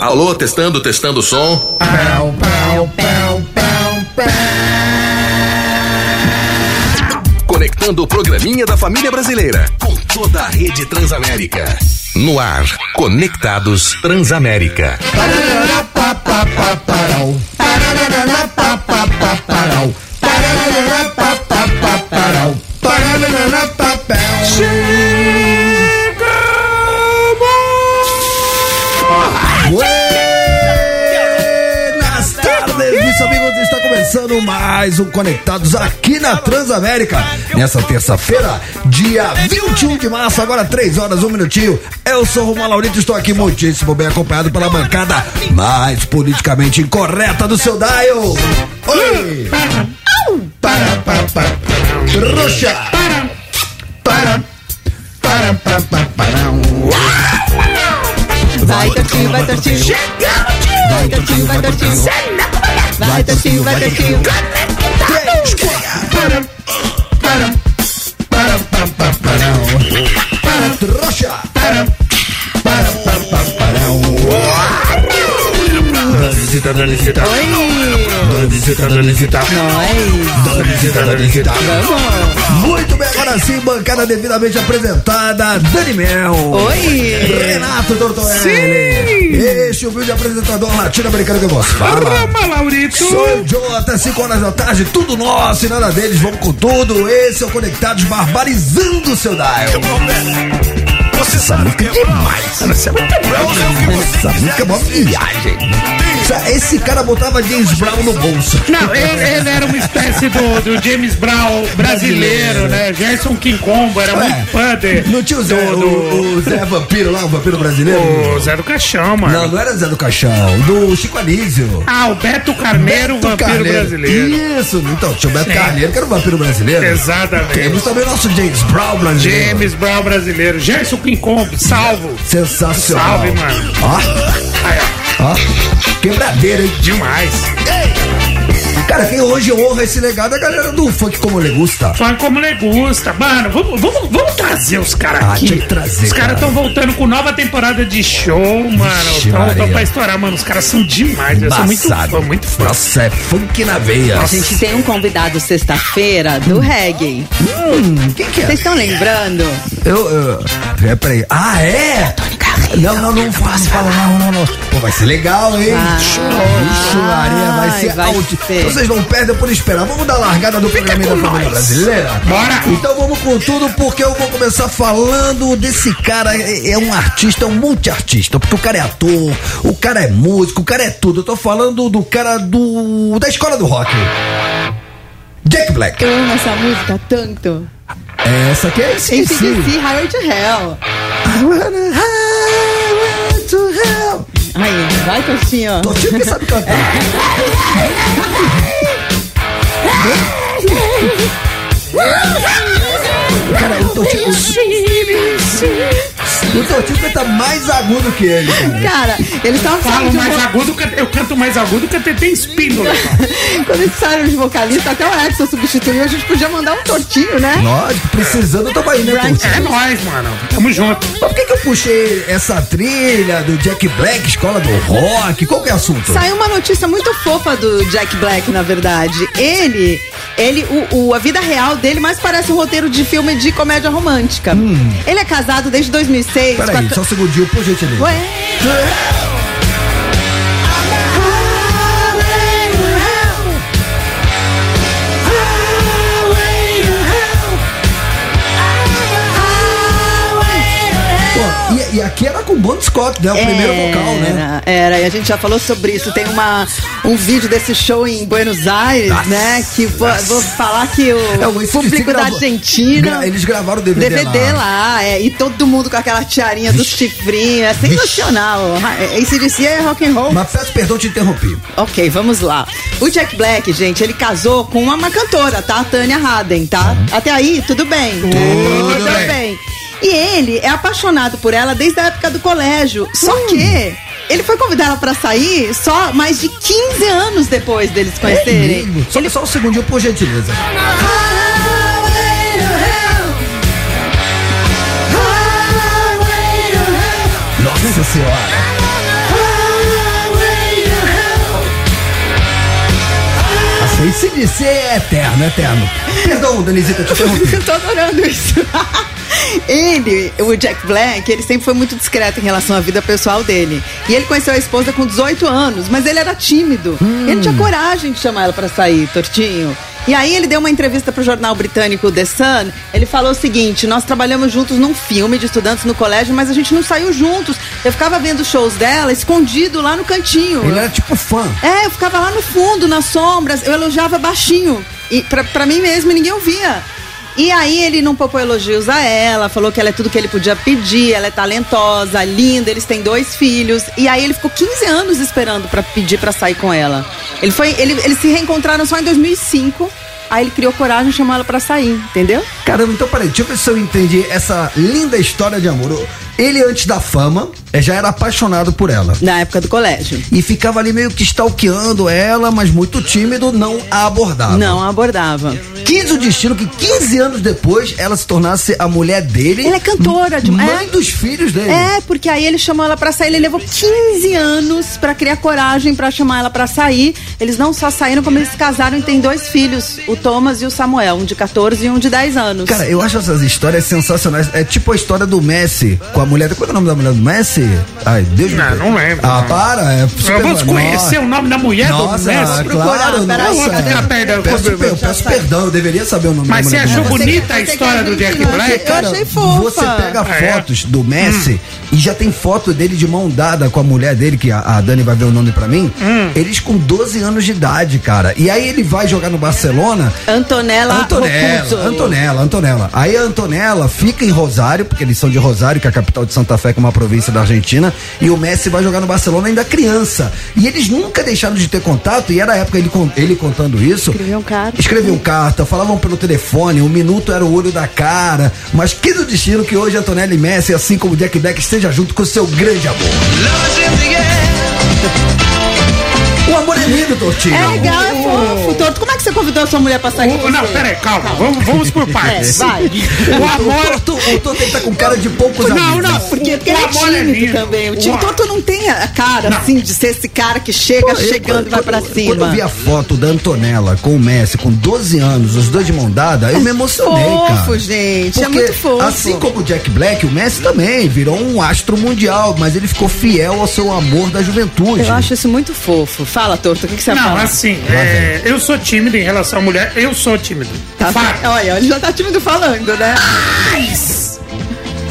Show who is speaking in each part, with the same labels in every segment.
Speaker 1: Alô, testando, testando o som.
Speaker 2: Pau, pau, pau, pau,
Speaker 1: Conectando o programinha da família brasileira com toda a rede Transamérica. No ar, Conectados Transamérica.
Speaker 2: pau. Parau. Parau. Buenas tardes, meus amigos. Está começando mais um Conectados aqui na Transamérica. Nessa terça-feira, dia 21 de março, agora 3 horas, um minutinho. Eu sou o Romão Laurito, estou aqui muitíssimo bem acompanhado pela bancada mais politicamente incorreta do seu Daio. Oi! Para, para, para. Trouxa! Para, para, para, para, um. para.
Speaker 3: Vai, Tortinho, vai, Tortinho. Vai, Tortinho, vai, Tortinho. Vai, Tortinho, vai, tá Tortinho.
Speaker 2: Três, quatro. Para, para, para, para, para, para. Para, trouxa! Para, para, para, para, um. para. Dona Visita, dona Visita.
Speaker 3: Oi!
Speaker 2: Dona Visita, dona Visita.
Speaker 3: Nós!
Speaker 2: Dona Visita, dona Visita.
Speaker 3: Vamos!
Speaker 2: Tá Muito bem, agora sim, bancada devidamente apresentada, Dani Mel.
Speaker 3: Oi!
Speaker 2: Renato Tortorelli.
Speaker 3: Sim.
Speaker 2: Este é o vídeo apresentador latino-americano que você fala.
Speaker 4: Rama Laurito!
Speaker 2: Sou o Joe, até 5 horas da tarde, tudo nosso e nada deles, vamos com tudo. Esse é o Conectados Barbarizando o seu Dial.
Speaker 4: Você sabe que é demais! Você é muito
Speaker 2: Essa música é uma viagem. Essa- Esse cara botava James Brown no bolso.
Speaker 4: Não, ele, ele era uma espécie do, do James Brown brasileiro, né? Gerson King Combo, era
Speaker 2: É.
Speaker 4: muito fã de-
Speaker 2: Não tinha o Zé,
Speaker 4: do, do,
Speaker 2: o, o Zé Vampiro lá, o Vampiro Brasileiro?
Speaker 4: do Zé do Caixão, mano.
Speaker 2: Não, não era Zé do Caixão, do Chico Anísio.
Speaker 4: Ah, o Beto Carneiro,
Speaker 2: Beto
Speaker 4: vampiro
Speaker 2: Carneiro.
Speaker 4: brasileiro.
Speaker 2: Isso, então, tinha o Beto
Speaker 4: É.
Speaker 2: Carneiro, que era o vampiro brasileiro.
Speaker 4: Exatamente.
Speaker 2: Temos também o nosso James Brown brasileiro.
Speaker 4: James Brown brasileiro. Gerson King Combo, salvo!
Speaker 2: Sensacional.
Speaker 4: Salve, mano.
Speaker 2: Ó,
Speaker 4: Aí, ó,
Speaker 2: ó, quebradeira, hein?
Speaker 4: demais!
Speaker 2: Cara, quem hoje honra esse legado é a galera do funk como ele gusta.
Speaker 4: Fala como legusta. Mano, vamos, vamos, vamos trazer os caras
Speaker 2: Ah,
Speaker 4: aqui.
Speaker 2: tinha que trazer,
Speaker 4: os caras
Speaker 2: cara.
Speaker 4: estão voltando com nova temporada de show, mano.
Speaker 2: Vixe,
Speaker 4: Estão
Speaker 2: Maria.
Speaker 4: pra estourar, mano. Os caras são demais. Eu sou muito
Speaker 2: Embaçado.
Speaker 4: fã, muito fã.
Speaker 2: Nossa, é funk na veia.
Speaker 3: A gente tem um convidado sexta-feira do reggae.
Speaker 2: Hum, quem que é?
Speaker 3: Vocês estão lembrando?
Speaker 2: Eu, eu, é, peraí. Ah, é? Não, não, não faço, fala, não, não, não. Pô, vai ser legal, hein?
Speaker 3: Vai.
Speaker 2: Show. Vixe, Maria, vai
Speaker 3: Ai,
Speaker 2: ser
Speaker 3: vai
Speaker 2: alto.
Speaker 3: ser.
Speaker 2: Então vocês não perdem por esperar. Vamos dar largada do programa da Família Brasileira?
Speaker 4: Bora.
Speaker 2: Então vamos com tudo, porque eu vou começar falando desse cara. É é um artista, é um multiartista, porque o cara é ator, o cara é músico, o cara é tudo. Eu tô falando do cara do da escola do rock. Jack Black.
Speaker 3: Eu amo essa música tanto.
Speaker 2: Essa aqui é sim, sim.
Speaker 3: ACDC, Highway to Hell.
Speaker 2: I wanna highway to hell.
Speaker 3: Aí, vai, Tortinho.
Speaker 2: Tô tipo que sabe cantar. Cara, o Totinho. O Totinho canta mais agudo que ele, cara.
Speaker 3: Cara, eles estavam
Speaker 4: Falo
Speaker 3: falando de um
Speaker 4: mais
Speaker 3: vo-
Speaker 4: agudo, que- eu canto mais agudo que até tem espíndola.
Speaker 3: Quando eles saíram de vocalista, até o Edson substituiu, a gente podia mandar um tortinho, né?
Speaker 2: Nós, precisando, eu tava aí, né,
Speaker 3: Right.
Speaker 2: Totinho?
Speaker 4: é nóis, mano. Tamo junto.
Speaker 2: Mas por que, que eu puxei essa trilha do Jack Black, escola do rock? Qual que é o assunto?
Speaker 3: Saiu uma notícia muito fofa do Jack Black, na verdade. Ele, ele, o, o- a vida real dele mais parece um roteiro de filme de comédia romântica. Ele é casado desde 2006. com a
Speaker 2: Hum. Peraí,
Speaker 3: tra-
Speaker 2: só um segundinho, por gentileza.
Speaker 3: Ué?
Speaker 2: Pô, e, e aqui era com o Bon Scott, né? O primeiro vocal, né?
Speaker 3: Era, Era, e a gente já falou sobre isso. Tem uma, um vídeo desse show em Buenos Aires,
Speaker 2: Nossa,
Speaker 3: né? Que vou,
Speaker 2: nossa.
Speaker 3: vou falar que o,
Speaker 2: É, o ACDC
Speaker 3: público da
Speaker 2: gravou-
Speaker 3: Argentina.
Speaker 2: gra- eles gravaram o DVD
Speaker 3: DVD
Speaker 2: lá.
Speaker 3: lá, é, e todo mundo com aquela tiarinha do chifrinho. É sensacional. Esse DC é rock and roll.
Speaker 2: Mas peço perdão de interromper.
Speaker 3: Ok, vamos lá. O Jack Black, gente, ele casou com uma, uma cantora, tá? A Tânia Haden, tá? Até aí, tudo bem. Tudo
Speaker 2: Uhum. bem.
Speaker 3: E ele é apaixonado por ela desde a época do colégio. Só
Speaker 2: Hum.
Speaker 3: que ele foi convidar ela pra sair só mais de 15 anos depois deles se conhecerem.
Speaker 2: Amigo, Só, só um segundinho, por gentileza. Nossa senhora. Isso, e se disser é eterno, é eterno. Perdão, Denisita, te interrompi.
Speaker 3: Eu tô adorando isso. Ele, o Jack Black, ele sempre foi muito discreto em relação à vida pessoal dele. E ele conheceu a esposa com 18 anos, mas ele era tímido.
Speaker 2: Hum.
Speaker 3: Ele não tinha coragem de chamar ela pra sair, tortinho. E aí ele deu uma entrevista pro jornal britânico The Sun. Ele falou o seguinte: nós trabalhamos juntos num filme de estudantes no colégio, mas a gente não saiu juntos. Eu ficava vendo shows dela escondido lá no cantinho.
Speaker 2: Ele era tipo fã.
Speaker 3: É, eu ficava lá no fundo, nas sombras, eu elogiava baixinho. E pra, pra mim mesmo, e ninguém ouvia. E aí ele não poupou elogios a ela, falou que ela é tudo que ele podia pedir, ela é talentosa, linda, eles têm dois filhos. E aí ele ficou 15 anos esperando pra pedir pra sair com ela. Ele foi, ele, eles se reencontraram só em 2005. Aí ele criou coragem de chamar ela pra sair, entendeu?
Speaker 2: Caramba, então peraí, deixa eu ver se eu entendi essa linda história de amor. Ele, antes da fama, eh, já era apaixonado por ela.
Speaker 3: Na época do colégio.
Speaker 2: E ficava ali meio que stalkeando ela, mas muito tímido, não a abordava.
Speaker 3: Não abordava.
Speaker 2: Quis o destino que 15 anos depois ela se tornasse a mulher dele.
Speaker 3: Ela é cantora de
Speaker 2: Mãe
Speaker 3: é.
Speaker 2: dos filhos dele.
Speaker 3: É, porque aí ele chamou ela pra sair, ele levou 15 anos pra criar coragem pra chamar ela pra sair. Eles não só saíram, como eles se casaram e têm dois filhos, o Thomas e o Samuel, um de 14 e um de 10 anos.
Speaker 2: Cara, eu acho essas histórias sensacionais. É tipo a história do Messi com a mulher. Qual é o nome da mulher do Messi? Ai, Deus me
Speaker 4: Não,
Speaker 2: perdoe.
Speaker 4: não lembro,
Speaker 2: Ah,
Speaker 4: não.
Speaker 2: para. É super...
Speaker 4: Vamos conhecer
Speaker 2: Nossa.
Speaker 4: o nome da mulher do
Speaker 2: Nossa,
Speaker 4: Messi.
Speaker 2: claro,
Speaker 3: Peraí,
Speaker 2: nossa.
Speaker 4: cadê a perna?
Speaker 2: Peço,
Speaker 4: Como-
Speaker 2: eu peço perdão, eu deveria saber o nome
Speaker 4: Mas
Speaker 2: da
Speaker 4: você
Speaker 2: mulher do
Speaker 4: achou
Speaker 2: Messi.
Speaker 4: bonita a
Speaker 3: você quer
Speaker 4: história do
Speaker 3: que eu
Speaker 4: Jack
Speaker 3: me
Speaker 4: Black?
Speaker 3: Eu achei fofa.
Speaker 2: Você pega
Speaker 4: Ah, é? Hum.
Speaker 2: fotos do Messi e já tem foto dele de mão dada com a mulher dele, que a, a Dani vai ver o nome pra mim.
Speaker 4: Hum.
Speaker 2: Eles com 12 anos de idade, cara. E aí ele vai jogar no Barcelona.
Speaker 3: Antonella Rocuzzo.
Speaker 2: Antonella, Antonella, Antonella. Aí a Antonella fica em Rosário, porque eles são de Rosário, que é a capital de Santa Fé, que é uma província da Argentina, e o Messi vai jogar no Barcelona ainda criança. E eles nunca deixaram de ter contato, e era a época ele, con- ele contando isso.
Speaker 3: Escreviam um carta.
Speaker 2: Escreviam carta, falavam pelo telefone, um minuto era o olho da cara. Mas que do destino que hoje Antonella e Messi, assim como Jack Black, esteja junto com o seu grande amor. O amor é lindo, Tortinho.
Speaker 3: É legal, é fofo. Torto, como é que você convidou a sua mulher pra sair com
Speaker 4: O- Não,
Speaker 3: você?
Speaker 4: peraí, calma. Vamos, vamos por partes.
Speaker 3: É, vai.
Speaker 4: O
Speaker 2: O
Speaker 4: amor.
Speaker 2: Torto, o Torto ele tá com cara de poucos
Speaker 4: Não,
Speaker 2: amigos.
Speaker 4: não.
Speaker 3: Porque, porque
Speaker 4: O
Speaker 3: ele é
Speaker 4: amor é
Speaker 3: tímido
Speaker 4: lindo.
Speaker 3: também. O
Speaker 4: O
Speaker 3: time
Speaker 4: amor-
Speaker 3: torto não tem a cara, assim, de ser esse cara que chega
Speaker 2: Eu,
Speaker 3: chegando e vai
Speaker 2: quando-
Speaker 3: pra
Speaker 2: quando-
Speaker 3: cima.
Speaker 2: Quando eu vi a foto da Antonella com o Messi com 12 anos, os dois de mão dada, eu me emocionei, cara.
Speaker 3: Fofo, gente, é
Speaker 2: Porque,
Speaker 3: muito fofo.
Speaker 2: Assim como o Jack Black, o Messi também virou um astro mundial, mas ele ficou fiel ao seu amor da juventude.
Speaker 3: Eu acho isso muito fofo. Fala, Torto, o que, que você
Speaker 4: Não,
Speaker 3: fala?
Speaker 4: assim, é, eu sou tímido em relação à mulher. Eu sou tímido.
Speaker 3: Tá-
Speaker 4: Fato.
Speaker 3: olha, ele já tá tímido falando, né?
Speaker 4: Mas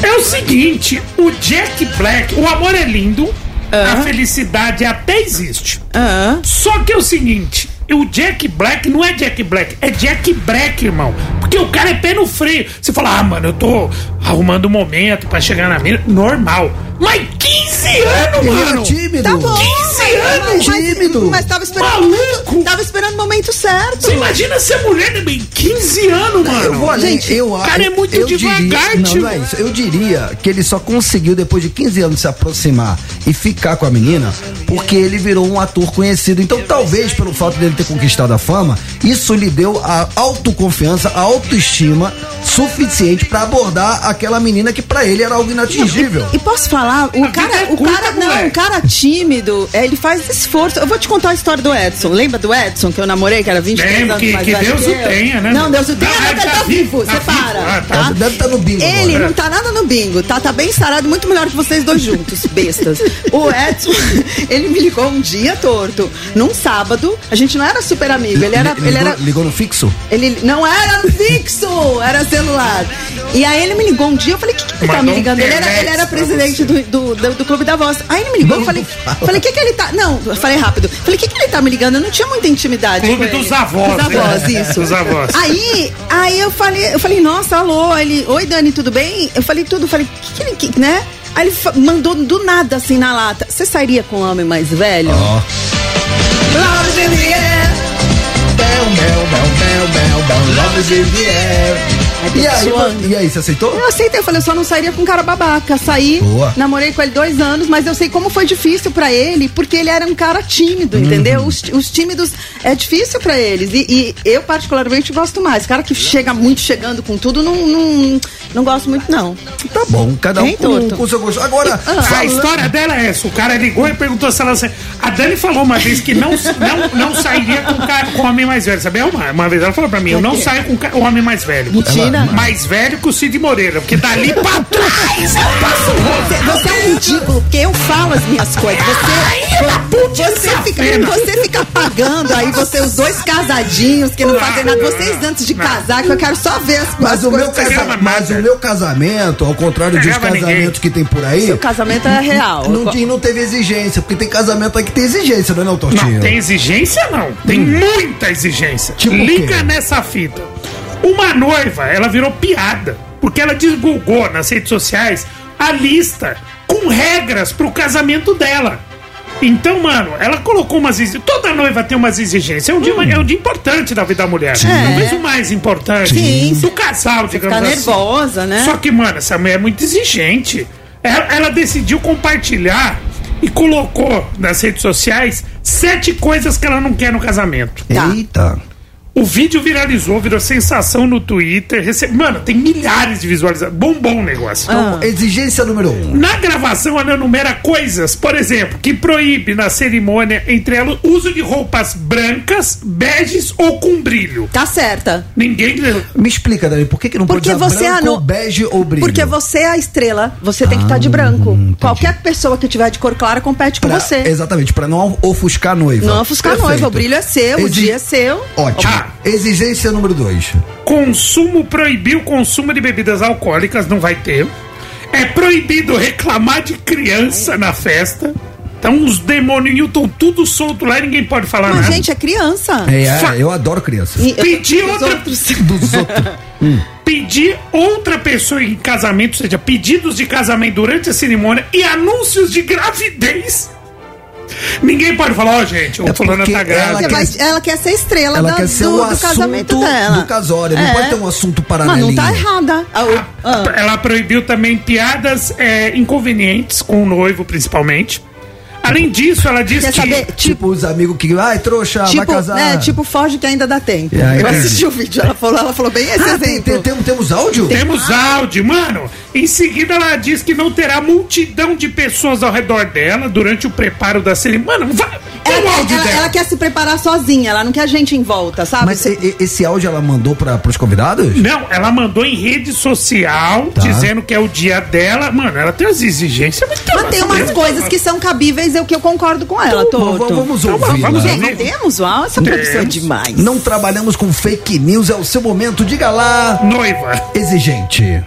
Speaker 4: é o seguinte, o Jack Black, o amor é lindo, a felicidade até existe.
Speaker 3: Aham.
Speaker 4: Só que é o seguinte, o Jack Black não é Jack Black, é Jack Black, irmão. Porque o cara é pé no freio. Você fala, ah, mano, eu tô arrumando um momento pra chegar na mina. Normal. Mas 15 anos,
Speaker 2: Ele era
Speaker 4: mano!
Speaker 2: tímido.
Speaker 3: Tá bom.
Speaker 4: 15 anos,
Speaker 2: tímido.
Speaker 3: Mas tava esperando.
Speaker 4: Maluco.
Speaker 3: Tava esperando o momento certo.
Speaker 4: Você imagina ser mulher né, também? 15 anos, mano!
Speaker 2: Eu vou além,
Speaker 3: tá Gente,
Speaker 2: eu
Speaker 4: o
Speaker 2: acho-
Speaker 4: cara é muito
Speaker 2: eu
Speaker 4: devagar,
Speaker 2: diria,
Speaker 4: tio.
Speaker 2: não, não
Speaker 3: tipo-
Speaker 2: é isso. Eu diria que ele só conseguiu, depois de 15 anos, se aproximar e ficar com a menina, porque ele virou um ator conhecido. Então, talvez pelo fato dele ter conquistado a fama, isso lhe deu a autoconfiança, a autoestima suficiente pra abordar aquela menina que pra ele era algo inatingível.
Speaker 3: E posso falar, o cara,
Speaker 4: é
Speaker 3: o
Speaker 4: curta,
Speaker 3: cara, não,
Speaker 4: moleque.
Speaker 3: o cara tímido, é, ele faz esforço. Eu vou te contar a história do Edson. Lembra do Edson que eu namorei, que era 20
Speaker 4: Lembro,
Speaker 3: anos
Speaker 4: que-
Speaker 3: mais
Speaker 4: que
Speaker 3: velho
Speaker 4: Deus
Speaker 3: que
Speaker 4: o
Speaker 3: eu?
Speaker 4: tenha, né?
Speaker 3: Não, Deus o tenha,
Speaker 4: Não,
Speaker 3: não,
Speaker 4: ele
Speaker 3: ele
Speaker 4: tá
Speaker 3: tá vivo,
Speaker 4: vivo,
Speaker 3: você
Speaker 4: tá vivo.
Speaker 3: para.
Speaker 4: Ah,
Speaker 3: tá?
Speaker 4: tá.
Speaker 2: Deve estar no bingo
Speaker 3: Ele
Speaker 2: agora.
Speaker 3: não tá nada no bingo, tá, tá bem sarado, muito melhor que vocês dois juntos, bestas. O Edson, ele me ligou um dia torto, num sábado. A gente não era super amigo, ele era,
Speaker 2: Li-
Speaker 3: ele
Speaker 2: ligou,
Speaker 3: era
Speaker 2: ligou no fixo?
Speaker 3: ele não era fixo, era celular. E aí ele me ligou um dia, eu falei, o que, que ele tá
Speaker 4: Mandou
Speaker 3: me
Speaker 4: um
Speaker 3: ligando? Ele era,
Speaker 4: telex
Speaker 3: ele era
Speaker 4: pra
Speaker 3: presidente do, do, do, do Clube da Voz. Aí ele me ligou, eu
Speaker 2: Não
Speaker 3: falei,
Speaker 2: fala.
Speaker 3: falei, o que, que ele tá. Não, eu falei rápido. Falei, o que, que ele tá me ligando? Eu não tinha muita intimidade.
Speaker 4: Clube
Speaker 3: com ele.
Speaker 4: dos avós,
Speaker 3: Dos
Speaker 4: né?
Speaker 3: avós, isso.
Speaker 4: Dos avós.
Speaker 3: Aí, aí eu falei, eu falei, nossa, alô, ele, oi Dani, tudo bem? Eu falei tudo, eu falei, que que ele, que- né? Aí ele fa- mandou do nada assim na lata. Você sairia com um homem mais velho?
Speaker 2: Ó.
Speaker 3: Love Juliet.
Speaker 4: É
Speaker 2: Bel, bel, bel, bel, bel, bel, love is in the air. E
Speaker 3: tá
Speaker 2: aí, vo- e aí, você aceitou?
Speaker 3: Eu aceitei, eu falei, eu só não sairia com um cara babaca. Saí,
Speaker 2: Boa.
Speaker 3: namorei com ele dois anos, mas eu sei como foi difícil pra ele, porque ele era um cara tímido,
Speaker 2: Uhum.
Speaker 3: entendeu? Os, os tímidos é difícil pra eles. E, e eu, particularmente, gosto mais. Cara que chega muito chegando com tudo, não, não, não gosto muito, não.
Speaker 2: Tá bom, cada um
Speaker 3: Bem
Speaker 2: com,
Speaker 3: torto. Ah,
Speaker 2: com o seu gosto. Agora,
Speaker 4: A história dela é essa. O cara ligou e perguntou se ela. sa- A Dani falou uma vez que não, não, não sairia com, cara, com homem mais velho. Sabia? Uma, uma vez ela falou pra mim: eu não saio com ca- homem mais velho.
Speaker 3: Mentira.
Speaker 4: Mais velho que o Cid Moreira. Porque dali pra trás é eu passo o rodo.
Speaker 3: Você é um ridículo, porque eu falo as minhas coisas. Você, você, fica,
Speaker 4: safena.
Speaker 3: você fica pagando aí, você, os dois casadinhos que não fazem nada. Vocês antes de casar, que eu quero só ver as as
Speaker 2: mas o, meu
Speaker 3: coisas que
Speaker 2: casa-
Speaker 3: vocês-
Speaker 4: pegava
Speaker 2: mas
Speaker 4: nada.
Speaker 2: o meu casamento, ao contrário dos
Speaker 4: Pegava
Speaker 2: casamentos
Speaker 4: ninguém.
Speaker 2: que tem por aí,
Speaker 3: O casamento é real.
Speaker 2: não, tem- não teve exigência. Porque tem casamento aí que tem exigência, não Hum. é, não, Tortinho?
Speaker 4: Não, tem exigência não. Tem muita exigência.
Speaker 2: Tipo o quê?
Speaker 4: Liga nessa fita. Uma noiva, ela virou piada. Porque ela divulgou nas redes sociais a lista com regras pro casamento dela. Então, mano, ela colocou umas exigências. Toda noiva tem umas exigências. É um,
Speaker 3: Hum.
Speaker 4: dia, é um dia importante da vida da mulher. Talvez o mais importante
Speaker 3: Sim.
Speaker 4: do casal, digamos
Speaker 3: Ficar
Speaker 4: assim.
Speaker 3: nervosa, né?
Speaker 4: Só que, mano, essa mulher é muito exigente. Ela, ela decidiu compartilhar e colocou nas redes sociais sete coisas que ela não quer no casamento.
Speaker 3: Tá.
Speaker 2: Eita.
Speaker 4: O vídeo viralizou, virou sensação no Twitter. rece- Mano, tem milhares de visualizações. Bombou o negócio.
Speaker 2: Então,
Speaker 3: Ah.
Speaker 2: exigência número um.
Speaker 4: Na gravação, ela enumera coisas, por exemplo, que proíbe na cerimônia, entre elas, uso de roupas brancas, beges ou com brilho.
Speaker 3: Tá certa.
Speaker 4: Ninguém.
Speaker 2: Me explica, Dani, por que, que não
Speaker 3: Porque
Speaker 2: pode usar
Speaker 3: você é a
Speaker 2: branco,
Speaker 3: no-
Speaker 2: bege ou brilho? Ah,
Speaker 3: Porque você é a estrela, você tem que estar de branco. Qualquer pessoa que tiver de cor clara compete com
Speaker 2: Pra-
Speaker 3: você.
Speaker 2: Exatamente, pra não ofuscar a noiva.
Speaker 3: Não ofuscar a
Speaker 2: Perfeito.
Speaker 3: noiva, o brilho é seu, o dia é seu.
Speaker 2: Ótimo.
Speaker 4: Ah.
Speaker 2: Exigência número dois.
Speaker 4: Consumo proibir o consumo de bebidas alcoólicas, não vai ter. É proibido reclamar de criança na festa. Então os demônios estão tudo solto lá e ninguém pode falar
Speaker 3: Mas,
Speaker 4: nada.
Speaker 3: gente, é criança.
Speaker 2: É, é, eu adoro criança. Hum.
Speaker 3: E-
Speaker 4: Pedir
Speaker 3: os
Speaker 4: outra-
Speaker 3: outros-
Speaker 2: Dos outros.
Speaker 4: Pedir outra pessoa em casamento, ou seja, pedidos de casamento durante a cerimônia e anúncios de gravidez. Ninguém pode falar, ó, gente, o
Speaker 2: É
Speaker 4: fulano
Speaker 2: porque
Speaker 4: tá grávida.
Speaker 3: Você vai- ela quer ser estrela
Speaker 2: Ela
Speaker 3: da-
Speaker 2: quer ser
Speaker 3: do,
Speaker 2: o
Speaker 3: do casamento
Speaker 2: assunto
Speaker 3: dela.
Speaker 2: do casório. Não
Speaker 3: É.
Speaker 2: pode ter um assunto
Speaker 3: Mas
Speaker 2: paralelinho.
Speaker 3: não tá errada. Ah, o- ah.
Speaker 4: Ela proibiu também piadas é, inconvenientes com o noivo, principalmente. Além disso, ela disse
Speaker 3: Quer
Speaker 4: que.
Speaker 3: saber? Tipo,
Speaker 2: Tipo os amigos que. Ai, trouxa, ah, vai
Speaker 3: tipo,
Speaker 2: casar.
Speaker 3: né, tipo Ford que ainda dá tempo.
Speaker 2: Yeah,
Speaker 3: Eu
Speaker 2: entendi.
Speaker 3: assisti o vídeo, ela falou, ela falou bem esse
Speaker 2: Ah, tem-
Speaker 3: exemplo. Ah.
Speaker 2: tem- tem- temos áudio?
Speaker 4: Temos áudio, mano. Em seguida, ela diz que não terá multidão de pessoas ao redor dela durante o preparo da cerimônia. Mano, vai.
Speaker 3: Ela,
Speaker 4: Tem o
Speaker 2: um
Speaker 3: quer-
Speaker 4: áudio
Speaker 3: ela-
Speaker 4: dela.
Speaker 3: ela quer se preparar sozinha, ela não quer gente em volta, sabe?
Speaker 2: Mas e- e- esse áudio ela mandou pra, pros convidados?
Speaker 4: Ah,
Speaker 2: Tá.
Speaker 4: Não, ela mandou em rede social dizendo que é o dia dela. Mano, ela tem as exigências. Mas,
Speaker 3: Mas Então, tem um umas coisas que são
Speaker 2: é
Speaker 3: cabíveis, eu que eu concordo com ela,
Speaker 2: Vamos-
Speaker 3: Toto.
Speaker 2: Vamos
Speaker 4: Então, vamos
Speaker 2: ouvir. lá.
Speaker 4: ouvir.
Speaker 3: Não temos, uau, essa produção é demais.
Speaker 2: Não trabalhamos com fake news, é o seu momento. Diga lá,
Speaker 4: Noiva.
Speaker 2: exigente.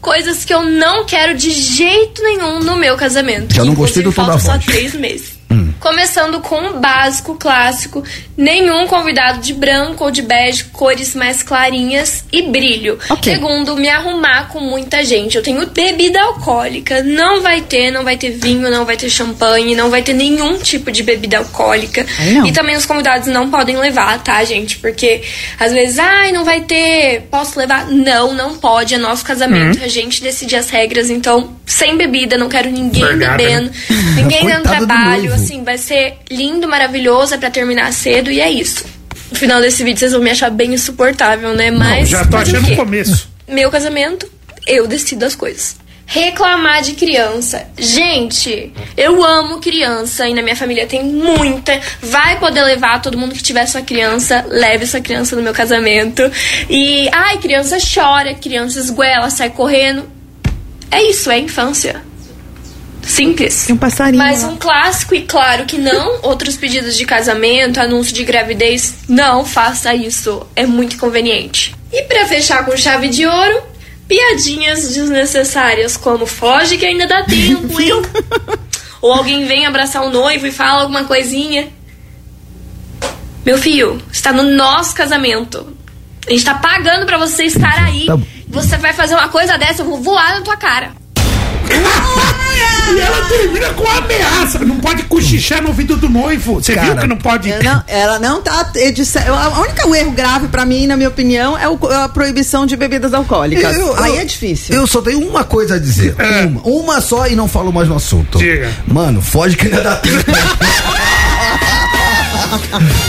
Speaker 5: coisas que eu não quero de jeito nenhum no meu casamento.
Speaker 2: Já não
Speaker 5: Inclusive,
Speaker 2: gostei do tom da Hum.
Speaker 5: faltam só
Speaker 2: voz.
Speaker 5: três meses. Começando com o básico clássico, nenhum convidado de branco ou de bege, cores mais clarinhas e brilho.
Speaker 3: Ok.
Speaker 5: Segundo, me arrumar com muita gente. Eu tenho bebida alcoólica, não vai ter, não vai ter vinho, não vai ter champanhe, não vai ter nenhum tipo de bebida alcoólica.
Speaker 3: Aí não.
Speaker 5: E também os convidados não podem levar, tá, gente? Porque às vezes, ai, não vai ter, posso levar? Não, não pode, é nosso
Speaker 4: Uhum.
Speaker 5: casamento, a gente decide as regras, então sem bebida, não quero ninguém
Speaker 4: Verdade,
Speaker 5: bebendo, ninguém dando
Speaker 2: Coitado do
Speaker 5: trabalho,
Speaker 2: noivo.
Speaker 5: assim, vai ser lindo, maravilhoso, é pra terminar cedo e é isso. No final desse vídeo vocês vão me achar bem insuportável, né? Mas
Speaker 4: Já tô
Speaker 5: fazer o
Speaker 4: achando um
Speaker 5: quê?
Speaker 4: o começo.
Speaker 5: meu casamento, eu decido as coisas. Reclamar de criança. Gente, eu amo criança e na minha família tem muita. Vai poder levar todo mundo que tiver sua criança, leve sua criança no meu casamento. E, ai, criança chora, criança esguela, sai correndo. É isso, é infância. Simples.
Speaker 3: Tem um passarinho.
Speaker 5: Mas
Speaker 3: lá.
Speaker 5: um clássico, e claro que não. Outros pedidos de casamento, anúncio de gravidez, não faça isso. É muito inconveniente. E pra fechar com chave de ouro, piadinhas desnecessárias como foge que ainda dá tempo, Will. Ou alguém vem abraçar o noivo e fala alguma coisinha. Meu filho, está no nosso casamento. A gente tá pagando pra você estar aí.
Speaker 2: Tá bom.
Speaker 5: Você vai fazer uma coisa dessa, eu vou voar na tua cara.
Speaker 4: E ela termina com uma ameaça. Não pode cochichar no ouvido do noivo. Você viu
Speaker 2: Cara,
Speaker 4: que não pode.
Speaker 3: Eu não- ela não tá. eu disse- eu- A única o erro grave pra mim, na minha opinião, é o- a proibição de bebidas alcoólicas. Aí é difícil.
Speaker 2: Eu só tenho uma coisa a dizer.
Speaker 4: É.
Speaker 2: Uma, Uma só e não falo mais no assunto.
Speaker 4: Diga.
Speaker 2: Mano, foge que ainda dá tempo.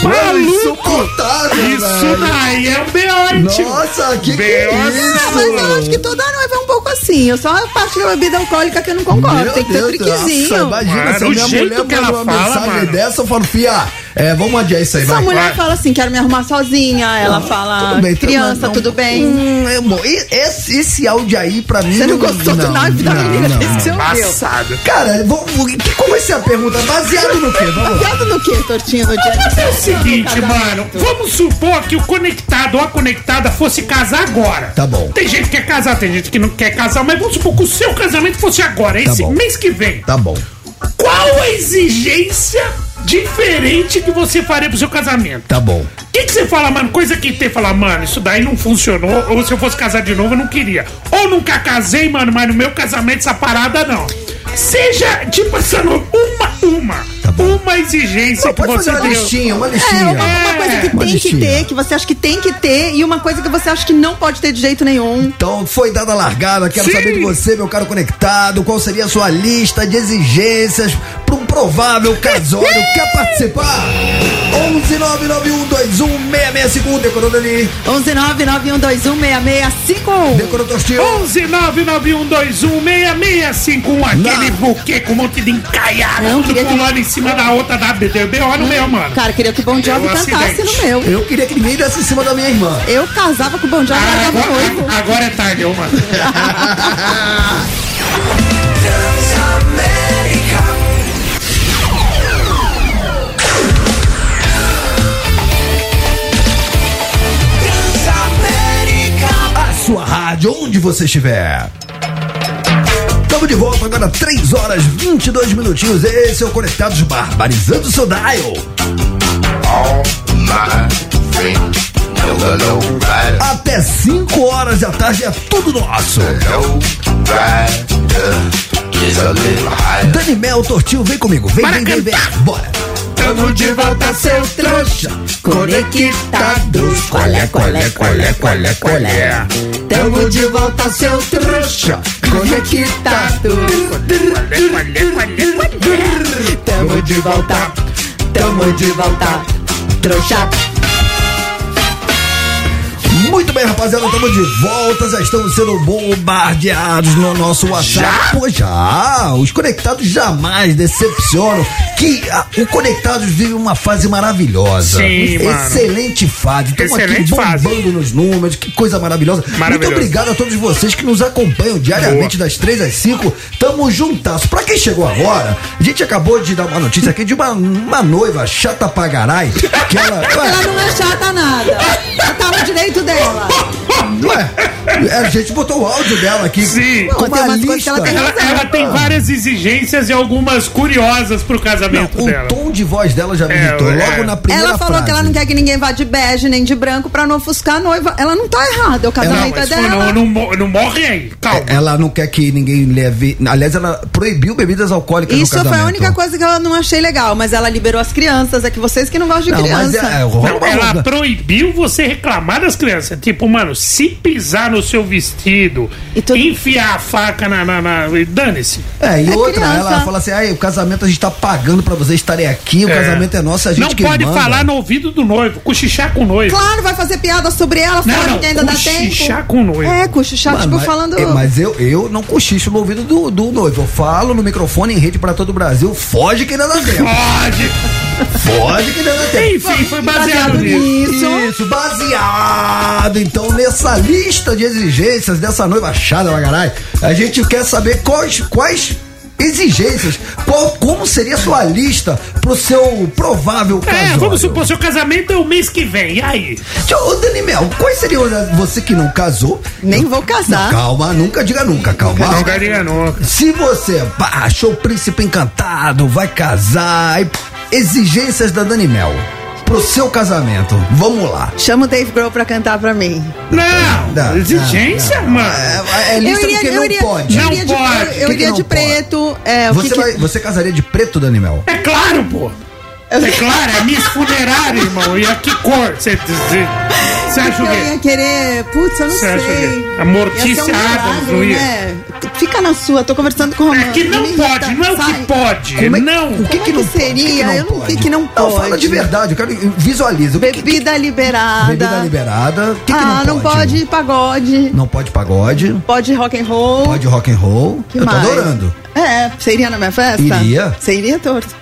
Speaker 2: Mano,
Speaker 4: Maluco!
Speaker 2: insuportável,
Speaker 4: Isso
Speaker 2: velho.
Speaker 4: daí é um beote.
Speaker 2: Nossa, que que é
Speaker 4: Meu
Speaker 3: Ah,
Speaker 2: isso?
Speaker 3: mas eu acho que toda noiva é um pouco assim. Eu só a parte da bebida alcoólica que eu não concordo.
Speaker 2: Meu
Speaker 3: Tem que ter
Speaker 2: Deus, nossa,
Speaker 3: triquezinho.
Speaker 2: imagina
Speaker 4: Mano,
Speaker 2: se
Speaker 4: o
Speaker 2: a minha
Speaker 4: jeito
Speaker 2: mulher
Speaker 4: que ela
Speaker 2: mandou uma
Speaker 4: fala,
Speaker 2: mensagem
Speaker 4: mano.
Speaker 2: dessa, eu falo, fia, é, vamos adiar isso aí,
Speaker 3: Sua
Speaker 2: vai.
Speaker 3: mulher
Speaker 4: vai.
Speaker 3: fala assim, quero me arrumar sozinha. Ela fala,
Speaker 2: Tudo bem, então,
Speaker 3: criança,
Speaker 2: não-
Speaker 3: tudo bem.
Speaker 2: Hum, é bom. E- esse, esse áudio aí, pra mim.
Speaker 3: Você não gostou do nome da
Speaker 2: não,
Speaker 3: menina?
Speaker 2: não.
Speaker 3: Isso você ouviu.
Speaker 4: Passado.
Speaker 2: Cara, vou, vou- que, como é a pergunta? Baseado no quê? Vamos lá.
Speaker 3: Baseado no que, Tortinho? No dia
Speaker 4: É o seguinte, mano. Vamos supor que o conectado ou a conectada fosse casar agora.
Speaker 2: Tá bom.
Speaker 4: Tem gente que quer casar, tem gente que não quer casar, mas vamos supor que o seu casamento fosse agora, esse
Speaker 2: bom.
Speaker 4: mês que vem.
Speaker 2: Tá bom.
Speaker 4: Qual a exigência diferente que você faria pro seu casamento?
Speaker 2: Tá bom.
Speaker 4: O que, que você fala, mano? Coisa que tem, fala, mano, isso daí não funcionou. Ou se eu fosse casar de novo, eu não queria. Ou nunca casei, mano, mas no meu casamento essa parada não. Seja, tipo, passando uma, uma, uma exigência
Speaker 2: Não,
Speaker 4: que
Speaker 2: Tá pode
Speaker 4: você
Speaker 2: fazer uma
Speaker 4: tem.
Speaker 2: listinha, uma
Speaker 3: É,
Speaker 2: listinha.
Speaker 3: uma, uma coisa que
Speaker 2: É,
Speaker 3: tem que
Speaker 2: bonitinho.
Speaker 3: ter, que você acha que tem que ter, e uma coisa que você acha que não pode ter de jeito nenhum.
Speaker 2: Então, foi dada a largada. Quero
Speaker 4: Sim.
Speaker 2: saber de você, meu caro conectado. Qual seria a sua lista de exigências para um provável casório? Quer participar? 11991216651, decorou ali.
Speaker 3: assim. 11991216651.
Speaker 2: Decorou tostinho.
Speaker 4: 11 991216651 Aquele
Speaker 2: Não.
Speaker 4: buquê com um monte de encaiada,
Speaker 3: Não,
Speaker 4: tudo
Speaker 3: queria que-
Speaker 4: pulando em cima da outra da BDBO no meu, mano.
Speaker 3: Cara, queria que o Bon Jovi
Speaker 4: É um
Speaker 3: cantasse
Speaker 4: acidente.
Speaker 3: no meu.
Speaker 2: Eu queria que ninguém desse em cima da minha irmã.
Speaker 3: Eu casava com o Bon Jovi,
Speaker 4: Ah,
Speaker 3: largava o noivo.
Speaker 4: agora, agora é tarde, ô, mano.
Speaker 2: A sua rádio, onde você estiver. Estamos de volta agora, 3 horas 22 minutinhos. Esse é o Conectados Barbarizando o seu dial. Até 5 horas da tarde é tudo nosso. Dani Mel, Tortinho, vem comigo. Vem,
Speaker 4: Bora
Speaker 2: vem, vem, vem. Bora.
Speaker 4: Tamo de volta, seu
Speaker 2: trouxa,
Speaker 3: conectados. Colé, colé, colé, colé, colé. é, Tamo de volta, seu trouxa, é conectado. Tamo de volta, tamo de volta, trouxa.
Speaker 2: Muito bem, rapaziada, estamos de volta. Já estamos sendo bombardeados no nosso WhatsApp. Já? Pô, já. Os conectados jamais decepcionam. Que ah, o Conectados vive uma fase maravilhosa.
Speaker 4: Sim, mano.
Speaker 2: Excelente fase. Estamos
Speaker 4: Excelente
Speaker 2: aqui
Speaker 4: fase.
Speaker 2: bombando nos números. Que coisa maravilhosa.
Speaker 4: Maravilhoso.
Speaker 2: Muito obrigado a todos vocês que nos acompanham diariamente
Speaker 4: Boa.
Speaker 2: das 3 às 5. Tamo juntas. Pra quem chegou agora, a gente acabou de dar uma notícia aqui de uma, uma noiva chata pagarai. Que ela. Ué,
Speaker 3: Ela não é chata nada. Ela tá no direito dela. é
Speaker 2: Ué, a gente botou o áudio dela aqui.
Speaker 4: Sim.
Speaker 2: Com
Speaker 3: Tem
Speaker 2: uma
Speaker 3: umas coisas que
Speaker 2: é lista.
Speaker 3: ela tem
Speaker 4: Ela, ela tem várias exigências e algumas curiosas pro casamento
Speaker 2: O
Speaker 4: dela.
Speaker 2: tom de voz dela já me
Speaker 4: É,
Speaker 2: irritou.
Speaker 4: é.
Speaker 2: Logo na primeira
Speaker 3: Ela falou
Speaker 2: frase.
Speaker 3: que ela não quer que ninguém vá de bege nem de branco pra não ofuscar a noiva. Ela não tá errada, o
Speaker 4: Não,
Speaker 3: casamento é
Speaker 4: mas pô,
Speaker 3: dela.
Speaker 4: não, não, mo- não morre aí. Calma.
Speaker 2: É, Ela não quer que ninguém leve... Aliás, ela proibiu bebidas alcoólicas no
Speaker 3: Isso
Speaker 2: casamento.
Speaker 3: foi a única coisa que eu não achei legal, mas ela liberou as crianças, é que vocês que não gostam de
Speaker 2: Não, mas
Speaker 3: criança.
Speaker 2: é, é,
Speaker 4: Não,
Speaker 2: rola
Speaker 4: ela
Speaker 2: uma-
Speaker 4: proibiu você reclamar das crianças. Tipo, mano, se pisar no seu vestido,
Speaker 3: E tudo-
Speaker 4: enfiar a faca na. na, na Dane-se.
Speaker 2: É, e
Speaker 3: É
Speaker 2: outra,
Speaker 3: criança.
Speaker 2: ela fala assim, ai, o casamento a gente tá pagando pra vocês estarem aqui, o
Speaker 4: É.
Speaker 2: casamento é nosso, a gente
Speaker 4: Não
Speaker 2: que
Speaker 4: pode
Speaker 2: manda."
Speaker 4: falar no ouvido do noivo, cochichar com o noivo.
Speaker 3: Claro, vai fazer piada sobre ela,
Speaker 4: Não,
Speaker 3: fora
Speaker 4: não,
Speaker 3: que ainda dá tempo.
Speaker 4: cochichar com o noivo.
Speaker 3: É, cochichar,
Speaker 2: Mano,
Speaker 3: tipo,
Speaker 2: mas,
Speaker 3: falando.
Speaker 2: é, mas eu, eu não cochicho no ouvido do, do noivo. Eu falo no microfone em rede pra todo o Brasil. Foge que ainda dá tempo.
Speaker 4: Pode!
Speaker 2: Foge que ainda dá tempo.
Speaker 4: Ah, Enfim, foi baseado
Speaker 3: Baseado
Speaker 4: nisso.
Speaker 3: nisso.
Speaker 2: Isso, baseado então nessa lista de exigências dessa noiva chata pra caralho, a gente quer saber quais, quais exigências, qual, como seria a sua lista pro seu provável casório.
Speaker 4: É, vamos supor, seu casamento é o mês que vem. E aí?
Speaker 2: Ô, Danimel, quais seriam as- você que não casou?
Speaker 3: Nem vou casar.
Speaker 2: Calma, nunca diga nunca, calma.
Speaker 4: ganha nunca.
Speaker 2: Se você pá, achou o príncipe encantado, vai casar, e- exigências da Danimel. pro seu casamento. Vamos lá.
Speaker 3: Chama o Dave Grohl pra cantar pra mim.
Speaker 4: Não,
Speaker 2: Não,
Speaker 4: exigência, mano.
Speaker 2: É, é lista do que não pode.
Speaker 3: eu
Speaker 4: Não
Speaker 3: iria de,
Speaker 4: pode.
Speaker 3: eu-
Speaker 4: Que
Speaker 3: Eu
Speaker 2: que
Speaker 3: iria
Speaker 2: não
Speaker 3: de
Speaker 2: pode?
Speaker 3: preto. É, o
Speaker 2: Você,
Speaker 3: que que-
Speaker 2: vai- você casaria de preto, Danimel?
Speaker 4: É claro, pô. É claro, é Miss Funerária, irmão. E a que cor? Você acha o
Speaker 3: Eu ia
Speaker 4: quê?
Speaker 3: querer. É, Putz, eu não
Speaker 4: Você acha o
Speaker 3: sei.
Speaker 4: quê? A Mortícia
Speaker 3: Ia ser um
Speaker 4: Adams, não ia?
Speaker 3: é né? Fica na sua, tô conversando com o Romano.
Speaker 4: É que não
Speaker 3: me irrita,
Speaker 4: pode, não é o
Speaker 3: sai.
Speaker 4: que pode.
Speaker 2: Como é-
Speaker 4: não.
Speaker 2: O que,
Speaker 3: Como
Speaker 2: que
Speaker 3: é que
Speaker 2: não pode?
Speaker 3: seria? Eu não- o que que não
Speaker 2: Fala
Speaker 3: pode?
Speaker 2: de verdade, eu quero visualiza. O que que-
Speaker 3: Bebida liberada.
Speaker 2: Bebida liberada. O que, que
Speaker 3: ah,
Speaker 2: não pode?
Speaker 3: ir pagode.
Speaker 2: Não pode pagode.
Speaker 3: Pode rock and roll.
Speaker 2: Pode rock and roll.
Speaker 3: que
Speaker 2: eu tô
Speaker 3: mais?
Speaker 2: adorando.
Speaker 3: É, você iria na minha festa?
Speaker 2: Iria.
Speaker 3: Você iria torto.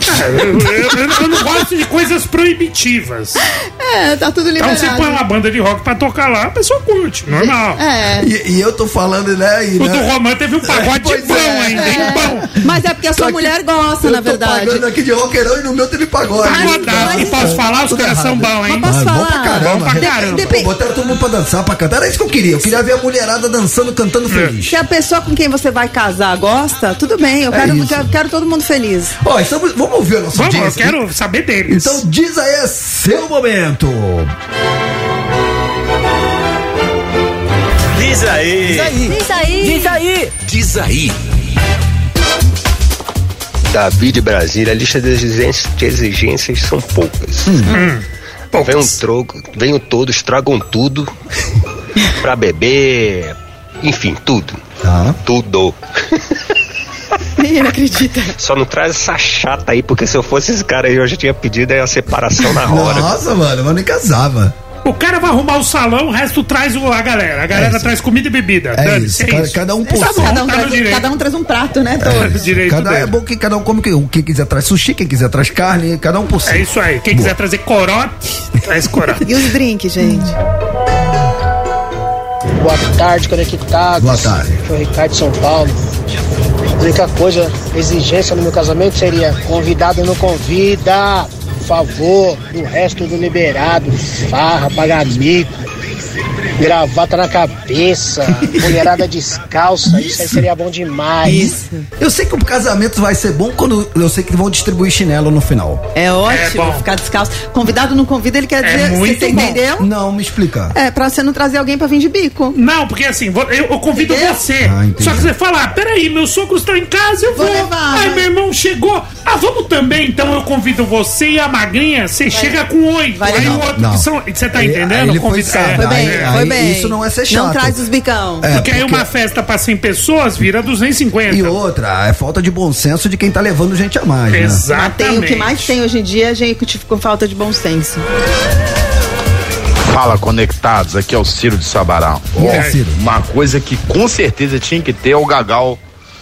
Speaker 4: Eu, eu- eu não gosto de coisas proibitivas.
Speaker 3: É, tá tudo
Speaker 4: Então
Speaker 3: liberado.
Speaker 4: você põe uma banda de rock pra tocar lá, a pessoa curte, normal.
Speaker 3: É.
Speaker 2: E, e eu tô falando, né? E,
Speaker 4: O
Speaker 2: né,
Speaker 4: do Romano teve um pagode
Speaker 2: Pois
Speaker 4: bom
Speaker 2: é.
Speaker 4: ainda, hein? Bom.
Speaker 3: Mas é porque a sua
Speaker 2: Só que
Speaker 3: mulher gosta,
Speaker 2: eu
Speaker 3: na
Speaker 2: tô pagando
Speaker 3: verdade.
Speaker 2: aqui de rockerão e no meu teve pagode.
Speaker 4: Pagodado,
Speaker 3: mas-
Speaker 4: posso falar? Os
Speaker 2: Tudo
Speaker 4: caras
Speaker 2: errado.
Speaker 4: são bons, hein?
Speaker 3: Mas posso
Speaker 2: Ah, bom pra
Speaker 3: falar?
Speaker 2: caramba.
Speaker 4: Bom pra
Speaker 2: Dep-
Speaker 4: caramba.
Speaker 2: Pô, Botaram todo mundo pra dançar, pra cantar. Era isso que eu queria. Eu queria ver a mulherada dançando, cantando feliz.
Speaker 3: Se a pessoa com quem você vai casar gosta, tudo bem. Eu
Speaker 2: É
Speaker 3: quero,
Speaker 2: isso.
Speaker 3: eu quero todo mundo feliz.
Speaker 2: Ó, estamos, vamos ouvir a nossa
Speaker 4: Vamos, eu
Speaker 2: audiência.
Speaker 4: quero saber deles.
Speaker 2: Então diz aí, é seu momento.
Speaker 6: Diz aí.
Speaker 3: Isso aí.
Speaker 1: Diz aí.
Speaker 7: Davi de Brasília, a lista de exigências, de exigências são poucas. Venham, troco, venham todos, tragam tudo pra beber, enfim, tudo.
Speaker 2: Tá.
Speaker 7: Tudo.
Speaker 3: Ele acredita.
Speaker 7: Só não traz essa chata aí, porque se eu fosse esse cara aí, eu já tinha pedido aí a separação na hora.
Speaker 2: Nossa, mano, mas nem casava.
Speaker 4: O cara vai arrumar o salão, o resto traz o- a galera. A galera
Speaker 2: isso.
Speaker 4: traz comida e bebida.
Speaker 2: É
Speaker 4: Dane-se,
Speaker 2: isso, cada- cada um por
Speaker 4: Tá bom,
Speaker 3: Cada
Speaker 4: tá no
Speaker 3: um, traz, um-
Speaker 4: direito.
Speaker 3: cada um traz um prato, né, Torto?
Speaker 4: É, direito
Speaker 2: Cada
Speaker 4: dele.
Speaker 2: é bom que cada um come o que- o que quiser traz sushi, quem quiser traz carne, cada um por si.
Speaker 4: É isso aí. Quem quiser trazer corote, Hum. traz corote.
Speaker 3: E os drinks, gente?
Speaker 8: Boa tarde, conectados.
Speaker 2: Boa tarde.
Speaker 8: Aqui é o Ricardo de São Paulo. A única coisa, exigência no meu casamento seria convidado não convida, por favor, o resto do liberado, farra, pagamico, gravata na cabeça, mulherada descalça, isso aí seria bom demais.
Speaker 2: Eu sei que o casamento vai ser bom quando eu sei que vão distribuir chinelo no final.
Speaker 3: É ótimo
Speaker 4: bom.
Speaker 3: ficar descalço. Convidado não convida, ele quer
Speaker 4: É
Speaker 3: dizer.
Speaker 4: muito
Speaker 3: você
Speaker 4: bom.
Speaker 3: entendeu?
Speaker 2: Não, me explica.
Speaker 3: É, pra você não trazer alguém pra vir de bico.
Speaker 4: Não, porque assim, vo- eu, eu convido
Speaker 3: Entendeu?
Speaker 4: você.
Speaker 2: Ah, entendi.
Speaker 4: Só que você fala, ah, peraí, meus sogros estão em casa, eu
Speaker 3: Vou
Speaker 4: vou.
Speaker 3: levar,
Speaker 4: Aí
Speaker 3: vai.
Speaker 4: meu irmão chegou. Ah, vamos também, então eu convido você e a magrinha, você chega com oito.
Speaker 3: Vai
Speaker 4: Aí
Speaker 3: levar.
Speaker 4: o outro
Speaker 2: Não.
Speaker 4: que são. Você tá
Speaker 2: Ele-
Speaker 4: entendendo?
Speaker 2: ele
Speaker 4: O convite
Speaker 2: foi-
Speaker 4: é-
Speaker 3: Foi
Speaker 2: Aí-
Speaker 3: bem,
Speaker 4: é.
Speaker 3: foi
Speaker 2: aí
Speaker 3: bem.
Speaker 2: isso não é ser
Speaker 3: Não
Speaker 2: chato.
Speaker 3: traz os bicão.
Speaker 2: É,
Speaker 4: Porque aí uma festa pra 100 pessoas vira 250.
Speaker 2: E outra, é falta de bom senso de quem tá levando gente a mais, né?
Speaker 3: Mas
Speaker 4: Exatamente.
Speaker 3: tem o que mais tem hoje em dia, é gente, com falta de bom senso.
Speaker 9: Fala conectados, aqui é o Ciro de Sabará.
Speaker 2: E aí, Ciro?
Speaker 9: Uma coisa que com certeza tinha que ter é o gagal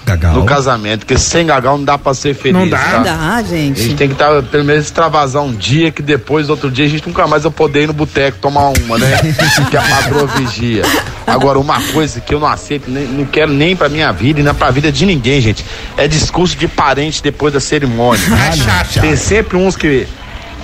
Speaker 2: Gagal.
Speaker 9: no casamento, porque sem gagal não dá pra ser feliz.
Speaker 4: Não dá.
Speaker 9: tá?
Speaker 3: Não dá,
Speaker 9: A gente
Speaker 3: gente.
Speaker 9: tem que estar, pelo menos, extravasar um dia, que depois, outro dia, a gente nunca mais vai poder ir no boteco tomar uma, né? que a patroa vigia. Agora, uma coisa que eu não aceito, nem, não quero nem pra minha vida e nem pra vida de ninguém, gente, é discurso de parente depois da cerimônia.
Speaker 4: É chato.
Speaker 9: Tem sempre uns que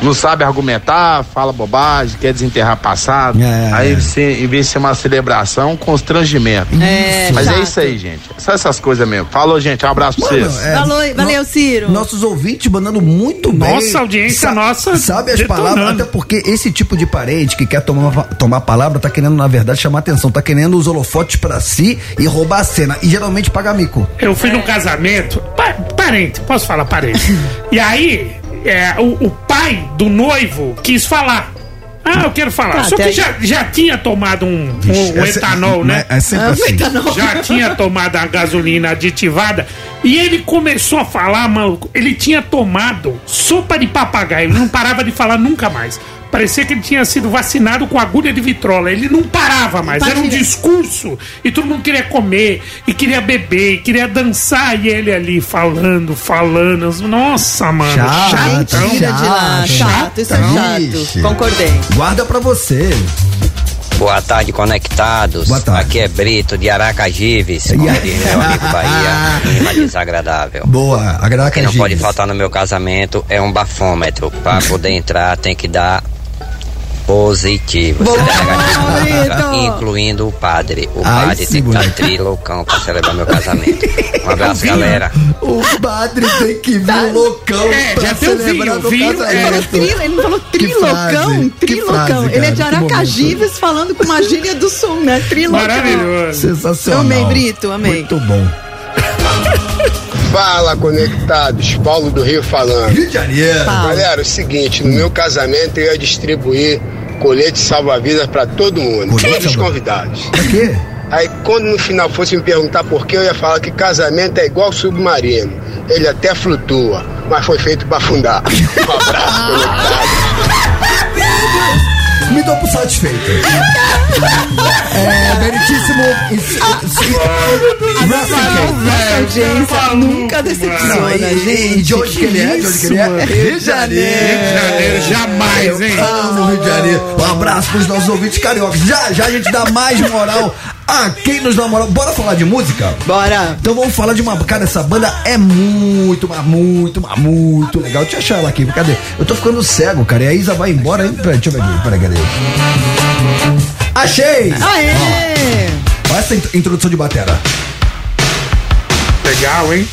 Speaker 9: não sabe argumentar, fala bobagem, quer desenterrar passado.
Speaker 2: É.
Speaker 9: Aí, você, em vez de ser uma celebração, é um constrangimento.
Speaker 3: É,
Speaker 9: Mas
Speaker 3: chato.
Speaker 9: é isso aí, gente. Só essas coisas mesmo. Falou, gente. Um abraço pra
Speaker 2: Mano,
Speaker 9: vocês.
Speaker 2: é,
Speaker 3: Valeu, valeu, Ciro.
Speaker 2: Nossos ouvintes mandando muito bem.
Speaker 4: Nossa audiência, nossa,
Speaker 2: Sabe as
Speaker 4: detonando.
Speaker 2: palavras, até porque esse tipo de parente que quer tomar, tomar palavra tá querendo, na verdade, chamar atenção, tá querendo os holofotes pra si e roubar a cena. E geralmente pagar mico.
Speaker 4: Eu fui
Speaker 3: é.
Speaker 4: num casamento, pa- parente, posso falar parente? e aí, é, o, o pai do noivo quis falar. Ah, eu quero falar.
Speaker 3: Tá,
Speaker 4: Só
Speaker 3: até
Speaker 4: que
Speaker 3: aí.
Speaker 4: já, já tinha tomado um, um- um
Speaker 2: É se-
Speaker 4: etanol, né?
Speaker 2: É sempre
Speaker 3: Ah,
Speaker 2: assim.
Speaker 3: tá não.
Speaker 4: Já tinha tomado a gasolina aditivada. E ele começou a falar, maluco. Ele tinha tomado sopa de papagaio. Ele não parava de falar nunca mais. Parecia que ele tinha sido vacinado com agulha de vitrola. Ele não parava mais. Era um
Speaker 3: Partilha.
Speaker 4: discurso. E todo mundo queria comer, e queria beber, e queria dançar. E ele ali falando, falando. Nossa, mano.
Speaker 2: Chato,
Speaker 4: chatão.
Speaker 3: Tira de lá,
Speaker 2: Chato,
Speaker 3: chato, isso é
Speaker 2: chato.
Speaker 3: chato.
Speaker 2: Ah, tá. Ixi.
Speaker 3: Concordei.
Speaker 2: Guarda pra você.
Speaker 10: Boa tarde, conectados.
Speaker 2: Boa tarde.
Speaker 10: Aqui é Brito de Aracajives, como
Speaker 2: Yeah.
Speaker 10: diz meu amigo Bahia. Clima desagradável.
Speaker 2: Boa, agrada
Speaker 10: O que não é pode faltar no meu casamento é um bafômetro. Pra poder entrar, tem que dar positivos.
Speaker 3: Boa,
Speaker 10: Negativos,
Speaker 3: bonito.
Speaker 10: incluindo o padre. O
Speaker 2: Ai,
Speaker 10: padre
Speaker 2: sim,
Speaker 10: tem que estar
Speaker 2: bonito.
Speaker 10: triloucão pra celebrar meu casamento. Um abraço, galera.
Speaker 2: O padre tem que vir
Speaker 3: Tá.
Speaker 2: loucão
Speaker 4: É,
Speaker 2: pra
Speaker 4: já tem o
Speaker 2: celebrar
Speaker 4: vinho,
Speaker 2: meu
Speaker 4: vinho,
Speaker 3: Ele falou
Speaker 2: casamento.
Speaker 3: trilo, ele não falou
Speaker 2: frase,
Speaker 3: trilocão,
Speaker 2: que frase,
Speaker 3: trilocão. Ele é de
Speaker 2: cara, que momento.
Speaker 3: Aracajives falando com uma gíria do sul, né? Trilocão.
Speaker 4: Maravilhoso.
Speaker 2: Sensacional.
Speaker 3: Amei, Brito, amei.
Speaker 2: Muito bom.
Speaker 6: Fala, conectados. Paulo do Rio falando.
Speaker 2: Rio de Janeiro.
Speaker 3: Fala.
Speaker 6: Galera, é o seguinte, no meu casamento eu ia distribuir colete salva-vidas pra todo mundo,
Speaker 2: Colete
Speaker 6: todos os
Speaker 2: salva-
Speaker 6: convidados.
Speaker 2: Pra quê?
Speaker 6: Aí quando no final fosse me perguntar por que, eu ia falar que casamento é igual submarino. Ele até flutua, mas foi feito pra afundar. Um abraço, conectados.
Speaker 2: Me dou por satisfeito. é, meritíssimo. ins- ins- Russell Cake.
Speaker 3: Nossa audiência nunca
Speaker 2: Não,
Speaker 3: decepciona,
Speaker 2: e,
Speaker 3: gente.
Speaker 2: e de onde que ele é? De onde que ele é? Rio de Janeiro.
Speaker 4: Janeiro, jamais, hein?
Speaker 2: Amo Rio de Janeiro. Um abraço pros nossos ouvintes cariocas. Já, já a gente dá mais moral a quem nos dá moral. Bora falar de música?
Speaker 3: Bora.
Speaker 2: Então vamos falar de uma. Cara, essa banda é muito, mas muito, mas muito legal. Deixa eu achar ela aqui, cadê? Eu tô ficando cego, cara. E a Isa vai embora, hein? Pera, deixa eu ver aqui. Peraí, cadê? Achei!
Speaker 3: Aê!
Speaker 2: Olha essa in- introdução de batera.
Speaker 4: Legal, hein?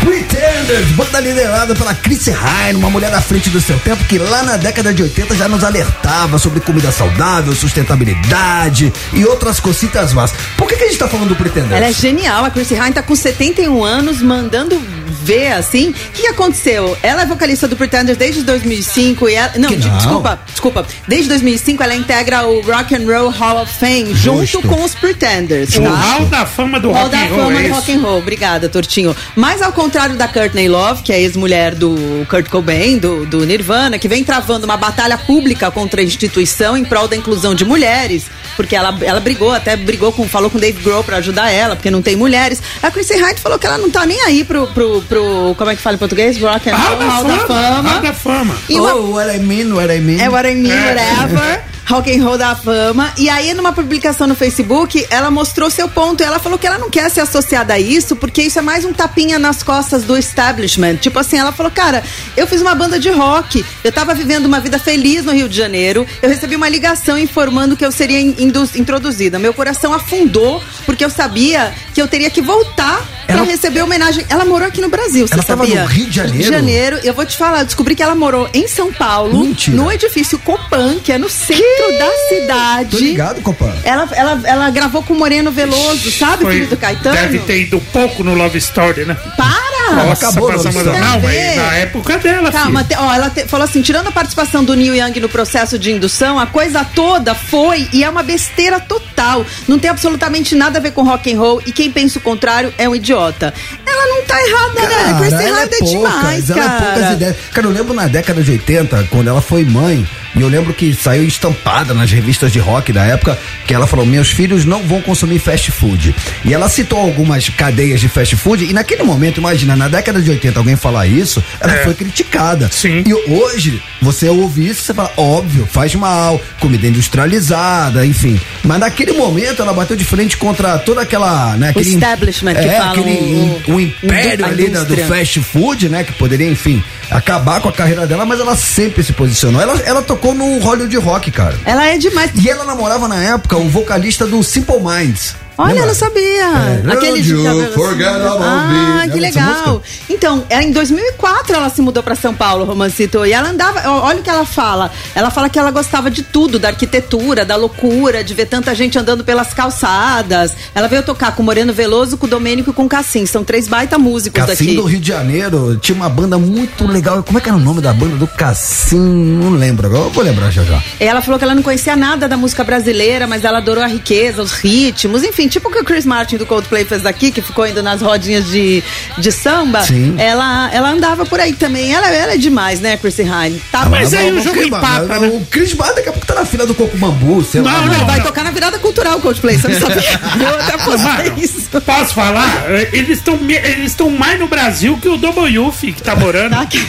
Speaker 2: Pretenders, banda liderada pela Chris Hine, uma mulher à frente do seu tempo que lá na década de 80 já nos alertava sobre comida saudável, sustentabilidade e outras cositas más. Por que, que a gente tá falando do Pretenders?
Speaker 3: Ela é genial, a Chrissy Hine tá com 71 anos, mandando ver, assim. O que que aconteceu? Ela é vocalista do Pretenders desde 2005 e ela... Não,
Speaker 2: Que
Speaker 3: de-
Speaker 2: não.
Speaker 3: desculpa, desculpa. Desde 2005 ela integra o Rock and Roll Hall of Fame
Speaker 2: Justo.
Speaker 3: junto com os Pretenders,
Speaker 4: O
Speaker 3: tá?
Speaker 4: hall da fama do
Speaker 3: Hall
Speaker 4: rock
Speaker 3: da
Speaker 4: and roll,
Speaker 3: Fama
Speaker 4: é
Speaker 3: do
Speaker 4: isso.
Speaker 3: Rock and Roll, obrigada, Tortinho. Mas ao contrário da Courtney Love, que é ex-mulher do Kurt Cobain, do, do Nirvana, que vem travando uma batalha pública contra a instituição em prol da inclusão de mulheres, porque ela, ela brigou, até brigou com, falou com o Dave Grohl pra ajudar ela, porque não tem mulheres. A Chrissy Hynde falou que ela não tá nem aí pro, pro, pro- como é que fala em português? Rock and
Speaker 4: Hall
Speaker 3: Roll, Hall da
Speaker 4: Ah, Hall
Speaker 3: Fama.
Speaker 4: Ah, da fama.
Speaker 3: E uma
Speaker 2: Oh, what I mean, what I mean.
Speaker 3: é What I Mean
Speaker 4: É.
Speaker 3: Whatever. Rock and Roll da Fama. E aí, numa publicação no Facebook, ela mostrou seu ponto. Ela falou que ela não quer ser associada a isso, porque isso é mais um tapinha nas costas do establishment. Tipo assim, ela falou, cara, eu fiz uma banda de rock. Eu tava vivendo uma vida feliz no Rio de Janeiro. Eu recebi uma ligação informando que eu seria in- indu- introduzida. Meu coração afundou, porque eu sabia que eu teria que voltar
Speaker 2: Ela-
Speaker 3: pra receber a homenagem. Ela morou aqui no Brasil, você
Speaker 2: Ela tava
Speaker 3: sabia?
Speaker 2: no Rio de Janeiro?
Speaker 3: Rio de Janeiro. Eu vou te falar, eu descobri que ela morou em São Paulo,
Speaker 2: Mentira.
Speaker 3: no edifício Copan, que é no centro da cidade.
Speaker 2: Tô ligado, Copan.
Speaker 3: Ela, ela, ela gravou com o Moreno Veloso, sabe, filho do Caetano?
Speaker 4: Deve ter ido pouco no Love Story, né?
Speaker 3: Para!
Speaker 2: Nossa, acabou
Speaker 4: passamos
Speaker 2: Love
Speaker 4: a-
Speaker 2: Story.
Speaker 4: Não,
Speaker 3: Tem a
Speaker 4: mas
Speaker 3: ver.
Speaker 4: na época dela,
Speaker 3: Calma,
Speaker 4: filho.
Speaker 3: te- ó, ela te- falou assim: tirando a participação do Neil Young no processo de indução, a coisa toda foi e é uma besteira total. Não tem absolutamente nada a ver com rock and roll e quem pensa o contrário é um idiota. Ela não tá errada, né? Chrissy
Speaker 2: ela
Speaker 3: Hynde é demais,
Speaker 2: ela
Speaker 3: cara.
Speaker 2: é poucas ideias. Cara, eu lembro na década de 80, quando ela foi mãe, e eu lembro que saiu estampada nas revistas de rock da época, que ela falou: meus filhos não vão consumir fast food. E ela citou algumas cadeias de fast food, e naquele momento, imagina, na década de 80, alguém falar isso, ela foi criticada.
Speaker 4: Sim.
Speaker 2: E hoje, você ouve isso, você fala, óbvio, faz mal, comida industrializada, enfim. Mas naquele momento ela bateu de frente contra toda aquela. Né, aquele-
Speaker 3: establishment que
Speaker 2: é,
Speaker 3: fala
Speaker 2: aquele
Speaker 3: o-
Speaker 2: o, império
Speaker 3: a
Speaker 2: ali da- do
Speaker 3: indústria.
Speaker 2: fast food, né? Que poderia, enfim, acabar com a carreira dela, mas ela sempre se posicionou. Ela, ela tocou no Hollywood Rock, cara.
Speaker 3: Ela é demais.
Speaker 2: E ela namorava na época o vocalista do Simple Minds.
Speaker 3: Olha, eu
Speaker 2: Lembra?
Speaker 3: não sabia.
Speaker 2: É,
Speaker 3: Aquele
Speaker 2: you
Speaker 3: de cabelo-
Speaker 2: forget about me.
Speaker 3: Ah,
Speaker 2: Lembra
Speaker 3: que
Speaker 2: dessa
Speaker 3: legal.
Speaker 2: música?
Speaker 3: Então, é, em 2004 ela se mudou pra São Paulo, Romancito, e ela andava, ó, olha o que ela fala. Ela fala que ela gostava de tudo, da arquitetura, da loucura, de ver tanta gente andando pelas calçadas. Ela veio tocar com o Moreno Veloso, com o Domênico e com o Cassim. São três baita músicos
Speaker 2: Cassim
Speaker 3: daqui.
Speaker 2: do Rio de Janeiro tinha uma banda muito legal. Como é que era o nome da banda do Cassim? Não lembro agora. Eu vou lembrar já já.
Speaker 3: Ela falou que ela não conhecia nada da música brasileira, mas ela adorou a riqueza, os ritmos, enfim, tipo o que o Chris Martin do Coldplay fez aqui, que ficou indo nas rodinhas de, de samba.
Speaker 2: Sim.
Speaker 3: Ela, ela andava por aí também. Ela, ela é demais, né, Chris Hine? Tá,
Speaker 4: mas
Speaker 3: bom.
Speaker 4: aí o
Speaker 2: Ah, Mas
Speaker 4: jogo
Speaker 2: Cris-
Speaker 4: empata,
Speaker 2: mas
Speaker 4: né?
Speaker 2: é O Cris Bar daqui a pouco tá na fila do Coco Bambu, sei lá.
Speaker 4: Não, não,
Speaker 3: Vai tocar na virada cultural o Coldplay, você não sabia? Eu até
Speaker 4: Mano,
Speaker 3: postei isso.
Speaker 4: posso falar? É, Eles estão eles estão mais no Brasil que o Doboyufi, que tá morando.
Speaker 3: Tá aqui.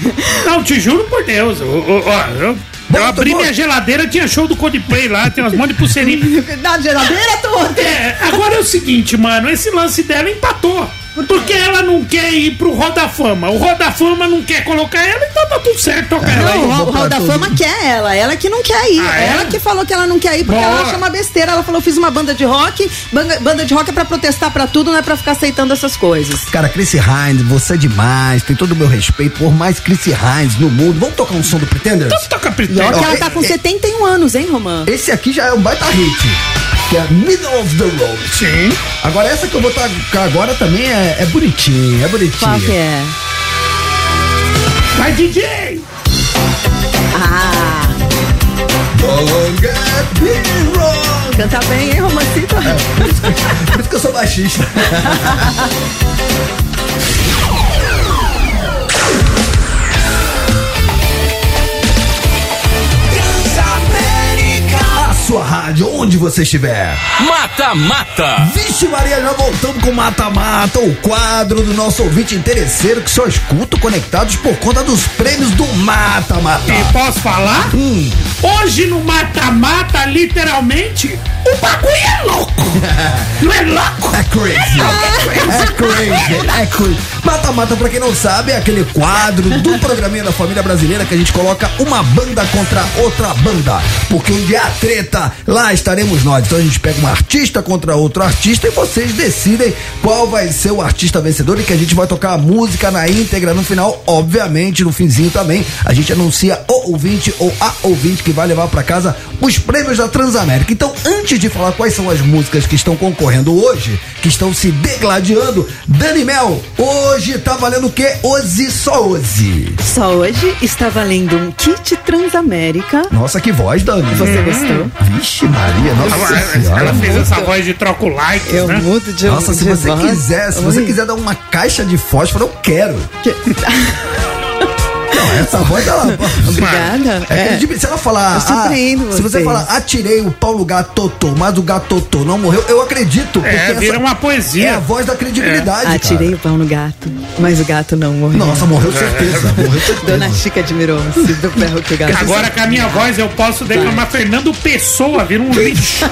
Speaker 4: Não, te juro por Deus. Ó, ó, eu, eu
Speaker 2: Bom,
Speaker 4: abri
Speaker 2: bom.
Speaker 4: minha geladeira, tinha show do Coldplay lá, tem umas mãos de pulseirinha.
Speaker 3: Na geladeira, tô
Speaker 4: É, agora é o seguinte, mano, esse lance dela empatou. Porque ela não quer ir pro Roda Fama. O Roda Fama não quer colocar ela, então tá tudo certo tocar ela.
Speaker 3: Não, o
Speaker 4: aí.
Speaker 3: Hall- o Hall da Fama quer ela, ela que não quer ir.
Speaker 4: Ah, é?
Speaker 3: Ela que falou que ela não quer ir porque ela
Speaker 4: Boa.
Speaker 3: acha uma besteira. Ela falou: fiz uma banda de rock, banga- banda de rock é pra protestar pra tudo, não é pra ficar aceitando essas coisas.
Speaker 2: Cara, Chris Hines, você é demais, tem todo o meu respeito, por mais Chris Hines no mundo. Vamos tocar um som do Pretenders?
Speaker 4: Então toca
Speaker 3: E
Speaker 4: Pretenders.
Speaker 3: olha que ela
Speaker 2: é-
Speaker 3: tá com
Speaker 2: é-
Speaker 3: 71 anos, hein, Romã?
Speaker 2: Esse aqui já é um baita hit, que é Middle of the Road.
Speaker 4: Sim.
Speaker 2: Agora, essa que eu vou tocar agora também é, é bonitinha, é bonitinha.
Speaker 3: Qual que é?
Speaker 4: Vai, DJ!
Speaker 3: Ah,
Speaker 2: Don't
Speaker 3: é?
Speaker 2: get me wrong.
Speaker 3: canta bem, hein, Romancito?
Speaker 2: É Por isso que eu sou baixista. A sua rádio, onde você estiver.
Speaker 1: Mata, mata.
Speaker 2: Vixe Maria, já voltamos com Mata-Mata, o quadro do nosso ouvinte interesseiro que só escuta o conectados por conta dos prêmios do Mata-Mata.
Speaker 4: E posso falar?
Speaker 2: Hum.
Speaker 4: Hoje no mata-mata, literalmente, o bagulho é louco! não é louco?
Speaker 2: É crazy. É crazy. É crazy. Mata-mata, pra quem não sabe, é aquele quadro do programinha da família brasileira que a gente coloca uma banda contra outra banda. Porque onde há treta, lá estaremos nós. Então a gente pega um artista contra outro artista e vocês decidem qual vai ser o artista vencedor e que a gente vai tocar a música na íntegra no final, obviamente, no finzinho também. A gente anuncia o ouvinte ou a ouvinte que vai levar pra casa os prêmios da Transamérica. Então, antes de falar quais são as músicas que estão concorrendo hoje, que estão se degladiando, Dani Mel, hoje tá valendo o quê? Ozi só Ozi.
Speaker 3: Só hoje está valendo um kit Transamérica.
Speaker 2: Nossa, que voz, Dani. Hum.
Speaker 3: Você gostou?
Speaker 2: Vixe Maria, nossa
Speaker 4: Ela,
Speaker 2: senhora.
Speaker 4: ela fez essa voz de troca o like,
Speaker 8: Eu
Speaker 4: né?
Speaker 8: mudo de
Speaker 2: Nossa, se
Speaker 8: de
Speaker 2: você
Speaker 8: voz.
Speaker 2: quiser, se você
Speaker 8: Oi.
Speaker 2: quiser dar uma caixa de fósforo, eu quero. Não, essa voz, ela...
Speaker 3: Obrigada.
Speaker 2: É, que é difícil. se ela falar.
Speaker 3: Eu surpreendo É,
Speaker 2: ah, Se você
Speaker 3: vocês.
Speaker 2: falar, atirei o pau no gato totô, mas o gato totô não morreu, eu acredito. porque
Speaker 4: É, vira uma poesia.
Speaker 2: É a voz da credibilidade. cara.
Speaker 3: É. Atirei Ah, o pau no gato, mas o gato não morreu.
Speaker 2: Nossa, morreu
Speaker 4: É.
Speaker 2: certeza. Morreu certeza.
Speaker 3: Dona Chica admirou-se do ferro que o gato.
Speaker 4: Agora com a minha voz eu posso declamar Fernando Pessoa, vira um lixo.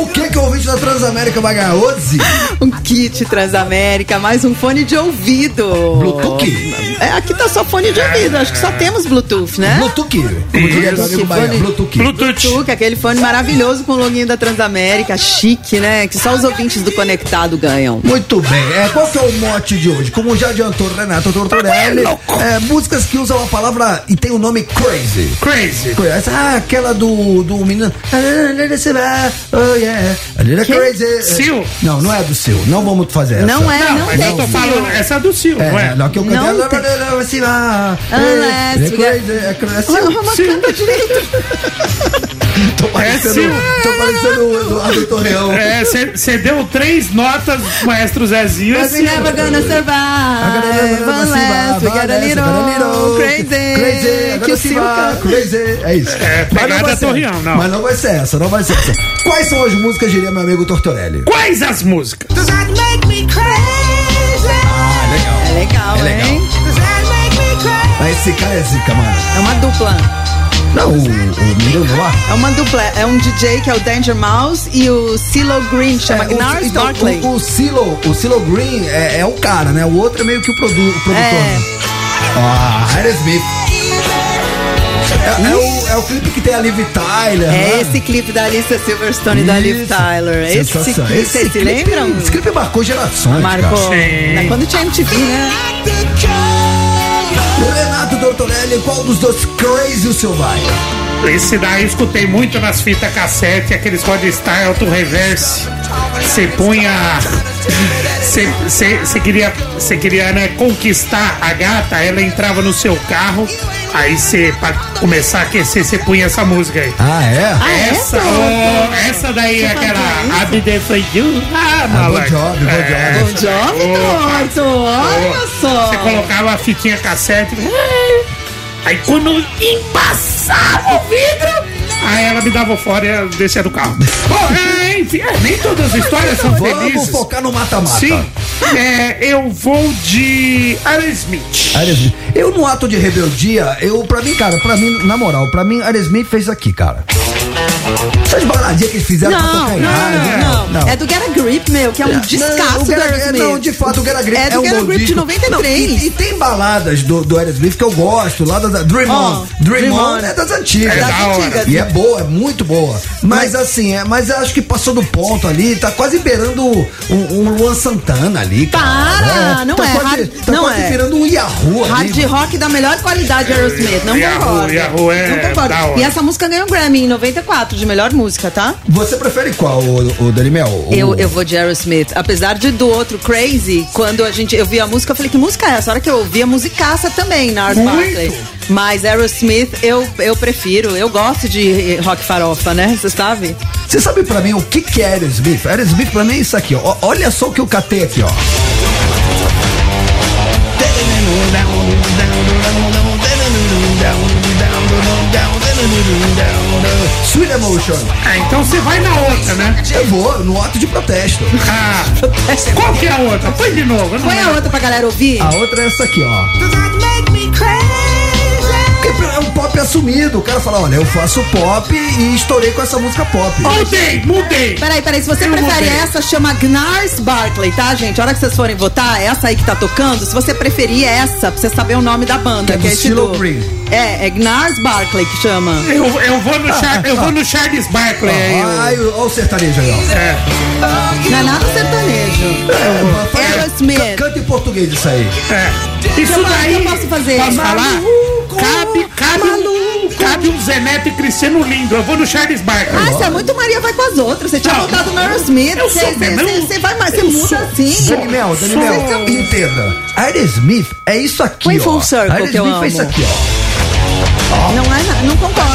Speaker 2: O que que o ouvinte da Transamérica vai ganhar? Ozi?
Speaker 3: Um kit Transamérica, mais um fone de ouvido.
Speaker 2: Bluetooth?
Speaker 3: É, aqui tá só fone de ouvido, acho que só temos Bluetooth, né?
Speaker 2: Bluetooth. Como diria meu amigo Bahia, Bluetooth.
Speaker 4: Bluetooth.
Speaker 3: Bluetooth, aquele fone maravilhoso com o loginho da Transamérica, chique, né? Que só os ouvintes do Conectado ganham.
Speaker 2: Muito bem, é, qual que é o mote de hoje? Como já adiantou Renato Tortorelli, é, músicas que usam a palavra e tem o nome crazy.
Speaker 4: Crazy.
Speaker 2: Conhece? Ah, aquela do, do menino. Oh yeah. A little crazy.
Speaker 4: Sil?
Speaker 2: Não, não é do Sil. Não vamos fazer essa.
Speaker 3: Não é, não,
Speaker 4: mas eu
Speaker 3: tem.
Speaker 4: tô falando, essa é do Sil, não
Speaker 2: É,
Speaker 4: é?
Speaker 2: não, que eu
Speaker 3: Não
Speaker 2: cantei.
Speaker 3: tem.
Speaker 2: É, é crazy, é crazy.
Speaker 3: Olha, o Roma
Speaker 4: Sil.
Speaker 3: canta direito.
Speaker 2: Tô parecendo.
Speaker 4: Sil.
Speaker 2: Tô parecendo o Eduardo Torreão.
Speaker 4: É, você deu três notas, maestro Zezinho. é
Speaker 3: Cause we never gonna survive unless we get a little
Speaker 2: É
Speaker 3: crazy. É Que o
Speaker 2: assim,
Speaker 3: Sil canta.
Speaker 2: Crazy, é isso.
Speaker 4: É,
Speaker 2: Mas não
Speaker 4: pegada
Speaker 2: vai ser-
Speaker 4: Torreão, não.
Speaker 2: Mas não vai ser essa, não vai ser essa. Quais são as músicas, diria meu amigo Tortorelli?
Speaker 4: Quais as músicas?
Speaker 2: Ah, legal.
Speaker 3: É legal,
Speaker 2: É legal.
Speaker 3: hein?
Speaker 2: Mas esse cara é zica, mano.
Speaker 3: É uma dupla.
Speaker 2: Não, o, o menino lá.
Speaker 3: É uma dupla. É um DJ que é o Danger Mouse e o CeeLo Green, que chama
Speaker 2: É,
Speaker 3: Gnarls
Speaker 2: então,
Speaker 3: Barkley.
Speaker 2: o, o Silo, o Silo Green é, é o cara, né? O outro é meio que o, produ, o produtor. né?
Speaker 3: É.
Speaker 2: Ah, Aerosmith. É, é o, é o clipe que tem a Liv Tyler. né?
Speaker 3: É esse clipe da Alicia Silverstone e da Liv
Speaker 2: Isso.
Speaker 3: Tyler. Esse clipe,
Speaker 2: Sensacional.
Speaker 3: vocês se lembram?
Speaker 2: Esse clipe marcou gerações,
Speaker 3: Marcou.
Speaker 2: cara.
Speaker 4: Sim.
Speaker 3: Na- Quando tinha MTV, né?
Speaker 2: Renato Dortonelli, qual dos dois crazy o seu vai?
Speaker 4: Esse daí eu escutei muito nas fitas cassete, é aqueles God Style auto reverse. Você punha. Você queria, cê queria né, conquistar a gata, ela entrava no seu carro, aí você, pra começar a aquecer, você punha essa música aí.
Speaker 2: Ah, é?
Speaker 3: Ah, é?
Speaker 4: Essa, oh, essa daí é aquela Ab the Fade
Speaker 3: um-
Speaker 4: You. Ah,
Speaker 2: Bom
Speaker 4: maluco.
Speaker 2: job, bom
Speaker 4: É.
Speaker 2: job.
Speaker 3: Jovem Torto, olha só.
Speaker 4: Você colocava a fitinha cassete. é. Aí quando embaçava o vidro, aí ela me dava fora e eu descia do carro. Bom, é, enfim, é, nem todas as histórias são
Speaker 2: Vamos
Speaker 4: felizes.
Speaker 2: focar no mata-mata.
Speaker 4: Sim. É, eu vou de Aerosmith.
Speaker 2: Aerosmith. Eu, no ato de rebeldia, eu, pra mim, cara, pra mim, na moral, pra mim, Aerosmith fez aqui, cara. Essas baladinhas que eles fizeram pra
Speaker 3: Não,
Speaker 2: tocar em rádio.
Speaker 3: não, não. É do Get a Grip, meu, que é um
Speaker 2: Não,
Speaker 3: descasso
Speaker 2: o
Speaker 3: do
Speaker 2: Guerra- é,
Speaker 3: Aerosmith.
Speaker 2: não, de fato, o Guerra Grip
Speaker 3: É do
Speaker 2: um
Speaker 3: Guerra
Speaker 2: bom
Speaker 3: Grip de
Speaker 2: disco.
Speaker 3: 93.
Speaker 2: Não, e, e tem baladas do, do Aerosmith que eu gosto, lá da, da Dream On.
Speaker 3: Ó,
Speaker 2: Dream,
Speaker 3: Dream
Speaker 2: On
Speaker 3: On.
Speaker 2: é das antigas.
Speaker 3: É das
Speaker 4: da hora.
Speaker 3: antigas.
Speaker 2: E é boa, é muito boa. Mas, assim, é, mas eu acho que passou do ponto ali, tá quase beirando um, um Luan Santana ali, cara.
Speaker 3: Para, não
Speaker 2: tá
Speaker 3: é,
Speaker 2: Quase,
Speaker 3: hard-
Speaker 2: tá
Speaker 3: não
Speaker 2: quase
Speaker 3: é.
Speaker 2: virando um Yahoo
Speaker 3: Hard
Speaker 2: ali.
Speaker 3: rock da melhor qualidade de Aerosmith, não
Speaker 4: Yahoo,
Speaker 3: concordo.
Speaker 4: Yahoo é
Speaker 3: não concordo.
Speaker 4: da hora.
Speaker 3: E essa música ganhou um Grammy em 94 de melhor música, tá?
Speaker 2: Você prefere qual, o, o Dani Mel? O-
Speaker 3: Eu, eu vou de Aerosmith. Apesar de do outro Crazy, quando a gente eu vi a música, eu falei, que música é essa? A hora que eu ouvi a musicaça também na Art
Speaker 4: Muito.
Speaker 3: Barclay. Mas Aerosmith eu, eu prefiro. Eu gosto de rock farofa, né? Você sabe?
Speaker 2: Você sabe pra mim o que que é Aerosmith? Aerosmith pra mim é isso aqui, ó. O- Olha só o que eu catei aqui, ó. Sweet Emotion.
Speaker 4: Ah, então você vai na outra, né?
Speaker 2: Eu vou no ato de protesto.
Speaker 4: Ah, qual que é a outra? Põe de novo. eu não
Speaker 3: Põe a
Speaker 4: lembro.
Speaker 3: outra pra galera ouvir.
Speaker 2: A outra é essa aqui, ó. Porque é um pop assumido. O cara fala, olha, eu faço pop e estourei com essa música pop.
Speaker 4: Mudei, mudei.
Speaker 3: Peraí, peraí, se você
Speaker 4: Eu
Speaker 3: prefere
Speaker 4: mudei.
Speaker 3: essa, chama Gnars Barkley, tá, gente? A hora que vocês forem votar, é essa aí que tá tocando, se você preferir é essa, pra você saber o nome da banda,
Speaker 2: Que é
Speaker 3: que é
Speaker 2: do
Speaker 3: esse
Speaker 2: Stilo
Speaker 3: do-
Speaker 2: Green.
Speaker 3: É, é Gnars Barkley que chama.
Speaker 4: Eu, eu, vou no Char- eu vou no Charles Barkley aí.
Speaker 2: Ai, olha o sertanejo aí, ó. É,
Speaker 3: Não é nada sertanejo. É, Aerosmith.
Speaker 2: Ca- Canta em português isso aí.
Speaker 4: É. Isso
Speaker 3: Eu posso-
Speaker 4: daí.
Speaker 3: eu posso fazer.
Speaker 4: Posso falar?
Speaker 3: Maluco,
Speaker 4: cabe, cabe, um, cabe um Zeneto e Cristiano lindo. Eu vou no Charles Barkley.
Speaker 3: Ah, você é muito Maria vai com as outras. Você tinha
Speaker 4: Não,
Speaker 3: votado no Aerosmith.
Speaker 4: eu sou
Speaker 3: Você você-
Speaker 4: mesmo.
Speaker 3: você vai mais, você muda assim.
Speaker 2: Daniel, Daniel, entenda. Aerosmith é isso aqui,
Speaker 3: Põe
Speaker 2: ó.
Speaker 3: Full Circle,
Speaker 2: Aerosmith
Speaker 3: que eu
Speaker 2: é
Speaker 3: amo.
Speaker 2: isso aqui, ó.
Speaker 3: Não é, na- não concordo.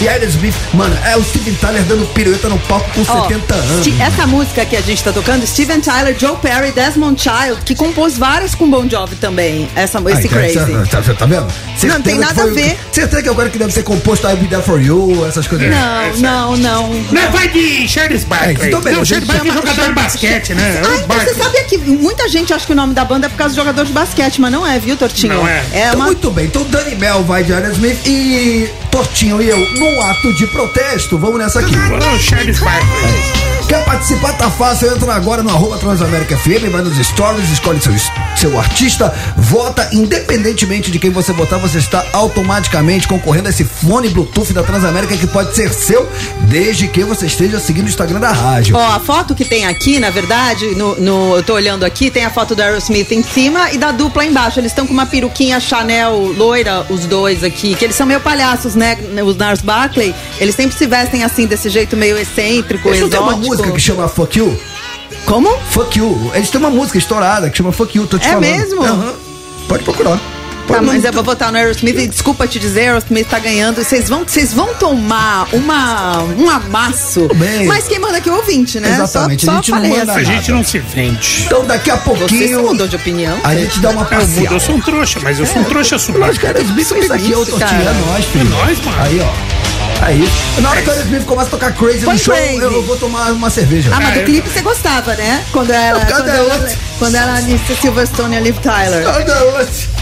Speaker 2: E Aerosmith, mano, é o Steven Tyler dando pirueta no palco com
Speaker 3: Ó,
Speaker 2: 70 anos.
Speaker 3: Ste- Essa música que a gente tá tocando, Steven Tyler, Joe Perry, Desmond Child, que compôs várias com Bon Jovi também. Essa,
Speaker 2: Ah,
Speaker 3: esse
Speaker 2: então,
Speaker 3: Crazy.
Speaker 2: cê- Tá, cê tá vendo? Certeza
Speaker 3: tem
Speaker 2: que
Speaker 3: nada
Speaker 2: foi
Speaker 3: a
Speaker 2: o-
Speaker 3: ver.
Speaker 2: Certeza que agora que deve ter composto I'll Be There For You, essas coisas.
Speaker 3: Não, não, não.
Speaker 4: é. Não, vai de Charles
Speaker 2: É,
Speaker 4: Barkley.
Speaker 2: então beleza,
Speaker 4: não, Charles
Speaker 2: gente.
Speaker 4: Barkley é jogador de basquete, né? É
Speaker 3: Ah,
Speaker 4: o
Speaker 3: então
Speaker 4: Barkley.
Speaker 3: você sabia que muita gente acha que o nome da banda é por causa do jogador de basquete, mas não é, viu, Tortinho?
Speaker 4: Não é.
Speaker 3: É
Speaker 2: Então,
Speaker 3: uma...
Speaker 2: muito bem, então Dani Mel vai de Aerosmith e Tortinho e eu, num ato de protesto, vamos nessa aqui.
Speaker 4: Vou no Charles Barkley.
Speaker 2: Quer participar? Tá fácil. Entra agora no arroba Transamérica FM, vai nos stories, escolhe seu, seu artista, vota. Independentemente de quem você votar, você está automaticamente concorrendo a esse fone Bluetooth da Transamérica que pode ser seu, desde que você esteja seguindo o Instagram da rádio.
Speaker 3: Ó, a foto que tem aqui, na verdade, no, no- eu tô olhando aqui, tem a foto do Aerosmith em cima e da dupla embaixo. Eles estão com uma peruquinha Chanel loira, os dois aqui, que eles são meio palhaços, né? Os Nars Barkley. Eles sempre se vestem assim, desse jeito meio excêntrico,
Speaker 2: Eles não têm
Speaker 3: exótico.
Speaker 2: uma música que chama Fuck You?
Speaker 3: Como?
Speaker 2: Fuck You. Eles têm uma música estourada que chama Fuck You, tô te
Speaker 3: É
Speaker 2: falando.
Speaker 3: mesmo?
Speaker 2: Aham. Pode procurar.
Speaker 3: Tá,
Speaker 2: Pode-
Speaker 3: mas eu vou votar no Aerosmith e desculpa te dizer, Aerosmith tá ganhando. Vocês vão, vocês vão tomar uma, um amasso.
Speaker 2: bem.
Speaker 3: Mas quem manda aqui é o ouvinte, né?
Speaker 2: Exatamente,
Speaker 3: Só,
Speaker 2: a
Speaker 3: só
Speaker 2: gente não
Speaker 3: falei
Speaker 2: manda
Speaker 4: A
Speaker 3: assim.
Speaker 4: gente não se vende.
Speaker 2: Então daqui a
Speaker 3: Você se
Speaker 2: pouquinho
Speaker 3: mudou de opinião? tá
Speaker 2: a gente dá uma
Speaker 4: Eu mudo,
Speaker 2: parcial.
Speaker 4: eu sou um trouxa, mas eu sou um trouxa
Speaker 2: Os
Speaker 4: sumário.
Speaker 2: caras Smith são isso aqui, é o
Speaker 3: Isso,
Speaker 2: Tortinho,
Speaker 3: cara.
Speaker 2: é nós, filho.
Speaker 4: É nós, mano.
Speaker 2: Aí, ó. Aí. Na hora que o Aerosmith começa a tocar Crazy
Speaker 3: Põe
Speaker 2: no show,
Speaker 3: Crazy.
Speaker 2: eu vou tomar uma cerveja.
Speaker 3: Ah, mas
Speaker 4: Ah,
Speaker 3: do
Speaker 4: eu-
Speaker 3: clipe você gostava, né? Quando ela.
Speaker 2: Não, cadê
Speaker 3: Quando ela,
Speaker 2: outro?
Speaker 3: quando ela Alicia Silverstone e a Liv Tyler.
Speaker 2: Ah, garoto.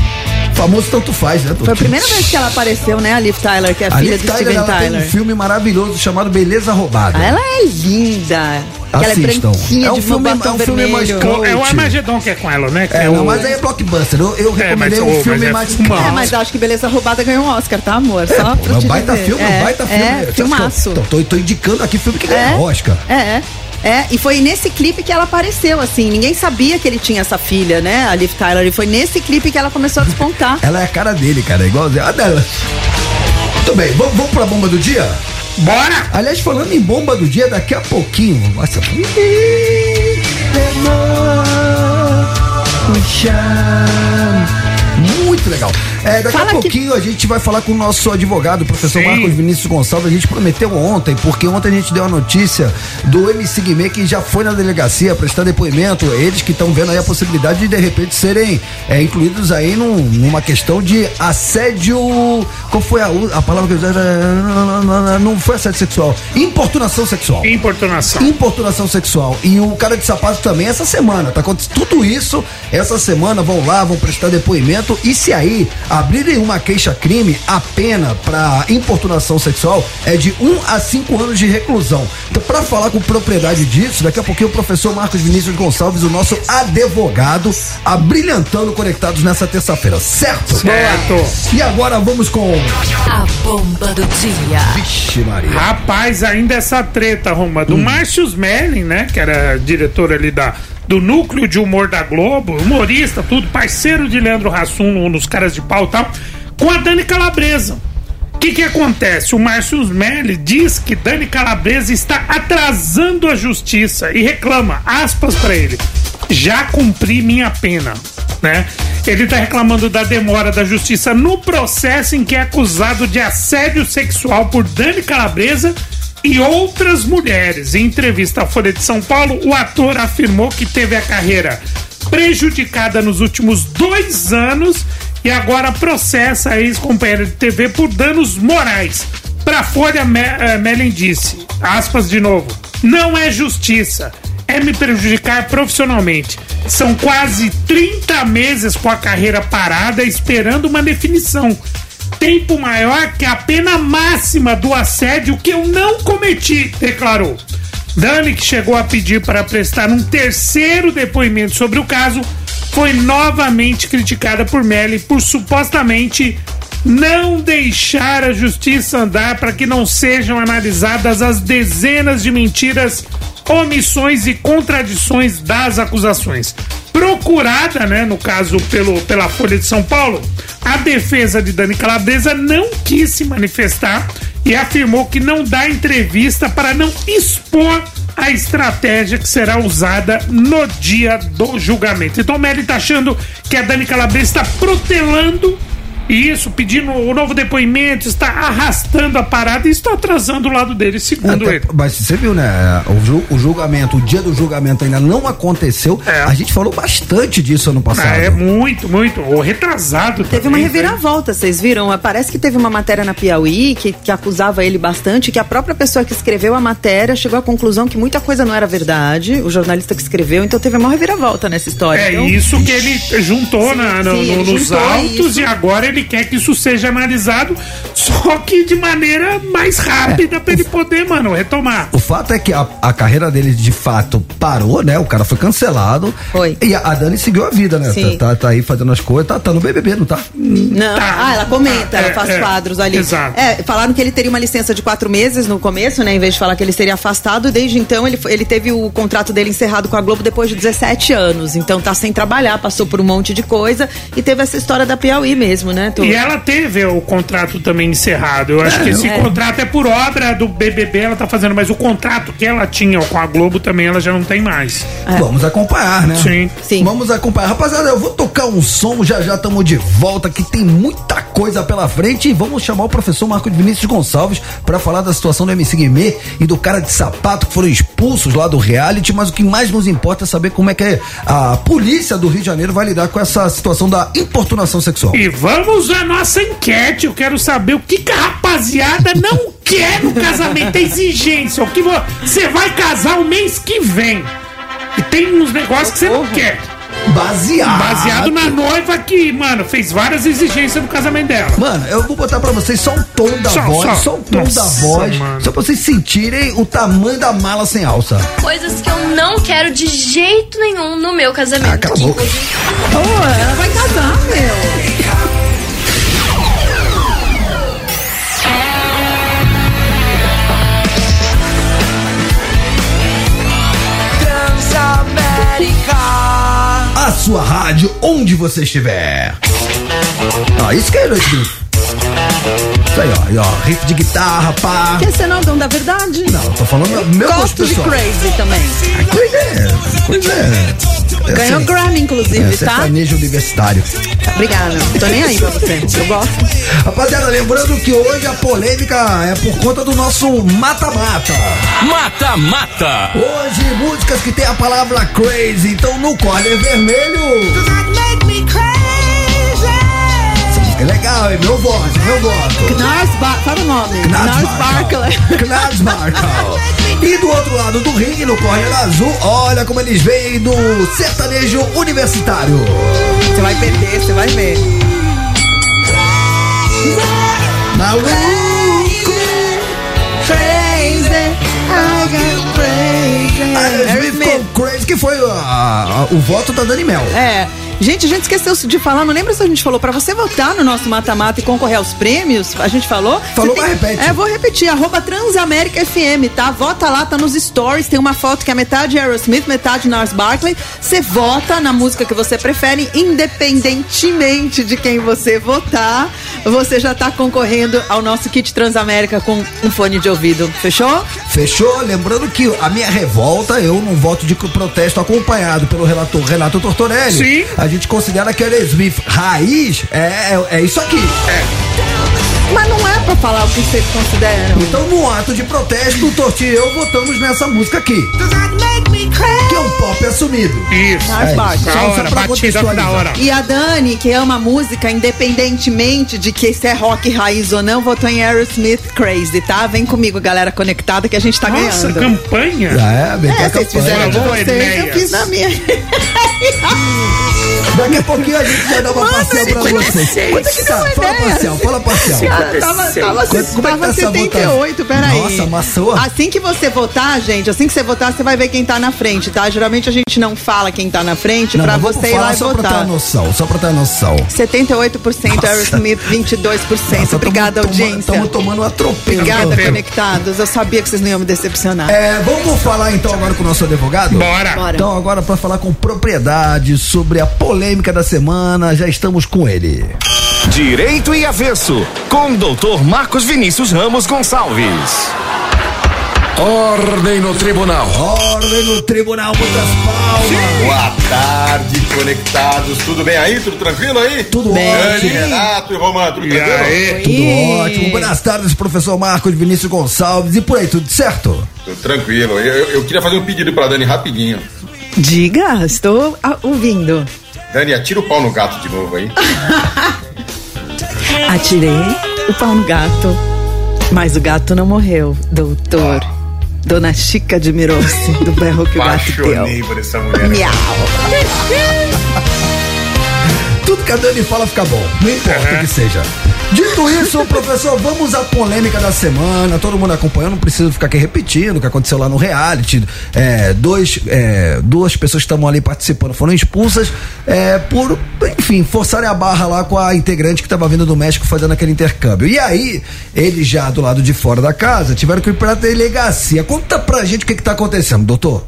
Speaker 2: Famoso tanto faz, né, Tortinho?
Speaker 3: Foi a primeira vez que ela apareceu, né? A Liv Tyler, que é a
Speaker 2: A
Speaker 3: filha
Speaker 2: Liv
Speaker 3: do
Speaker 2: Tyler,
Speaker 3: Steven
Speaker 2: ela tem um
Speaker 3: Tyler.
Speaker 2: filme maravilhoso chamado Beleza Roubada.
Speaker 3: Ah, Ela é linda. Ela é
Speaker 2: Assistam.
Speaker 3: branquinha
Speaker 2: É um
Speaker 3: de
Speaker 2: filme-
Speaker 3: batom
Speaker 2: é um filme mais
Speaker 3: vermelho.
Speaker 2: cult.
Speaker 4: É o Armagedon que é com ela, né? Que
Speaker 2: É,
Speaker 4: o-
Speaker 2: não, mas aí é blockbuster. Eu, eu
Speaker 4: É, mas
Speaker 2: recomendei
Speaker 4: o-
Speaker 2: um
Speaker 4: mas
Speaker 2: filme
Speaker 4: é
Speaker 2: mais.
Speaker 4: fumão.
Speaker 3: É, mas acho que Beleza Roubada ganhou um Oscar, tá, amor? Só
Speaker 2: É,
Speaker 3: pra
Speaker 2: pô, é um
Speaker 3: te
Speaker 2: baita
Speaker 3: dizer.
Speaker 2: filme, é,
Speaker 3: é,
Speaker 2: um baita filme.
Speaker 3: É, filmaço.
Speaker 2: Então, tô, tô indicando aqui filme que ganha
Speaker 3: É,
Speaker 2: Oscar.
Speaker 3: É. É, e foi nesse clipe que ela apareceu, assim. Ninguém sabia que ele tinha essa filha, né? A Liv Tyler. E foi nesse clipe que ela começou a despontar.
Speaker 2: Ela é a cara dele, cara, é igualzinho. A dela. Muito bem, vamos, vamos pra bomba do dia?
Speaker 4: Bora!
Speaker 2: Aliás, falando em bomba do dia, daqui a pouquinho. Nossa. Muito legal. É, daqui
Speaker 3: Fala
Speaker 2: a
Speaker 3: que-
Speaker 2: pouquinho a gente vai falar com o nosso advogado, o professor
Speaker 4: Sim.
Speaker 2: Marcos Vinícius Gonçalves. A gente prometeu ontem, porque ontem a gente deu a notícia do MC Guimê que já foi na delegacia prestar depoimento. Eles que estão vendo aí a possibilidade de de repente serem é, incluídos aí num- numa questão de assédio. Qual foi a, u- a palavra que eu usei? Não foi assédio sexual. Importunação sexual.
Speaker 4: Importunação.
Speaker 2: Importunação sexual. E o cara de sapato também essa semana. Tá acontecendo tudo isso. Essa semana vão lá, vão prestar depoimento. E se aí abrirem uma queixa-crime, a pena para importunação sexual é de 1 a 5 anos de reclusão. Então, para falar com propriedade disso, daqui a pouquinho o professor Marcos Vinícius Gonçalves, o nosso advogado, abrilhantando conectados nessa terça-feira, certo?
Speaker 4: Certo.
Speaker 2: E agora vamos com.
Speaker 11: A bomba do dia.
Speaker 2: Vixe, Maria. Hum.
Speaker 4: Rapaz, ainda essa treta, Roma, do Márcio Smelling, né? Que era diretor ali da, do núcleo de humor da Globo, humorista, tudo, parceiro de Leandro Hassum, um dos caras de pau e tal, com a Dani Calabresa. O que, que acontece? O Márcio Smelling diz que Dani Calabresa está atrasando a justiça e reclama, aspas pra ele, já cumpri minha pena, né? Ele tá reclamando da demora da justiça no processo em que é acusado de assédio sexual por Dani Calabresa e outras mulheres. Em entrevista à Folha de São Paulo, o ator afirmou que teve a carreira prejudicada nos últimos dois anos e agora processa a ex-companheira de TV por danos morais. Para a Folha, Me eh, Mellen disse, aspas de novo, não é justiça, é me prejudicar profissionalmente. São quase 30 meses com a carreira parada esperando uma definição tempo maior que a pena máxima do assédio que eu não cometi, declarou. Dani, que chegou a pedir para prestar um terceiro depoimento sobre o caso, foi novamente criticada por Melly por supostamente não deixar a justiça andar para que não sejam analisadas as dezenas de mentiras, omissões e contradições das acusações procurada, né, no caso pelo, pela Folha de São Paulo, a defesa de Dani Calabresa não quis se manifestar e afirmou que não dá entrevista para não expor a estratégia que será usada no dia do julgamento. Então o Meli tá achando que a Dani Calabresa está protelando isso, pedindo o novo depoimento, está arrastando a parada e está atrasando o lado dele, segundo
Speaker 2: Até-
Speaker 4: ele.
Speaker 2: mas você viu, né? O, ju- o julgamento, o dia do julgamento ainda não aconteceu.
Speaker 4: É.
Speaker 2: A gente falou bastante disso ano passado.
Speaker 4: Ah, é muito, muito. O retrasado
Speaker 3: Teve uma
Speaker 4: também, né?
Speaker 3: reviravolta, vocês viram? Ah, Parece que teve uma matéria na Piauí que, que acusava ele bastante, que a própria pessoa que escreveu a matéria chegou à conclusão que muita coisa não era verdade, o jornalista que escreveu, então teve uma reviravolta nessa história.
Speaker 4: É
Speaker 3: Então,
Speaker 4: isso que ele juntou na- no-
Speaker 3: sim,
Speaker 4: no-
Speaker 3: ele
Speaker 4: nos
Speaker 3: juntou
Speaker 4: autos
Speaker 3: isso.
Speaker 4: e agora ele quer que isso seja analisado, só que de maneira mais rápida pra ele poder, mano, retomar.
Speaker 2: O fato é que a, a carreira dele de fato parou, né? O cara foi cancelado.
Speaker 3: Foi.
Speaker 2: E a, a Dani seguiu a vida, né?
Speaker 3: Sim.
Speaker 2: Tá, tá aí fazendo as coisas. Tá, tá no BBB, não tá?
Speaker 3: Não.
Speaker 4: Tá.
Speaker 3: Ah, ela comenta,
Speaker 4: É,
Speaker 3: ela faz
Speaker 4: é.
Speaker 3: quadros ali.
Speaker 4: Exato.
Speaker 3: É, falaram que ele teria uma licença de quatro meses no começo, né? Em vez de falar que ele seria afastado, desde então ele, foi- ele teve o contrato dele encerrado com a Globo depois de 17 anos. Então tá sem trabalhar, passou por um monte de coisa e teve essa história da Piauí mesmo, né? Tô...
Speaker 4: E ela teve o contrato também encerrado. Eu acho que esse
Speaker 3: é.
Speaker 4: contrato é por obra do BBB, ela tá fazendo, mas o contrato que ela tinha com a Globo também ela já não tem mais.
Speaker 3: É.
Speaker 2: Vamos acompanhar, né?
Speaker 4: Sim.
Speaker 3: Sim.
Speaker 2: Vamos acompanhar. Rapaziada, eu vou tocar um som, já já estamos de volta, que tem muita coisa pela frente. E vamos chamar o professor Marco Vinícius Gonçalves para falar da situação do MC Guimê e do cara de sapato que foram expulsos lá do reality. Mas o que mais nos importa é saber como é que a polícia do Rio de Janeiro vai lidar com essa situação da importunação sexual.
Speaker 4: E vamos à nossa enquete. Eu quero saber o que, que a rapaziada não quer no casamento. É exigência. O que vo- você vai casar o mês que vem. E tem uns negócios que você não quer.
Speaker 2: Baseado.
Speaker 4: Baseado na noiva que, mano, fez várias exigências no casamento dela.
Speaker 2: Mano, eu vou botar pra vocês só um o tom da
Speaker 4: Só,
Speaker 2: voz,
Speaker 4: só.
Speaker 2: só, o tom da
Speaker 4: Nossa,
Speaker 2: voz,
Speaker 4: mano.
Speaker 2: só pra vocês sentirem o tamanho da mala sem alça.
Speaker 5: Coisas que eu não quero de jeito nenhum no meu casamento.
Speaker 2: Ah, cala a boca.
Speaker 3: ela vai casar, meu.
Speaker 2: A sua rádio, onde você estiver. Ó, isso que é isso. Isso aí, ó, aí, ó. Riff de guitarra, pá.
Speaker 3: Quer ser nodão da verdade?
Speaker 2: tá- Não, eu tô falando meu gosto
Speaker 3: Gosto de
Speaker 2: pessoal.
Speaker 3: crazy também.
Speaker 2: Coisa é, coisa é.
Speaker 3: Ganhou
Speaker 2: assim,
Speaker 3: Grammy, inclusive,
Speaker 2: é,
Speaker 3: tá?
Speaker 2: sertanejo universitário.
Speaker 3: Obrigada. Tô nem aí pra você. Eu gosto.
Speaker 2: Rapaziada, lembrando que hoje a polêmica é por conta do nosso mata-mata.
Speaker 1: Mata, mata.
Speaker 2: Hoje, músicas que tem a palavra crazy, então no corner vermelho. Essa música é legal, hein? Meu voto, meu voto.
Speaker 3: Nars Bar... Fala o nome. Nars Barkley.
Speaker 2: Knars Barkal. E do outro lado do ringue, no corner azul, olha como eles vêm do sertanejo universitário.
Speaker 3: Você vai perder, você vai ver.
Speaker 2: Aí eles ficam crazy, que foi a- a- o voto tá da Dani Mel.
Speaker 3: É. Gente, a gente esqueceu de falar, não lembra se a gente falou pra você votar no nosso mata-mata e concorrer aos prêmios? A gente falou?
Speaker 2: Falou,
Speaker 3: Você
Speaker 2: mas repete.
Speaker 3: É, vou repetir, arroba Transamérica FM, tá? Vota lá, tá nos stories, tem uma foto que é metade Aerosmith, metade Nars Barkley. Você vota na música que você prefere, independentemente de quem você votar, você já tá concorrendo ao nosso kit Transamérica com um fone de ouvido, fechou?
Speaker 2: Fechou? Lembrando que a minha revolta, eu num voto de protesto acompanhado pelo relator Renato Tortorelli,
Speaker 4: Sim.
Speaker 2: a gente considera que o Aerosmith raiz é, é, é isso aqui.
Speaker 3: Mas não é pra falar o que vocês consideram.
Speaker 2: Então, num ato de protesto, o Torti e eu votamos nessa música aqui. Que é um pop assumido. É
Speaker 4: Isso.
Speaker 3: Nars Barkley.
Speaker 2: Só-
Speaker 4: Da
Speaker 2: só
Speaker 4: hora,
Speaker 2: pra
Speaker 4: batida da
Speaker 2: contextualizar.
Speaker 4: hora.
Speaker 3: E a Dani, que ama música, independentemente de que se é rock raiz ou não, votou em Aerosmith Crazy, tá? Vem comigo, galera conectada, que a gente tá
Speaker 4: Nossa,
Speaker 3: ganhando.
Speaker 4: campanha.
Speaker 2: É, bem
Speaker 3: É,
Speaker 2: pra
Speaker 3: vocês
Speaker 2: campanha.
Speaker 3: fizeram de
Speaker 4: Boa
Speaker 3: vocês, eu
Speaker 4: ideia.
Speaker 3: fiz na minha.
Speaker 2: Daqui a pouquinho a gente vai dar uma
Speaker 3: Mano,
Speaker 2: parcial pra
Speaker 3: ele-
Speaker 2: vocês.
Speaker 3: Quanto que deu
Speaker 2: tá?
Speaker 3: a
Speaker 2: Fala
Speaker 3: ideia?
Speaker 2: parcial, fala parcial.
Speaker 3: Cara, Ah, tava, tava,
Speaker 2: Quanto- como é que
Speaker 3: tava
Speaker 2: tá essa
Speaker 3: 78,
Speaker 2: votação?
Speaker 3: peraí.
Speaker 2: Nossa, amassou.
Speaker 3: Assim que você votar, gente, assim que você votar, você vai ver quem tá na frente, tá? Geralmente a gente não fala quem tá na frente
Speaker 2: Não,
Speaker 3: pra
Speaker 2: mas vamos
Speaker 3: você ir lá
Speaker 2: falar
Speaker 3: e
Speaker 2: só pra ter uma
Speaker 3: votar.
Speaker 2: noção, só pra ter uma noção.
Speaker 3: 78% Aerosmith, 22%.
Speaker 2: Nossa,
Speaker 3: Obrigada,
Speaker 2: tamo- toma-
Speaker 3: audiência.
Speaker 2: Tamo tomando um atropelo.
Speaker 3: Obrigada,
Speaker 4: Pelo-
Speaker 3: conectados. Eu sabia que vocês não iam me decepcionar.
Speaker 2: É, vamos falar então agora com o nosso advogado?
Speaker 4: Bora.
Speaker 3: Bora.
Speaker 2: Então agora pra falar com propriedade sobre a polêmica da semana, já estamos com ele.
Speaker 12: Direito e avesso, com o doutor Marcos Vinícius Ramos Gonçalves.
Speaker 10: Ordem no tribunal.
Speaker 2: Ordem no Tribunal Muitas Palmas.
Speaker 12: Boa tarde, conectados. Tudo bem aí? Tudo tranquilo aí?
Speaker 2: Tudo
Speaker 3: Bem.
Speaker 12: Dani,
Speaker 2: ótimo.
Speaker 12: Renato e Romano, tudo
Speaker 4: E
Speaker 12: tranquilo?
Speaker 4: aí?
Speaker 2: Tudo
Speaker 3: Ih.
Speaker 2: ótimo. Um Boas tardes, professor Marcos Vinícius Gonçalves. E por aí, tudo certo?
Speaker 12: Tudo tranquilo. Eu, eu- eu queria fazer um pedido pra Dani rapidinho.
Speaker 3: Diga, estou ah, ouvindo.
Speaker 12: Dani, atira o pau no gato de novo aí.
Speaker 3: Atirei o pau no gato, mas o gato não morreu, doutor. Dona Chica admirou-se do berro que o gato deu.
Speaker 12: Apaixonei por essa mulher.
Speaker 3: Miau.
Speaker 2: Tudo que a Dani fala fica bom, não importa o que seja. Dito isso, professor, vamos à polêmica da semana. Todo mundo acompanhando, não preciso ficar aqui repetindo o que aconteceu lá no reality. É, dois, é, duas pessoas que estavam ali participando foram expulsas é, por, enfim, forçarem a barra lá com a integrante que estava vindo do México fazendo aquele intercâmbio. E aí, eles já do lado de fora da casa tiveram que ir pra delegacia. Conta pra gente o que, que tá acontecendo, doutor.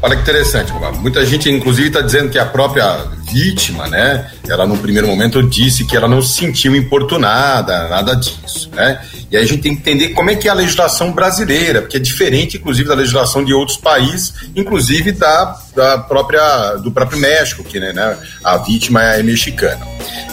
Speaker 12: Olha que interessante, Romano. Muita gente, inclusive, está dizendo que a própria vítima, né? Ela, no primeiro momento, disse que ela não se sentiu importunada, nada disso, né? E aí a gente tem que entender como é que é a legislação brasileira, porque é diferente, inclusive, da legislação de outros países, inclusive da, da própria, do próprio México, que né, né, a vítima é mexicana.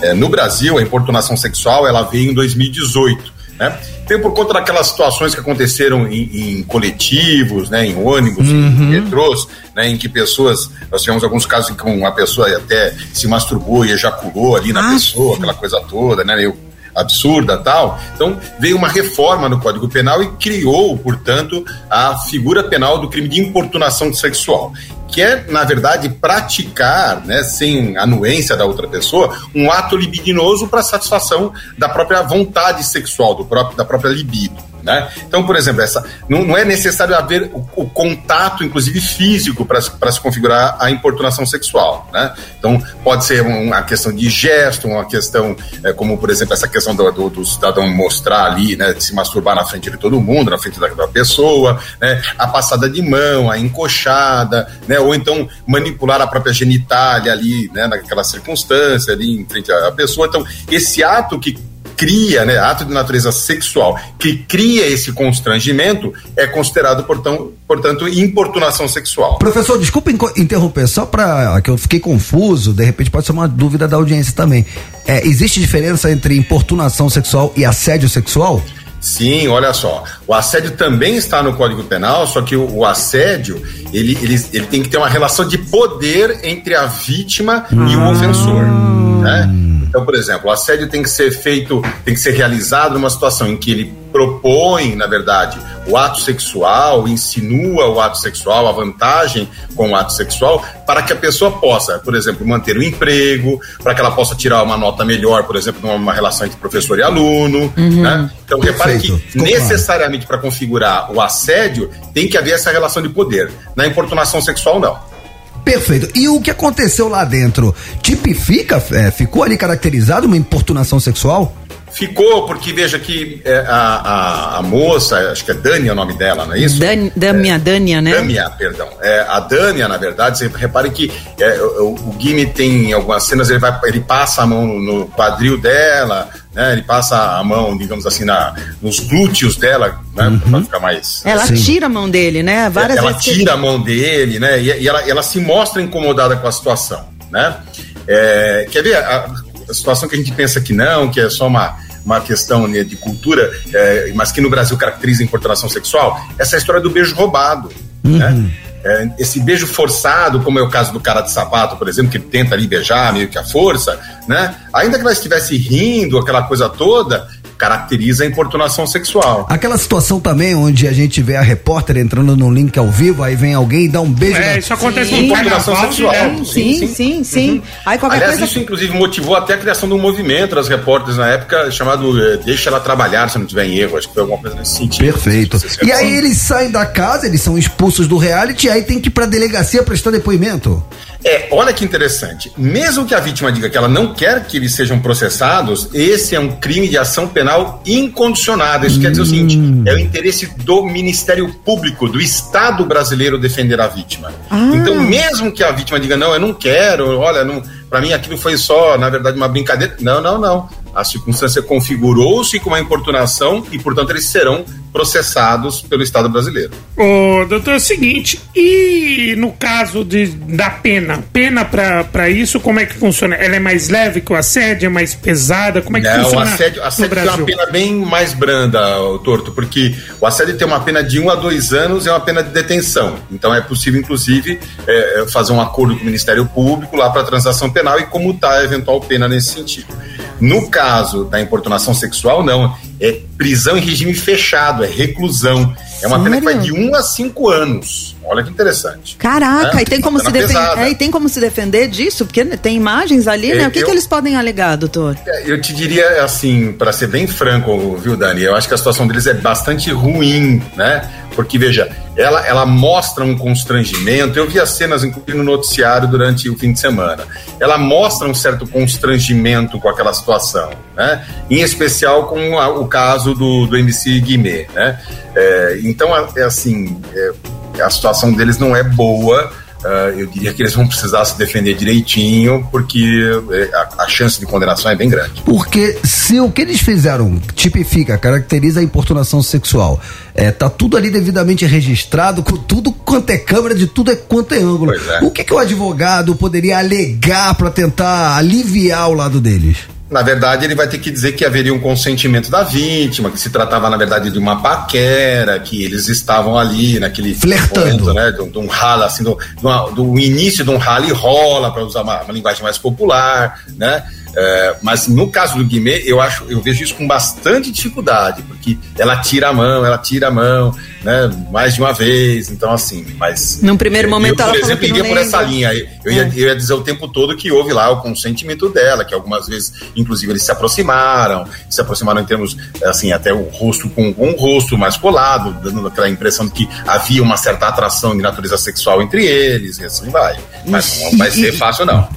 Speaker 12: É, no Brasil, a importunação sexual, ela veio em 2018 né? Tem por conta daquelas situações que aconteceram em, em coletivos, né, em ônibus, em metrôs, né, em que pessoas, nós tivemos alguns casos em que uma pessoa até se masturbou e ejaculou ali na pessoa, aquela coisa toda, né, meio absurda tal. Então, veio uma reforma no Código Penal e criou, portanto, a figura penal do crime de importunação sexual, que é, na verdade, praticar, né, sem anuência da outra pessoa, um ato libidinoso para satisfação da própria vontade sexual, do próprio, da própria libido. Né? Então, por exemplo, essa, não, não é necessário haver o, o contato, inclusive físico, para se configurar a importunação sexual. Né? Então, pode ser um- uma questão de gesto, uma questão, eh, como por exemplo, essa questão do, do- do cidadão mostrar ali, né, de se masturbar na frente de todo mundo, na frente da, da pessoa, né? a passada de mão, a encoxada, né? ou então manipular a própria genitália ali, né, naquela circunstância, ali em frente à à pessoa. Então, esse ato que cria, né, ato de natureza sexual, que cria esse constrangimento, é considerado, portão- portanto, importunação sexual.
Speaker 2: Professor, desculpa inco- interromper, só pra que eu fiquei confuso, de repente pode ser uma dúvida da audiência também. É, existe diferença entre importunação sexual e assédio sexual?
Speaker 12: Sim, olha só. O assédio também está no Código Penal, só que o, o assédio, ele, ele, ele tem que ter uma relação de poder entre a vítima e o ofensor. Né? Então, por exemplo, o assédio tem que ser feito, tem que ser realizado numa situação em que ele propõe, na verdade, o ato sexual, insinua o ato sexual, a vantagem com o ato sexual, para que a pessoa possa, por exemplo, manter o emprego, para que ela possa tirar uma nota melhor, por exemplo, numa relação entre professor e aluno.
Speaker 13: Uhum.
Speaker 12: né? Então, repare que
Speaker 13: Perfeito. Ficou claro.
Speaker 12: necessariamente para configurar o assédio, tem que haver essa relação de poder. Na importunação sexual, não.
Speaker 2: Perfeito. E o que aconteceu lá dentro? Tipifica? é, ficou ali caracterizado uma importunação sexual?
Speaker 12: Ficou, porque veja que é, a, a, a moça, acho que é Dani é o nome dela, não é isso?
Speaker 14: Dan, Damia, Dania, né?
Speaker 12: Dâmia, perdão. É, a Dânia, na verdade, você repare que é, o, o Guime tem algumas cenas, ele, vai, ele passa a mão no, no quadril dela, né? Ele passa a mão, digamos assim, na, nos glúteos dela, né?
Speaker 13: Uhum.
Speaker 12: Pra ficar mais.
Speaker 14: Ela tira a mão dele, né? Várias
Speaker 12: ela
Speaker 14: vezes. que-
Speaker 12: tira a mão dele, né? E, e ela, ela se mostra incomodada com a situação, né? É, quer ver a, a situação que a gente pensa que não, que é só uma, uma questão né, de cultura, é, mas que no Brasil caracteriza a importunação sexual? Essa é a história do beijo roubado. É, esse beijo forçado, como é o caso do cara de sapato, por exemplo, que ele tenta ali beijar meio que à força, né? Ainda que ela estivesse rindo, aquela coisa toda, caracteriza a importunação sexual.
Speaker 2: Aquela situação também onde a gente vê a repórter entrando num link ao vivo, aí vem alguém e dá um beijo.
Speaker 12: É,
Speaker 2: na-
Speaker 12: isso acontece no Sim. carnaval direto.
Speaker 14: Sim, sim, sim. Aí qualquer
Speaker 12: Uhum. Aliás,
Speaker 14: coisa.
Speaker 12: isso inclusive motivou até a criação de um movimento das repórteres na época chamado eh, Deixa Ela Trabalhar, se eu não tiver em erro. Acho que foi alguma coisa nesse sentido. Perfeito.
Speaker 2: E aí eles saem da casa, eles são expulsos do reality, aí tem que ir pra delegacia prestar depoimento.
Speaker 12: É, olha que interessante. Mesmo que a vítima diga que ela não quer que eles sejam processados, esse é um crime de ação penal incondicionado. Isso quer dizer o seguinte: é o interesse do Ministério Público, do Estado brasileiro, defender a vítima.
Speaker 13: Ah.
Speaker 12: Então, mesmo que a vítima diga, não, eu não quero, olha, não, para mim aquilo foi só, na verdade, uma brincadeira. Não, não, não. A circunstância configurou-se como uma importunação e, portanto, eles serão processados pelo Estado brasileiro.
Speaker 4: Ô, doutor, é o seguinte, e no caso de, da pena? Pena pra, pra isso, como é que funciona? Ela é mais leve que o assédio? É mais pesada? Como é que
Speaker 12: Não, Né, o
Speaker 4: funciona
Speaker 12: assédio,
Speaker 4: no
Speaker 12: assédio tem
Speaker 4: Brasil?
Speaker 12: uma pena bem mais branda, ô, Torto, porque o assédio tem uma pena de um a dois anos e é uma pena de detenção. Então é possível, inclusive, é, é, fazer um acordo com o Ministério Público lá para transação penal e comutar a eventual pena nesse sentido. No caso da importunação sexual, não. É prisão em regime fechado, é reclusão. É uma pena que vai de um a cinco anos. Olha que interessante.
Speaker 14: Caraca,
Speaker 12: Né?
Speaker 14: e tem como, se
Speaker 12: Pena
Speaker 14: defen-
Speaker 12: pesada.
Speaker 14: é, e tem como se defender disso? Porque tem imagens ali, né? O que,
Speaker 12: Eu-
Speaker 14: que eles podem alegar, doutor?
Speaker 12: É, Eu te diria assim, para ser bem franco, viu, Dani? Eu acho que a situação deles é bastante ruim, né? Porque, veja, ela, ela mostra um constrangimento. Eu vi as cenas, inclusive, no noticiário durante o fim de semana. Ela mostra um certo constrangimento com aquela situação, né? Em especial com a- o caso do, do MC Guimê, né? É, então, a- é assim, é, a situação deles não é boa. Ah, eu diria que eles vão precisar se defender direitinho, porque eh, a, a chance de condenação é bem grande.
Speaker 2: Porque se o que eles fizeram tipifica, caracteriza a importunação sexual, é, tá tudo ali devidamente registrado, com tudo quanto é câmera, de tudo é quanto é ângulo. O que, que o advogado poderia alegar pra tentar aliviar o lado deles?
Speaker 12: Na verdade, ele vai ter que dizer que haveria um consentimento da vítima, que se tratava, na verdade, de uma paquera, que eles estavam ali naquele.
Speaker 2: Flertando.
Speaker 12: momento, né? De um, de um rala, assim, do, de uma- do início de um rala e rola, para usar uma, uma linguagem mais popular, né? É, mas no caso do Guimê, eu acho, eu vejo isso com bastante dificuldade, porque ela tira a mão, ela tira a mão, né? Mais de uma vez, então assim, mas
Speaker 14: Num primeiro momento
Speaker 12: eu, por
Speaker 14: ela falou
Speaker 12: exemplo,
Speaker 14: que não
Speaker 12: iria por
Speaker 14: lembra.
Speaker 12: essa linha. Eu ia, eu ia dizer o tempo todo que houve lá o consentimento dela, que algumas vezes, inclusive, eles se aproximaram, se aproximaram em termos, assim, até o rosto com com o rosto mais colado, dando aquela impressão de que havia uma certa atração de natureza sexual entre eles, e assim vai. Mas não vai ser fácil, não.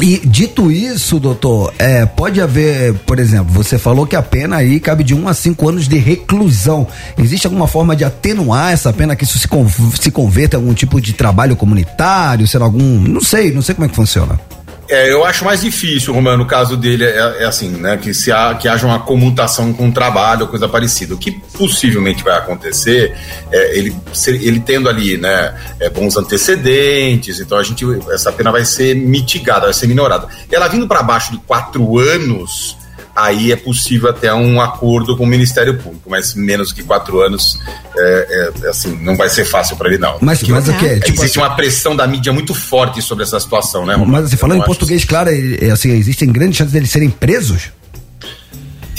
Speaker 2: E dito isso, doutor, é, pode haver, por exemplo, você falou que a pena aí cabe de 1 a 5 anos de reclusão. Existe alguma forma de atenuar essa pena que isso se, con- se converta em algum tipo de trabalho comunitário, será algum. Não sei, não sei como é que funciona.
Speaker 12: É, eu acho mais difícil, Romano, o caso dele é, é assim, né? Que, se há, que haja uma comutação com o trabalho ou coisa parecida. O que possivelmente vai acontecer é ele, se- ele tendo ali, né, é, bons antecedentes, então a gente. Essa pena vai ser mitigada, vai ser minorada. Ela vindo para baixo de quatro anos, aí é possível até um acordo com o Ministério Público, mas menos que quatro anos, é, é, assim, não vai ser fácil para ele, não.
Speaker 2: Mas-
Speaker 12: Porque
Speaker 2: mas o quê? Tipo
Speaker 12: existe
Speaker 2: assim-
Speaker 12: uma pressão da mídia é muito forte sobre essa situação, né? Romano?
Speaker 2: Mas assim, falando
Speaker 12: Eu
Speaker 2: em
Speaker 12: acho-
Speaker 2: português, claro, e- e, assim, existem grandes chances deles serem presos?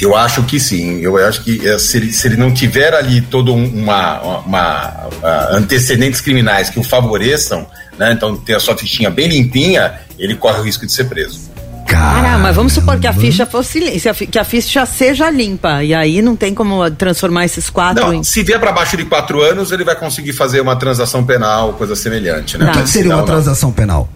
Speaker 12: Eu acho que sim. Eu acho que eh, se ele, se ele não tiver ali todo um- uma, uma- ah, antecedentes criminais que o favoreçam, né? Então ter a sua fichinha bem limpinha, ele corre o risco de ser preso.
Speaker 14: Caramba, Ah, mas vamos supor que a ficha fosse li- se a fi- que a ficha seja limpa. E aí não tem como ah, transformar esses
Speaker 3: Tá
Speaker 14: quatro em.
Speaker 12: Não, se vier para baixo de quatro anos, ele vai conseguir fazer uma transação penal, coisa semelhante, né?
Speaker 2: O que que seria
Speaker 12: Não,
Speaker 2: uma
Speaker 12: não.
Speaker 2: transação penal?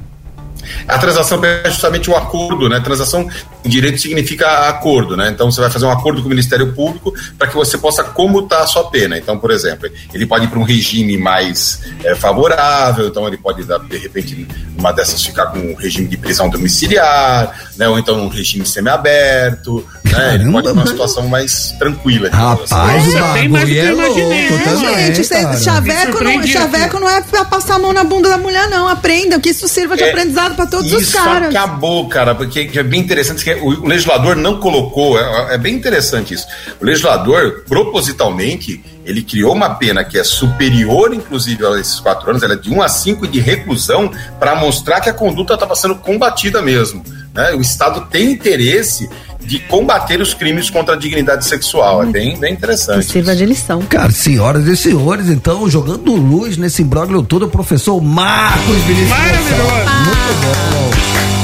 Speaker 12: A transação é justamente o acordo, né? Transação em direito significa acordo, né? Então você vai fazer um acordo com o Ministério Público para que você possa comutar a sua pena. Então, por exemplo, ele pode ir para um regime mais eh, favorável, então ele pode dar, de repente, uma dessas ficar com um regime de prisão domiciliar, né? Ou então um regime semiaberto, né? Ele pode ter uma situação mais tranquila. assim.
Speaker 2: Rapaz, o Nossa, bem mais do que eu bagulho é imaginei, louco né, também,
Speaker 14: Gente, cê-
Speaker 2: cara.
Speaker 14: chaveco, não,
Speaker 12: surpreendi
Speaker 14: chaveco não é pra passar a mão na bunda da mulher, não. Aprendam que isso sirva de
Speaker 12: É,
Speaker 14: aprendizado pra todos os
Speaker 12: Isso
Speaker 14: caras.
Speaker 12: acabou, cara, porque é bem interessante que o, o legislador não colocou, é, é bem interessante isso. O legislador, propositalmente, ele criou uma pena que é superior, inclusive, a esses quatro anos, ela é de 1 a 5 de reclusão, para mostrar que a conduta está sendo combatida mesmo. né? O Estado tem interesse de combater os crimes contra a dignidade sexual. É bem, bem
Speaker 14: Que
Speaker 12: interessante.
Speaker 14: sirva de lição.
Speaker 2: Cara, senhoras e senhores, então, jogando luz nesse imbróglio todo, o professor Marcos Vinícius. Maravilhoso! Muito bom.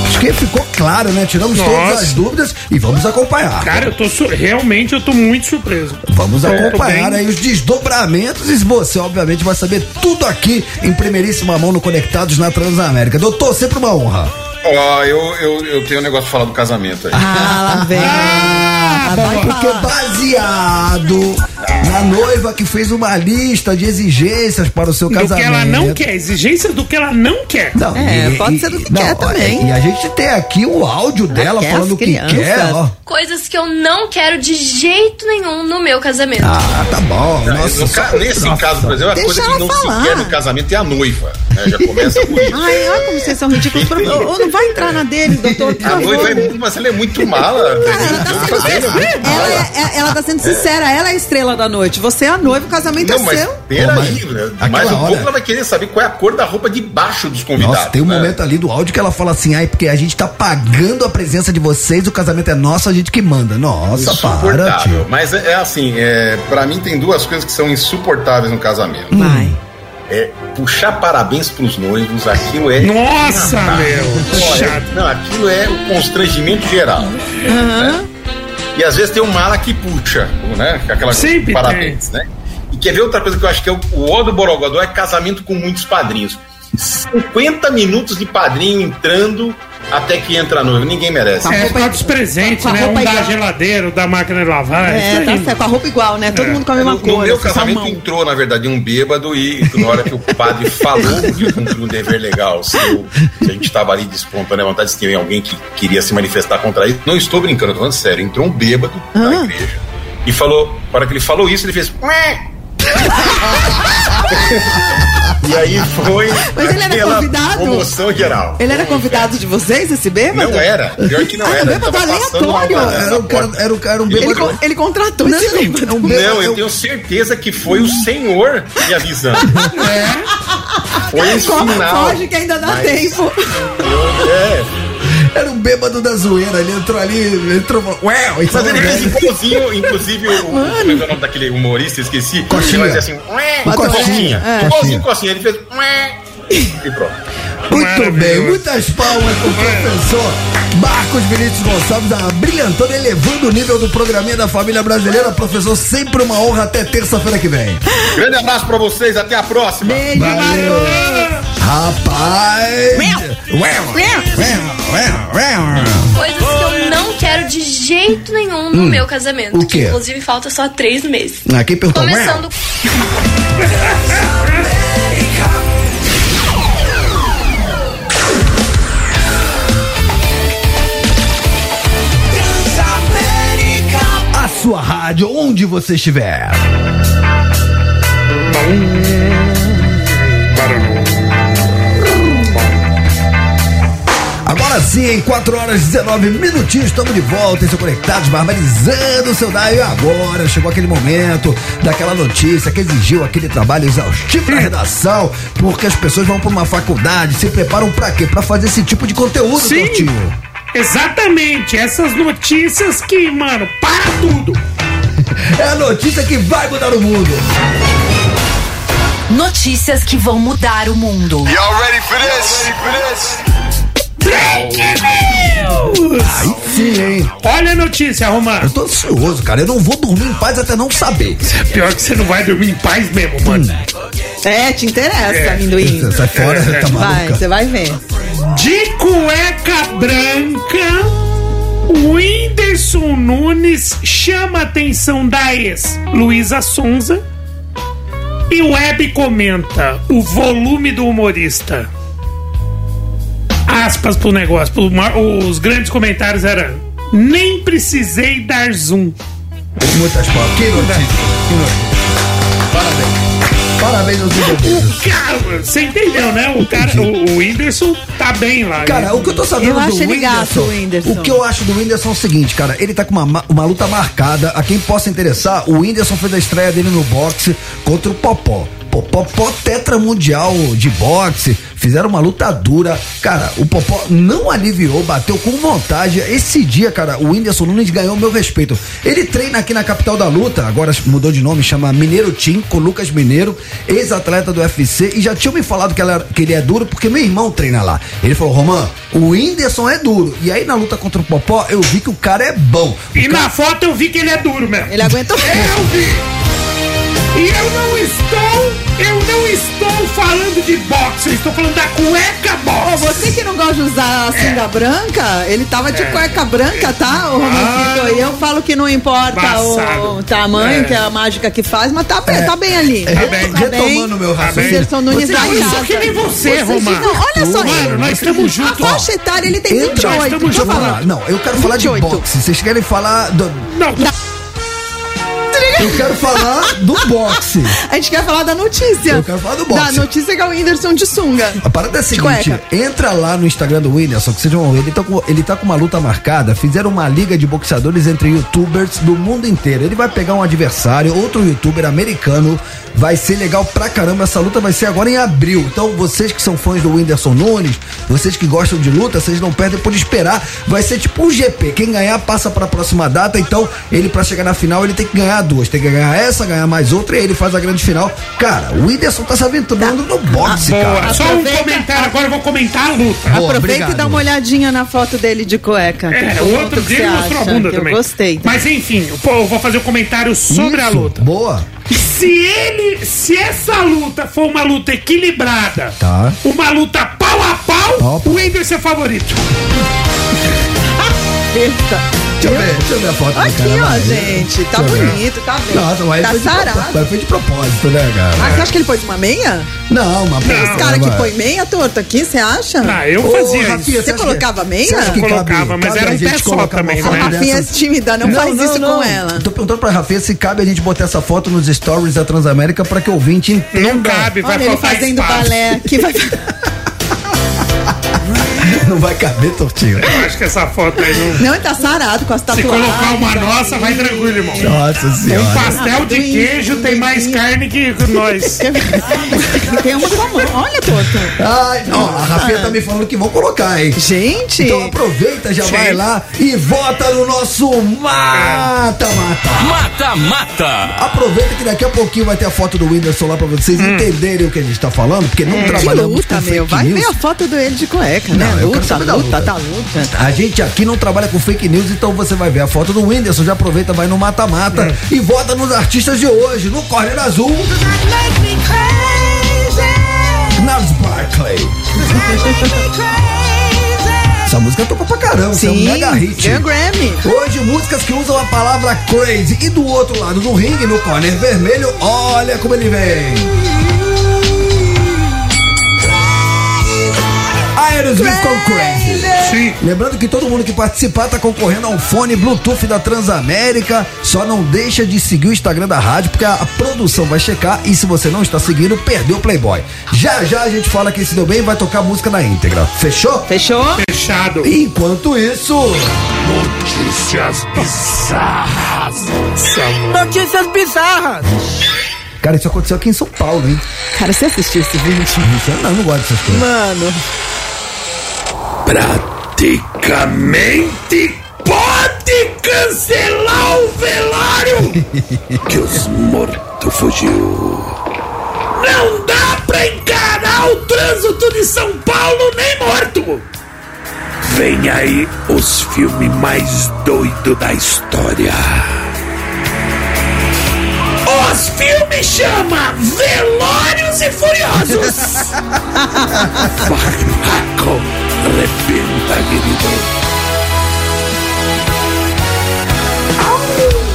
Speaker 2: Acho que ficou claro, né? Tiramos todas
Speaker 4: Nossa.
Speaker 2: as dúvidas e vamos acompanhar.
Speaker 4: Cara, eu tô sur- realmente eu tô muito surpreso.
Speaker 2: Vamos
Speaker 4: É, tô
Speaker 2: acompanhar
Speaker 4: bem-
Speaker 2: aí os desdobramentos e você, obviamente, vai saber tudo aqui em primeiríssima mão no Conectados na Transamérica. Doutor, sempre uma honra.
Speaker 12: Ó, eu, eu, eu tenho um negócio pra falar do casamento aí.
Speaker 2: Ah, vem. Ah, porque baseado na noiva que fez uma lista de exigências para o seu
Speaker 4: Do
Speaker 2: casamento.
Speaker 4: que ela não quer, exigência do que ela não quer.
Speaker 2: Não, e- e- não, ó, E a gente tem aqui o áudio dela
Speaker 4: quer
Speaker 2: falando o
Speaker 4: as
Speaker 2: Ah, que é
Speaker 4: crianças.
Speaker 2: quer, ó.
Speaker 5: Coisas que eu não quero de jeito nenhum no meu casamento.
Speaker 2: Ah, tá bom.
Speaker 12: Não,
Speaker 2: Nossa,
Speaker 12: no ca-
Speaker 2: só-
Speaker 12: nesse
Speaker 2: nossa.
Speaker 12: caso, por exemplo, a
Speaker 2: Deixa
Speaker 12: coisa
Speaker 2: ela
Speaker 12: que não
Speaker 2: falar.
Speaker 12: se quer no casamento é a noiva. né? Já começa por isso.
Speaker 14: Ai, olha como vocês são ridículos. Pro- Ô, ô, não vai entrar na dele, doutor. por
Speaker 12: A
Speaker 14: favor.
Speaker 12: noiva é muito, mas ela é muito mala. Ela é muito
Speaker 14: Ela,
Speaker 12: mala.
Speaker 14: é- é- ela tá sendo sincera, ela é a estrela da noite. Você é a noiva, o casamento
Speaker 12: Não,
Speaker 14: é
Speaker 12: mas
Speaker 14: seu.
Speaker 12: peraí, né? mais um
Speaker 2: hora-
Speaker 12: pouco ela vai querer saber qual é a cor da roupa de baixo dos convidados.
Speaker 2: Nossa, tem um
Speaker 12: né?
Speaker 2: momento ali do áudio que ela fala assim, ai, porque a gente tá pagando a presença de vocês, o casamento é nosso, a gente que manda. Nossa, para,
Speaker 12: insuportável.
Speaker 2: tio.
Speaker 12: Mas é, é assim, é, para mim tem duas coisas que são insuportáveis no casamento. É puxar parabéns pros noivos, aquilo é.
Speaker 4: Nossa,
Speaker 12: Ah,
Speaker 4: meu,
Speaker 12: olha,
Speaker 4: chato.
Speaker 12: Não, aquilo é o constrangimento geral. né? E às vezes tem um mala que puxa, né? Aquela
Speaker 4: Sempre
Speaker 12: parabéns, né? E quer ver outra coisa que eu acho que é o, o ó do Borogodó é casamento com muitos padrinhos. 50 minutos de padrinho entrando até que entra a noiva. Ninguém
Speaker 14: Tá
Speaker 12: merece.
Speaker 4: É, por causa dos presentes,
Speaker 14: com a
Speaker 2: é
Speaker 4: né? Um
Speaker 14: roupa
Speaker 4: da
Speaker 14: igual.
Speaker 4: geladeira, um da máquina de lavar. isso
Speaker 14: É,
Speaker 4: aí.
Speaker 14: tá certo, com a roupa igual, né?
Speaker 2: É.
Speaker 14: Todo mundo com a mesma
Speaker 12: É. no,
Speaker 14: cor.
Speaker 12: No meu
Speaker 14: assim,
Speaker 12: casamento
Speaker 14: salmão.
Speaker 12: entrou, na verdade, um bêbado e na hora que o padre falou de cumprir um dever legal, se, eu- se a gente estava ali de espontânea vontade, se tem alguém que queria se manifestar contra isso, não estou brincando, tô falando sério, entrou um bêbado na igreja e falou, para que ele falou isso, ele fez... "Ué". e aí foi
Speaker 14: Mas ele era
Speaker 12: aquela
Speaker 14: convidado?
Speaker 12: comoção geral.
Speaker 14: Ele era convidado de vocês, esse bêbado?
Speaker 12: Não era, pior que não
Speaker 14: Ah,
Speaker 12: era.
Speaker 14: bêbado
Speaker 12: ele tava passando mal,
Speaker 14: aleatório.
Speaker 12: cara,
Speaker 2: Era um cara, era um cara, um
Speaker 14: Ele,
Speaker 2: bêbado.
Speaker 14: con- ele contratou esse bêbado.
Speaker 12: Não, eu tenho certeza que foi o senhor me avisando. Foi um o
Speaker 14: Corre,
Speaker 12: final.
Speaker 14: Foge que ainda dá
Speaker 12: Mas-
Speaker 14: tempo.
Speaker 12: É.
Speaker 2: Era um bêbado da zoeira, ele entrou ali, ele entrou. Ué, então,
Speaker 12: Mas ele fez
Speaker 2: isso
Speaker 12: inclusive, inclusive o, como é que é o nome daquele humorista, esqueci.
Speaker 2: Coxinha.
Speaker 12: Ele fazia assim, ué,
Speaker 2: O Coxinha.
Speaker 12: coxinha.
Speaker 2: É.
Speaker 12: Igualzinho coxinha. Ele fez, ué. E pronto.
Speaker 2: Muito bem, muitas palmas pro professor Marcos Vinícius Gonçalves, brilhantando, elevando o nível do programinha da família brasileira. Professor, sempre uma honra até terça-feira que vem.
Speaker 12: Grande abraço pra vocês, até a próxima.
Speaker 14: Beijo,
Speaker 2: Rapaz!
Speaker 5: Coisas que eu não quero de jeito nenhum no
Speaker 2: Hum.
Speaker 5: meu casamento.
Speaker 2: O quê?
Speaker 5: Que, inclusive falta só três meses.
Speaker 2: Ah, quem perguntou?
Speaker 5: Começando.
Speaker 2: A sua rádio, onde você estiver. Agora sim, em 4 horas e 19 minutinhos, estamos de volta em seu Conectados, barbarizando o seu daio. E agora chegou aquele momento daquela notícia que exigiu aquele trabalho exaustivo na redação, porque as pessoas vão para uma faculdade, se preparam para quê? Para fazer esse tipo de conteúdo,
Speaker 4: Sim.
Speaker 2: Tortinho.
Speaker 4: Exatamente, essas notícias que, mano, para tudo.
Speaker 2: É a notícia que vai mudar o mundo.
Speaker 11: Notícias que vão mudar o mundo.
Speaker 13: Y'all ready for this? Y'all ready for this?
Speaker 2: Aí sim, hein?
Speaker 4: Olha a notícia, Romano. é
Speaker 2: Eu tô ansioso, cara. Eu não vou dormir em paz até não saber. Hum.
Speaker 4: Pior que você não vai dormir em paz mesmo, mano.
Speaker 3: É, te interessa, amendoim.
Speaker 2: Sai fora, tá
Speaker 3: Vai, você vai ver.
Speaker 4: De cueca branca, o Whindersson Nunes chama a atenção da ex Luísa Sonza e o Web comenta o volume do humorista. Aspas pro negócio. pro ma- os grandes comentários eram nem precisei dar zoom.
Speaker 2: Muitas palavras. Que Parabéns. Parabéns aos envolvidos.
Speaker 4: O cara, você entendeu, né? O cara, o, o Whindersson tá bem lá.
Speaker 2: Cara, o que eu tô sabendo do Whindersson, O que eu acho do Whindersson é o seguinte, cara. Ele tá com uma, ma- uma luta marcada. A quem possa interessar, o Whindersson fez a estreia dele no boxe contra o Popó. Pô, Popó tetra mundial de boxe, fizeram uma luta dura. Cara, o Popó não aliviou, bateu com vontade. Esse dia, cara, o Whindersson Nunes ganhou meu respeito. Ele treina aqui na capital da luta, agora mudou de nome, chama Mineiro Team, com o Lucas Mineiro, ex-atleta do UFC, e já tinham me falado que, ela- que ele é duro porque meu irmão treina lá. Ele falou, Roman, o Whindersson é duro. E aí na luta contra o Popó, eu vi que o cara é bom. O
Speaker 4: E na foto eu vi que ele é duro mesmo.
Speaker 3: Ele aguentou.
Speaker 4: Eu vi! E eu não estou, eu não estou falando de boxe, eu estou falando da cueca boxe. É.
Speaker 3: Ô, você que não gosta de usar a sunga branca, ele tava de cueca branca, tá, ô Romancito? E eu falo que não importa o,
Speaker 2: Embaçado.
Speaker 3: tamanho,
Speaker 2: É.
Speaker 3: que é a mágica que faz, mas tá bem, tá bem ali.
Speaker 2: É, retomando meu raciocínio.
Speaker 3: Whindersson Nunes
Speaker 2: Você
Speaker 3: tá
Speaker 2: não
Speaker 3: em
Speaker 2: sou
Speaker 3: casa.
Speaker 2: que nem você,
Speaker 4: É,
Speaker 2: Romano.
Speaker 3: não, olha só.
Speaker 2: Mano,
Speaker 3: ele-
Speaker 2: nós estamos juntos,
Speaker 3: A
Speaker 2: ó.
Speaker 3: faixa etária, ele tem
Speaker 2: Entra-
Speaker 3: 28.
Speaker 2: Deixa eu
Speaker 3: Então
Speaker 2: falar.
Speaker 3: fala.
Speaker 2: Não, eu quero falar de
Speaker 3: 28.
Speaker 2: boxe. Vocês querem falar do.
Speaker 4: Não.
Speaker 2: Eu quero falar do boxe.
Speaker 3: A gente quer falar da notícia.
Speaker 2: Eu quero falar do boxe.
Speaker 3: Da notícia que é o Whindersson de sunga.
Speaker 2: A parada é a
Speaker 3: De
Speaker 2: seguinte,
Speaker 3: cueca.
Speaker 2: entra lá no Instagram do Whindersson, que vocês vão ver, ele tá, com, ele tá com uma luta marcada, fizeram uma liga de boxeadores entre youtubers do mundo inteiro. Ele vai pegar um adversário, outro youtuber americano, vai ser legal pra caramba, essa luta vai ser agora em abril. Então, vocês que são fãs do Whindersson Nunes, vocês que gostam de luta, vocês não perdem por esperar, vai ser tipo um GP, quem ganhar passa pra próxima data, então ele pra chegar na final, ele tem que ganhar duas, tem que ganhar essa, ganhar mais outra, e aí ele faz a grande final. Cara, o Whindersson tá se aventurando no boxe, cara.
Speaker 4: Boa. Só um comentário, agora eu vou comentar a luta.
Speaker 3: Aproveita e dá uma olhadinha na foto dele de cueca.
Speaker 4: É, o
Speaker 3: Pergunta
Speaker 4: outro
Speaker 3: o que
Speaker 4: dia ele
Speaker 3: você
Speaker 4: mostrou a
Speaker 3: acha,
Speaker 4: bunda
Speaker 3: que
Speaker 4: também.
Speaker 3: Eu gostei. tá?
Speaker 4: Mas enfim, eu- pô, eu vou fazer um comentário sobre a
Speaker 2: Isso,
Speaker 4: luta.
Speaker 2: Boa.
Speaker 4: Se ele, se essa luta for uma luta equilibrada,
Speaker 2: Tá.
Speaker 4: uma luta pau a pau, o Whindersson é favorito.
Speaker 2: Deixa eu ver, deixa eu ver a foto
Speaker 3: Aqui,
Speaker 2: do cara.
Speaker 3: ó,
Speaker 2: vai.
Speaker 3: gente. Tá
Speaker 2: Deixa eu ver.
Speaker 3: bonito, tá bem.
Speaker 2: Nossa, mas
Speaker 3: tá
Speaker 2: foi de
Speaker 3: sarado.
Speaker 2: propósito, mas foi de propósito, né,
Speaker 3: Ah, você
Speaker 2: cara?
Speaker 3: acha que ele pôs uma meia?
Speaker 2: Não, uma
Speaker 3: Tem Esse cara que
Speaker 2: vai.
Speaker 3: põe meia torto aqui, você acha?
Speaker 4: Ah, eu
Speaker 3: Ô,
Speaker 4: fazia isso.
Speaker 3: Rafinha,
Speaker 4: Você
Speaker 3: Você
Speaker 4: acha
Speaker 3: colocava
Speaker 4: que-
Speaker 3: meia?
Speaker 4: você acha que cabe- Colocava, mas cabe era a um gente pé só colocar uma também, foto né? dessa?
Speaker 3: Rafinha é tímida, não, faz isso com ela.
Speaker 2: Tô perguntando pra Rafinha se cabe a gente botar essa foto nos stories da Transamérica pra que o ouvinte entenda.
Speaker 4: Não cabe, vai
Speaker 3: Olha ele
Speaker 4: faltar
Speaker 3: fazendo
Speaker 4: espaço.
Speaker 3: balé aqui. Vai...
Speaker 2: Não vai caber, Tortinho.
Speaker 4: Eu acho que essa foto aí não.
Speaker 3: Não, ele tá sarado com as
Speaker 4: Se
Speaker 3: tatuagens. Ah,
Speaker 4: colocar uma nossa, vai tranquilo, irmão.
Speaker 2: Nossa
Speaker 4: Um
Speaker 2: senhora.
Speaker 4: pastel de queijo tem mais carne que nós.
Speaker 3: Tem uma com a mão. Olha, torto.
Speaker 2: Ai, não, a Rafinha tá me falando que vão colocar, hein?
Speaker 3: Gente.
Speaker 2: Então aproveita, já vai
Speaker 3: Gente.
Speaker 2: lá e vota no nosso mata-mata.
Speaker 15: Mata, mata.
Speaker 2: Aproveita que daqui a pouquinho vai ter a foto do Whindersson lá pra vocês
Speaker 4: Hum.
Speaker 2: entenderem o que a gente tá falando, porque não
Speaker 3: Que
Speaker 2: trabalhamos
Speaker 3: É, luta,
Speaker 2: com fake
Speaker 3: meu. Vai
Speaker 2: news.
Speaker 3: ver a foto dele de cueca, né?
Speaker 2: Não, eu quero
Speaker 3: Luta,
Speaker 2: saber da
Speaker 3: luta,
Speaker 2: luta.
Speaker 3: tá luta.
Speaker 2: A gente aqui não trabalha com fake news, então você vai ver a foto do Whindersson, já aproveita, vai no mata-mata e vota nos artistas de hoje, no Correio
Speaker 4: um.
Speaker 2: Azul, na Barclay. Essa música tocou pra caramba, isso é um
Speaker 3: Sim,
Speaker 2: mega hit.
Speaker 3: ganhou Grammy.
Speaker 2: Hoje, músicas que usam a palavra crazy. E do outro lado do ringue, no corner vermelho, olha como ele vem. Aerosmith com crazy. Sim. Lembrando que todo mundo que participar tá concorrendo a um fone Bluetooth da Transamérica. Só não deixa de seguir o Instagram da rádio, porque a, a produção vai checar e se você não está seguindo, perdeu o Playboy. Já já a gente fala que se deu bem vai tocar a música na íntegra. Fechou?
Speaker 14: Fechou?
Speaker 4: Fechado.
Speaker 2: Enquanto isso.
Speaker 4: Notícias bizarras.
Speaker 14: Notícias bizarras.
Speaker 2: Cara, isso aconteceu aqui em São Paulo, hein?
Speaker 14: Cara, você assistiu esse vídeo?
Speaker 2: Não, eu não gosto dessas coisas.
Speaker 14: Mano.
Speaker 4: Praticamente pode cancelar o velório que os mortos fugiu. Não dá pra encarar o trânsito de São Paulo nem morto. Vem aí os filmes mais doidos da história. Os filmes chama Velórios e Furiosos. Barraco arrebenta, querido.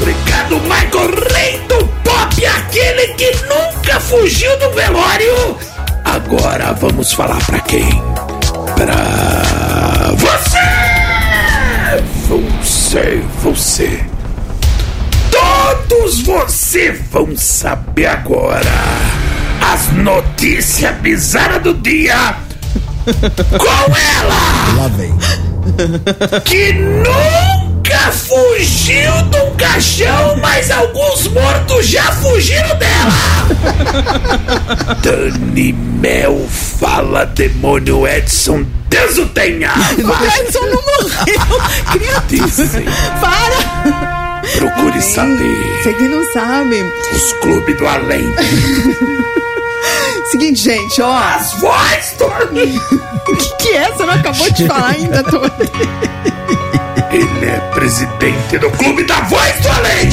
Speaker 4: Obrigado, Michael Rei do Pop, aquele que nunca fugiu do velório. Agora vamos falar pra quem? Pra você! Você, você. Todos vocês vão saber agora as notícias bizarras do dia com ela!
Speaker 2: Lá vem.
Speaker 4: que nunca fugiu de um caixão, mas alguns mortos já fugiram dela. Dani Mel fala demônio Edson, Deus o tenha.
Speaker 14: Edson não morreu.
Speaker 4: Dizem,
Speaker 14: Para!
Speaker 4: procure saber
Speaker 3: Você que não sabe.
Speaker 4: os clubes do além.
Speaker 3: Seguinte, gente, ó.
Speaker 4: As vozes
Speaker 3: O que, que é? Você não acabou de falar ainda, Tony?
Speaker 4: Ele é presidente do clube da voz do além.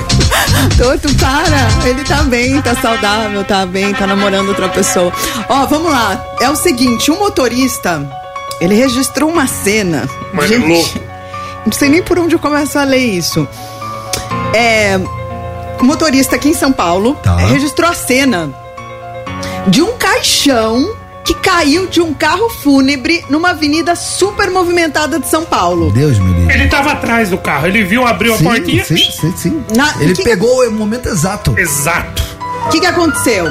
Speaker 3: Toto, para! Ele tá bem, tá saudável, tá bem, tá namorando outra pessoa. Ó, vamos lá. É o seguinte, um motorista, ele registrou uma cena.
Speaker 4: Mano,
Speaker 3: Gente,
Speaker 4: louco.
Speaker 3: Não sei nem por onde eu começo a ler isso. É. um Motorista aqui em São Paulo
Speaker 2: Tá.
Speaker 3: é, registrou a cena de um caixão que caiu de um carro fúnebre numa avenida super movimentada de São Paulo.
Speaker 2: Deus me livre.
Speaker 4: Ele tava atrás do carro, ele viu, abriu a portinha.
Speaker 2: sim, sim, sim.
Speaker 3: Na-
Speaker 2: Ele
Speaker 3: que-
Speaker 2: pegou o momento exato.
Speaker 4: Exato.
Speaker 3: O que, que aconteceu?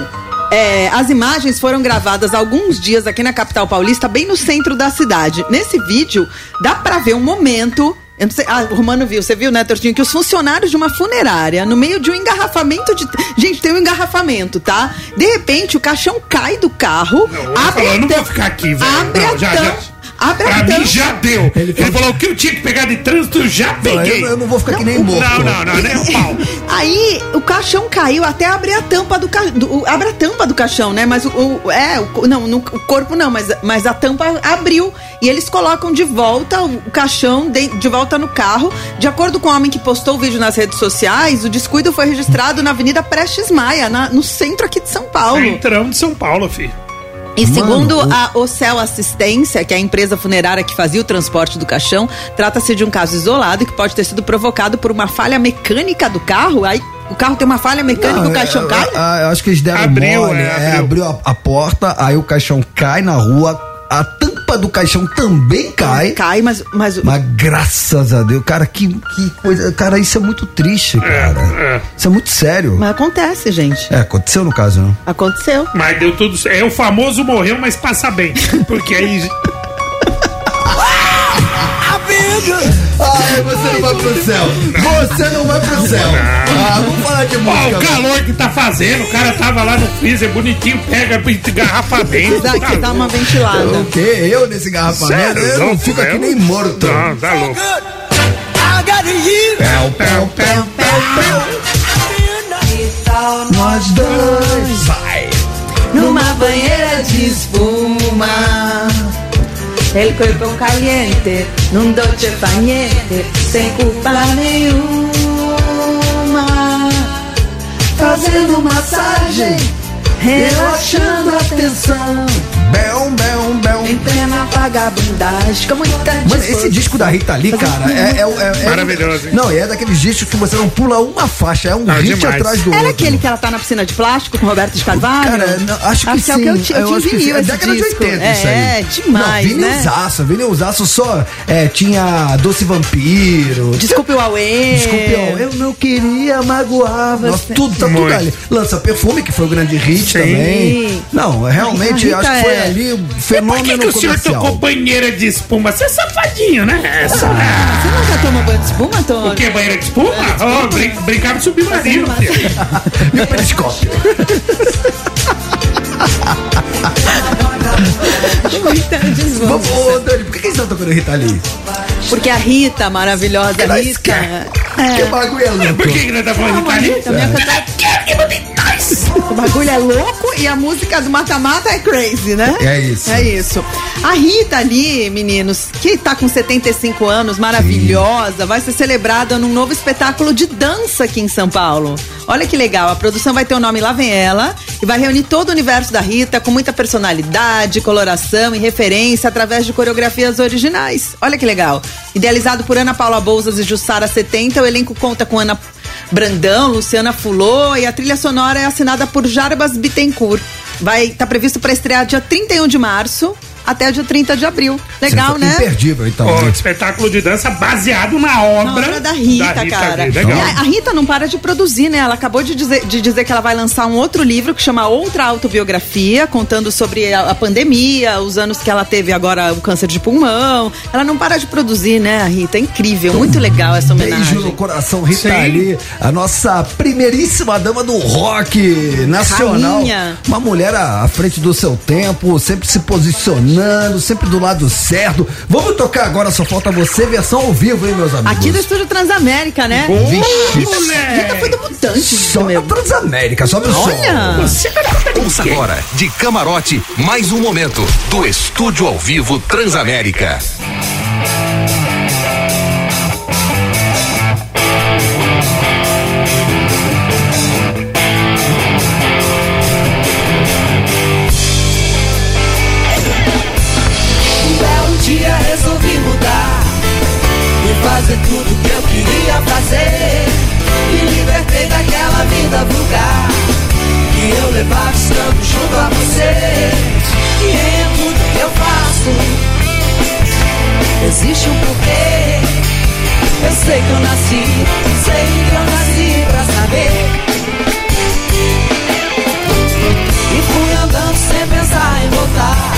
Speaker 3: É, as imagens foram gravadas há alguns dias aqui na capital paulista, bem no centro da cidade. Nesse vídeo, dá pra ver um momento. eu não sei- ah, o Romano viu, você viu, né, Tortinho? Que os funcionários de uma funerária, no meio de um engarrafamento de. Gente, tem um engarrafamento, tá? De repente, o caixão cai do carro.
Speaker 4: Eu vou falar, eu não vou ficar aqui, velho.
Speaker 3: Abre
Speaker 4: Não,
Speaker 3: a
Speaker 4: já,
Speaker 3: tampa.
Speaker 4: já.
Speaker 3: Abre a
Speaker 4: Pra
Speaker 3: tampa.
Speaker 4: mim já deu. Ele, falou o que eu tinha que pegar de trânsito, eu já
Speaker 2: Fala, Eu,
Speaker 4: peguei.
Speaker 2: eu não vou ficar que nem morto.
Speaker 4: Não, não, não, nem o pau.
Speaker 3: Aí o caixão caiu até abrir a tampa do, ca... do o- abre a tampa do caixão, né? Mas o, o- é o, co- não, no- o corpo não, mas, mas a tampa abriu e eles colocam de volta o o caixão de, de volta no carro. De acordo com o homem que postou o vídeo nas redes sociais, o descuido foi registrado na Avenida Prestes Maia, na- no centro aqui de São Paulo.
Speaker 4: Centrão de São Paulo, filho.
Speaker 3: E
Speaker 2: Mano,
Speaker 3: segundo
Speaker 2: o-
Speaker 3: a Ocel Assistência, que é a empresa funerária que fazia o transporte do caixão, trata-se de um caso isolado que pode ter sido provocado por uma falha mecânica do carro. Aí o carro tem uma falha mecânica e
Speaker 2: Não, é,
Speaker 3: o caixão
Speaker 2: eu-
Speaker 3: cai?
Speaker 2: eu- Ah, eu- eu acho que eles deram
Speaker 4: Abriu,
Speaker 2: mole.
Speaker 4: é,
Speaker 2: é,
Speaker 4: abriu.
Speaker 2: abriu a, a porta, aí o caixão cai na rua, a tampa do caixão também cai.
Speaker 3: Cai, mas, mas,
Speaker 2: Mas graças a Deus, cara, que, que coisa. Cara, isso é muito triste, cara.
Speaker 4: É.
Speaker 2: Isso é muito sério.
Speaker 3: mas acontece, gente.
Speaker 2: É, aconteceu no caso, não?
Speaker 3: Aconteceu.
Speaker 4: Mas deu tudo certo. É o famoso morreu, mas passa bem. Porque aí.
Speaker 2: Ai, você não vai pro céu! Você não vai pro céu! Ah, vamos falar de
Speaker 4: Ó, o calor que tá fazendo, o cara tava lá no freezer bonitinho, pega tá e garrafa dentro.
Speaker 3: Dá, que dá uma ventilada.
Speaker 2: O quê? Eu nesse garrafamento?
Speaker 4: Sério,
Speaker 2: Eu não fico aqui
Speaker 4: eu-
Speaker 2: nem morto.
Speaker 4: Não, tá louco.
Speaker 3: É um
Speaker 2: Pel, pel, pel, pel, pel. Nós dois. Vai.
Speaker 3: Numa banheira de espuma. El corpo caliente, num dolce paniente, sem culpa nenhuma. Fazendo massagem, relaxando a tensão.
Speaker 2: Bel, bel, bel.
Speaker 3: Em plena vagabundagem, como
Speaker 2: Mano, esse disco da Rita Lee, cara, é, é, é, é-
Speaker 3: Maravilhoso, hein?
Speaker 2: Não, e é daqueles discos que você não pula uma faixa, é um hit atrás do
Speaker 3: Era
Speaker 2: outro.
Speaker 3: aquele que ela tá na piscina de plástico com Roberto de Carvalho?
Speaker 2: Cara, não, acho que
Speaker 3: acho
Speaker 2: sim.
Speaker 3: Que é o que eu, eu, tinha
Speaker 2: acho que
Speaker 3: em vinil
Speaker 2: sim. É
Speaker 3: esse
Speaker 2: década
Speaker 3: disco.
Speaker 2: de 80 isso aí.
Speaker 3: É, demais,
Speaker 2: Não, vinilzaço, vinilzaço só é, tinha Doce Vampiro.
Speaker 3: Desculpe o Auê.
Speaker 2: Desculpe o Auê, eu não queria magoar você. Nossa, tudo, tá tudo
Speaker 3: Muito.
Speaker 2: ali. Lança Perfume, que foi o grande hit também. Não, realmente
Speaker 4: A Rita
Speaker 2: acho que foi
Speaker 4: é-
Speaker 2: ali um
Speaker 4: Por
Speaker 2: fenômeno
Speaker 4: que, que o senhor
Speaker 2: comercial.
Speaker 4: tocou banheira de espuma? Você é safadinho, né? Essa,
Speaker 3: É. Você nunca tomou banho de espuma, Tony?
Speaker 4: O que, banheira de espuma? Oh, brin- brincava de submarino, filho.
Speaker 2: E o periscópio? Vamos, ô, um Dani, por que que eles estão tocando Rita Lee?
Speaker 3: Porque a Rita, a maravilhosa
Speaker 2: Ela é
Speaker 3: Rita.
Speaker 2: Que bagulho é louco. Por que
Speaker 4: que não tá
Speaker 3: Calma, Rita,
Speaker 2: É.
Speaker 3: minha cantora. O bagulho é louco e a música do mata-mata é crazy, né?
Speaker 2: É isso.
Speaker 3: É isso. A Rita ali, meninos, que tá com 75 anos, maravilhosa, vai ser celebrada num novo espetáculo de dança aqui em São Paulo. Olha que legal, a produção vai ter o nome Lá Vem Ela e vai reunir todo o universo da Rita com muita personalidade, coloração e referência através de coreografias originais. Olha que legal. Idealizado por Ana Paula Bouzas e Jussara 70, o elenco conta com Ana Brandão, Luciana Fulô e a trilha sonora é assinada por Jarbas Bittencourt. Vai estar previsto para estrear dia 31 de março até dia 30 de abril. Legal, né?
Speaker 2: Imperdível, então.
Speaker 4: Ó, espetáculo de dança baseado na obra,
Speaker 3: Na obra da Rita, cara.
Speaker 4: Lee, Legal.
Speaker 3: E a, a Rita não para de produzir, né? Ela acabou de dizer, de dizer que ela vai lançar um outro livro que chama Outra Autobiografia, contando sobre a, a pandemia, os anos que ela teve agora o câncer de pulmão. Ela não para de produzir, né, a Rita? É incrível, muito legal essa homenagem.
Speaker 2: Beijo no coração, Rita Lee, a nossa primeiríssima dama do rock nacional.
Speaker 3: Rainha.
Speaker 2: Uma mulher à à frente do seu tempo, sempre se posicionando, sempre do lado certo. Vamos tocar agora, só falta você, versão ao vivo, hein, meus amigos?
Speaker 3: Aqui do Estúdio Transamérica, né?
Speaker 2: Boa,
Speaker 3: Vixe,
Speaker 2: moleque!
Speaker 3: Rita foi do Mutante.
Speaker 2: Só na Transamérica, sobe o som.
Speaker 3: Olha!
Speaker 1: Ouça agora, de camarote, mais um momento do Estúdio ao Vivo Transamérica.
Speaker 16: Um belo dia resolvi mudar e fazer tudo que eu queria fazer. Me libertei daquela vida vulgar que eu levava estando junto a você. E em tudo que eu faço existe um porquê. Eu sei que eu nasci, sei que eu nasci pra saber. E fui andando sem pensar em voltar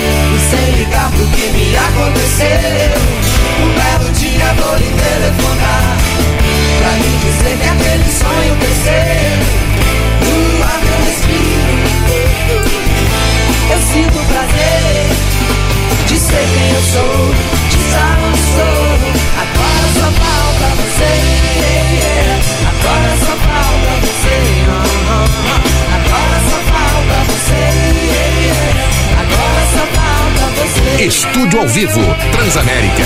Speaker 16: E sem ligar pro que me aconteceu Um belo dia vou lhe telefonar Pra me dizer que aquele sonho cresceu No ar eu respiro Eu sinto o prazer De ser quem eu sou De saber onde sou Agora só falta você yeah, yeah. Agora só falta você oh, oh, oh. Agora só falta você. Agora só falta você.
Speaker 1: Estúdio ao Vivo Transamérica.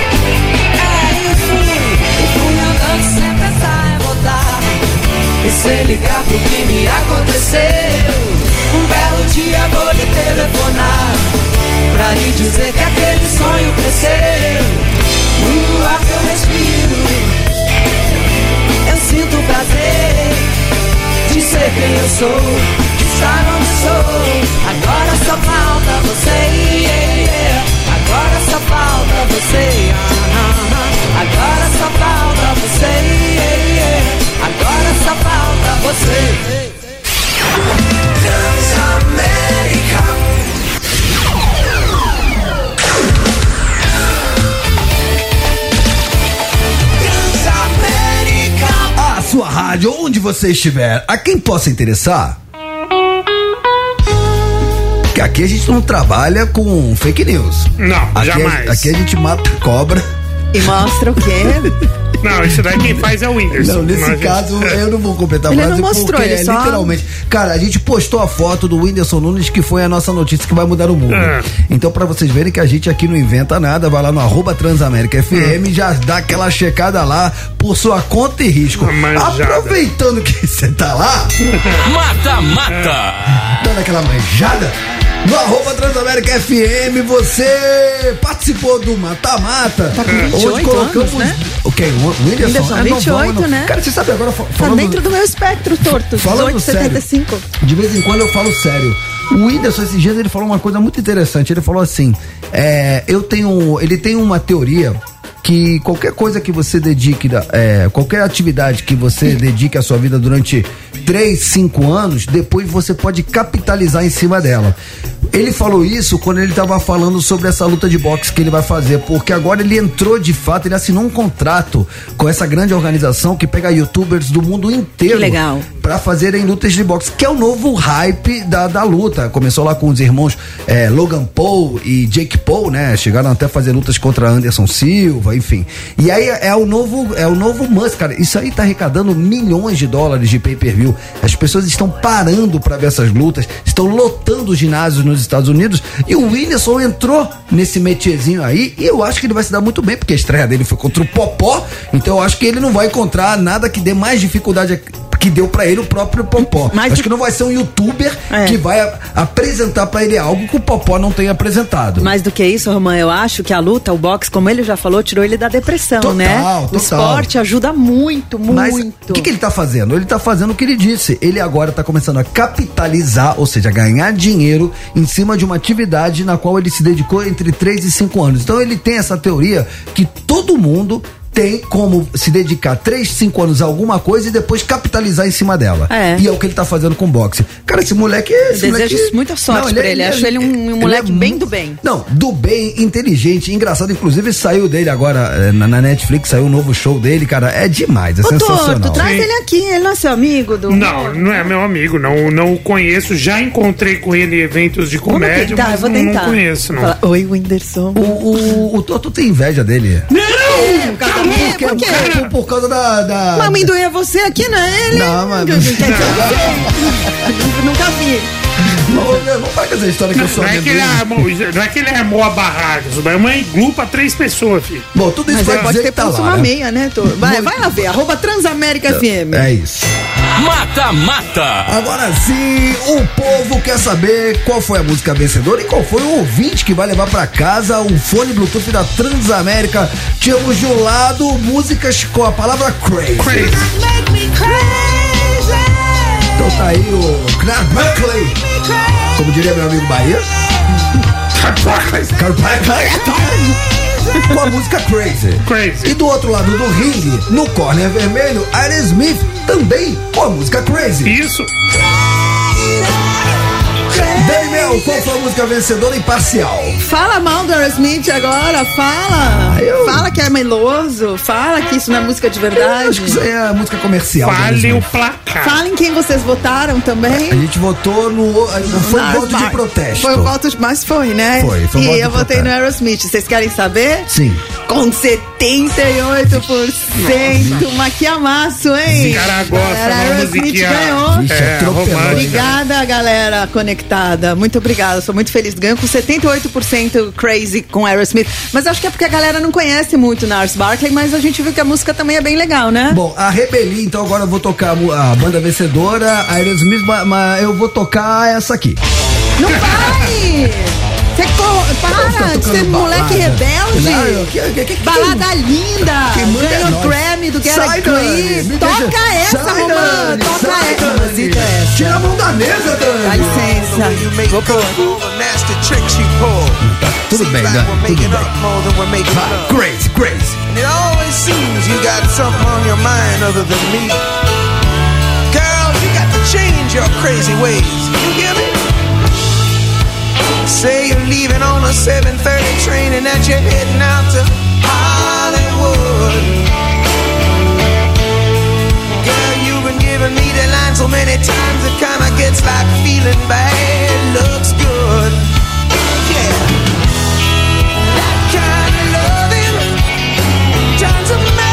Speaker 16: Aí fui, e fui andando sem pensar em voltar. E sem ligar pro que me aconteceu. Um belo dia vou lhe telefonar. Pra lhe dizer que aquele sonho cresceu. No ar que eu respiro, eu sinto o prazer de ser quem eu sou, de estar onde sou. Agora só falta você, yeah, yeah. agora só falta você. ah, ah, ah. Agora só falta você, yeah, yeah. agora só falta você. Transamérica. Transamérica.
Speaker 2: A sua rádio, onde você estiver, a quem possa interessar. Que aqui a gente não trabalha com fake news.
Speaker 4: Não,
Speaker 2: aqui
Speaker 4: jamais.
Speaker 2: A, aqui a gente mata cobra.
Speaker 3: E mostra o quê?
Speaker 4: Não, isso daí quem faz é o Whindersson.
Speaker 2: Não, nesse
Speaker 4: Mas, gente,
Speaker 2: caso
Speaker 4: é.
Speaker 2: eu não vou completar a
Speaker 4: Ele
Speaker 2: frase
Speaker 4: não mostrou,
Speaker 2: porque
Speaker 4: ele
Speaker 2: é
Speaker 4: só-
Speaker 2: literalmente. Cara, a gente postou a foto do Whindersson Nunes, que foi a nossa notícia que vai mudar o mundo.
Speaker 4: É.
Speaker 2: Então, pra vocês verem que a gente aqui não inventa nada, vai lá no arroba Transamérica FM
Speaker 4: Hum.
Speaker 2: e já dá aquela checada lá por sua conta e risco.
Speaker 17: manjada.
Speaker 2: Aproveitando que você tá lá.
Speaker 17: Mata, mata.
Speaker 2: Dando aquela manjada? No arroba Transamérica FM, você participou do Mata Mata.
Speaker 3: Tá com 28
Speaker 2: Onde colocamos.
Speaker 3: anos, né?
Speaker 2: O quem? O Whindersson?
Speaker 3: Whindersson,
Speaker 2: É novão,
Speaker 3: 28,
Speaker 2: não.
Speaker 3: né?
Speaker 2: Cara, você sabe agora. fa-
Speaker 3: Tá
Speaker 2: falando-
Speaker 3: dentro do meu espectro, torto.
Speaker 2: Falando
Speaker 3: 18,
Speaker 2: sério.
Speaker 3: 75.
Speaker 2: de vez em quando eu falo sério. O Whindersson, esses dias, ele falou uma coisa muito interessante. Ele falou assim: é, eu tenho. Ele tem uma teoria que qualquer coisa que você dedique, da- é, qualquer atividade que você dedique à sua vida durante 3, 5 anos, depois você pode capitalizar em cima dela. Ele falou isso quando ele estava falando sobre essa luta de boxe que ele vai fazer, porque agora ele entrou de fato, ele assinou um contrato com essa grande organização que pega youtubers do mundo inteiro.
Speaker 3: Que legal.
Speaker 2: Pra fazerem lutas de boxe, que é o novo hype da, da luta. Começou lá com os irmãos eh, Logan Paul e Jake Paul, né? Chegaram até a fazer lutas contra Anderson Silva, enfim. E aí é o novo, é o novo Musk, cara. Isso aí tá arrecadando milhões de dólares de pay-per-view. As pessoas estão parando pra ver essas lutas, estão lotando os ginásios nos Estados Unidos. E o Whindersson entrou nesse metiezinho aí e eu acho que ele vai se dar muito bem, porque a estreia dele foi contra o Popó. Então eu acho que ele não vai encontrar nada que dê mais dificuldade que deu pra ele o próprio Popó. Acho que não vai ser um youtuber que vai a- apresentar pra ele algo que o Popó não tem apresentado.
Speaker 3: Mais do que isso, Romã, eu acho que a luta, o boxe, como ele já falou, tirou ele da depressão,
Speaker 2: Total,
Speaker 3: né? O
Speaker 2: total.
Speaker 3: esporte ajuda muito, muito.
Speaker 2: Mas o que, que ele tá fazendo? Ele tá fazendo o que ele disse. Ele agora tá começando a capitalizar, ou seja, ganhar dinheiro em cima de uma atividade na qual ele se dedicou entre 3 e 5 anos. Então ele tem essa teoria que todo mundo tem como se dedicar 3, 5 anos a alguma coisa e depois capitalizar em cima dela.
Speaker 3: É.
Speaker 2: E é o que ele tá fazendo com o boxe. Cara, esse moleque...
Speaker 3: Eu
Speaker 2: Esse
Speaker 3: desejo
Speaker 2: moleque- é
Speaker 3: muita sorte pra ele. Acho ele um- um moleque bem do bem.
Speaker 2: Não, do bem, inteligente, engraçado. Inclusive, saiu dele agora eh, na, na Netflix, saiu o novo show dele, cara. É demais, é
Speaker 3: Ô,
Speaker 2: sensacional.
Speaker 3: Torto, traz ele aqui, ele não é seu amigo do.
Speaker 4: Não, não é meu amigo, não, não o conheço. Já encontrei com ele em eventos de
Speaker 3: Vamos
Speaker 4: comédia,
Speaker 3: tentar,
Speaker 4: mas
Speaker 3: eu vou
Speaker 4: não-
Speaker 3: tentar.
Speaker 4: não conheço, não.
Speaker 3: Fala, Oi, Whindersson.
Speaker 2: O, o, o Toto tem inveja dele.
Speaker 3: Não! Por quê? É, Por quê?
Speaker 2: Por, por causa da. da...
Speaker 3: Mas amendoim é você aqui, não é ele?
Speaker 2: Não, mas-
Speaker 3: Quer dizer, Nunca vi.
Speaker 2: Ô, meu, Vamos parar com essa história que eu sou
Speaker 4: Não é que, ele
Speaker 2: amendoim.
Speaker 4: armou, não é que ele armou a barraca, isso daí é uma iglu pra três pessoas, filho.
Speaker 2: Bom, tudo
Speaker 3: Mas ele pode ter
Speaker 2: tá
Speaker 3: posto uma meia, né, Torto? Vai,
Speaker 4: Muito.
Speaker 3: vai lá ver, arroba Transamérica FM.
Speaker 2: É isso.
Speaker 17: Mata, mata.
Speaker 2: Agora sim, o povo quer saber qual foi a música vencedora e qual foi o ouvinte que vai levar pra casa o fone Bluetooth da Transamérica. Tínhamos de um lado músicas com a palavra crazy. Então tá aí o Carbuckley. Como diria meu amigo Bahia. Carbuckley. Com a música Crazy. E do outro lado do ringue, no corner vermelho, Aerosmith também com a música Crazy.
Speaker 4: Isso.
Speaker 2: Dani Mel, qual foi a música vencedora e parcial?
Speaker 3: Fala mal do Aerosmith agora,
Speaker 2: Ah,
Speaker 3: fala! Fala que é meloso, fala que isso não é música de verdade.
Speaker 2: Acho que isso aí é música comercial.
Speaker 3: Fale
Speaker 2: o
Speaker 4: placar.
Speaker 3: Fala em quem vocês votaram também.
Speaker 2: A gente votou no. Foi um
Speaker 3: Nas
Speaker 2: voto de
Speaker 3: mar-
Speaker 2: protesto.
Speaker 3: Foi o voto, de- mas foi, né?
Speaker 2: Foi, foi um
Speaker 3: E
Speaker 2: voto de
Speaker 3: eu votei
Speaker 2: protesto.
Speaker 3: no Aerosmith. Vocês querem saber?
Speaker 2: Sim.
Speaker 3: Com 78%. Mas que amasso, hein?
Speaker 4: Esse cara gosta, uma
Speaker 3: Galera, Aerosmith
Speaker 4: musiquinha,
Speaker 3: ganhou.
Speaker 4: Vixe, é, atropelou, romântica.
Speaker 3: Obrigada, galera conectada. Muito obrigada. Sou muito feliz. Ganhou com 78% crazy com Aerosmith. Mas acho que é porque a galera não conhece muito Nars Barkley, mas a gente viu que a música também é bem legal, né?
Speaker 2: Bom, a Rebeli, então agora eu vou tocar a mu- a banda vencedora, a Aerosmith, ma- mas eu vou tocar essa aqui.
Speaker 3: Não vai! Você co- para de ser moleque
Speaker 2: Não,
Speaker 3: rebelde!
Speaker 2: que- que- que- que-
Speaker 3: Balada linda!
Speaker 2: Quem manda é
Speaker 3: Ganhou o
Speaker 2: nós.
Speaker 3: Grammy do
Speaker 2: Sai,
Speaker 3: Gary
Speaker 2: Dani, me
Speaker 3: Clee!
Speaker 2: deixa-
Speaker 3: Toca essa,
Speaker 2: Sai,
Speaker 3: mamãe!
Speaker 2: Dani,
Speaker 3: Toca
Speaker 2: sai,
Speaker 3: essa!
Speaker 2: Dani.
Speaker 3: Mamãe, essa.
Speaker 2: Tira a mão da mesa, Dani.
Speaker 3: Dá licença! Vou pôr.
Speaker 2: Tá tudo bem, Dani, tudo bem. Vai, Crazy, crazy.
Speaker 16: And it always seems you got something on your mind other than me. Girl, you got to change your crazy ways. You hear me? Say you're leaving on a 7:30 train and that you're heading out to Hollywood. Girl, you've been giving me the line so many times it kinda gets like feeling bad looks good. Yeah. That kind of loving turns a man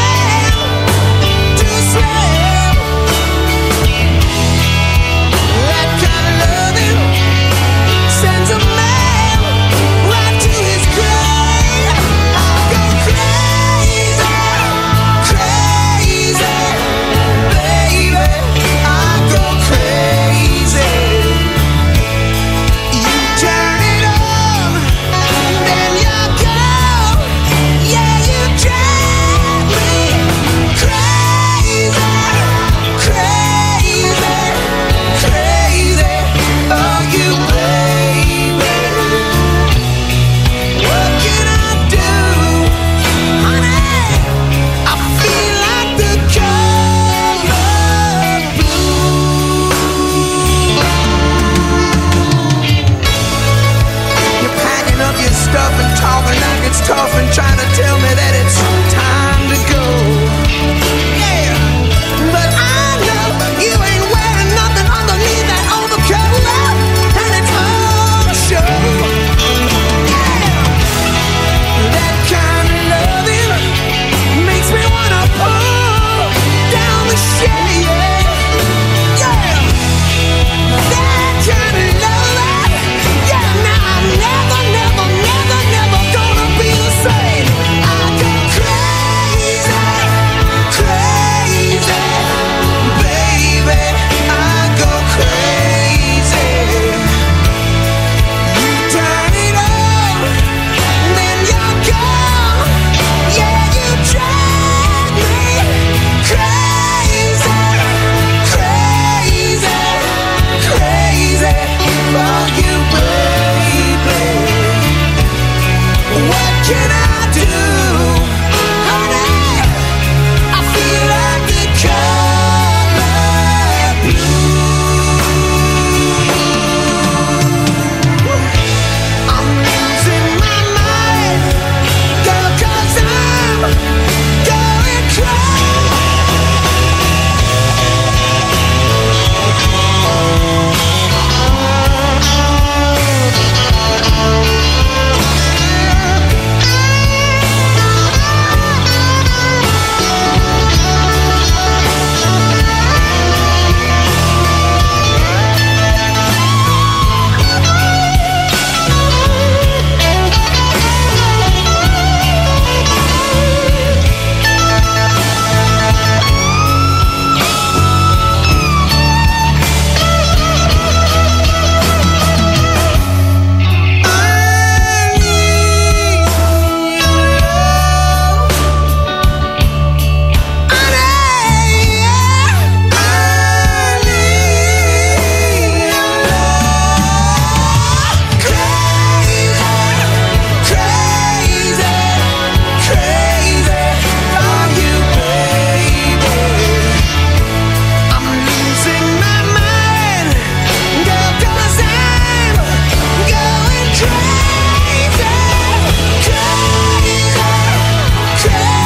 Speaker 16: oh,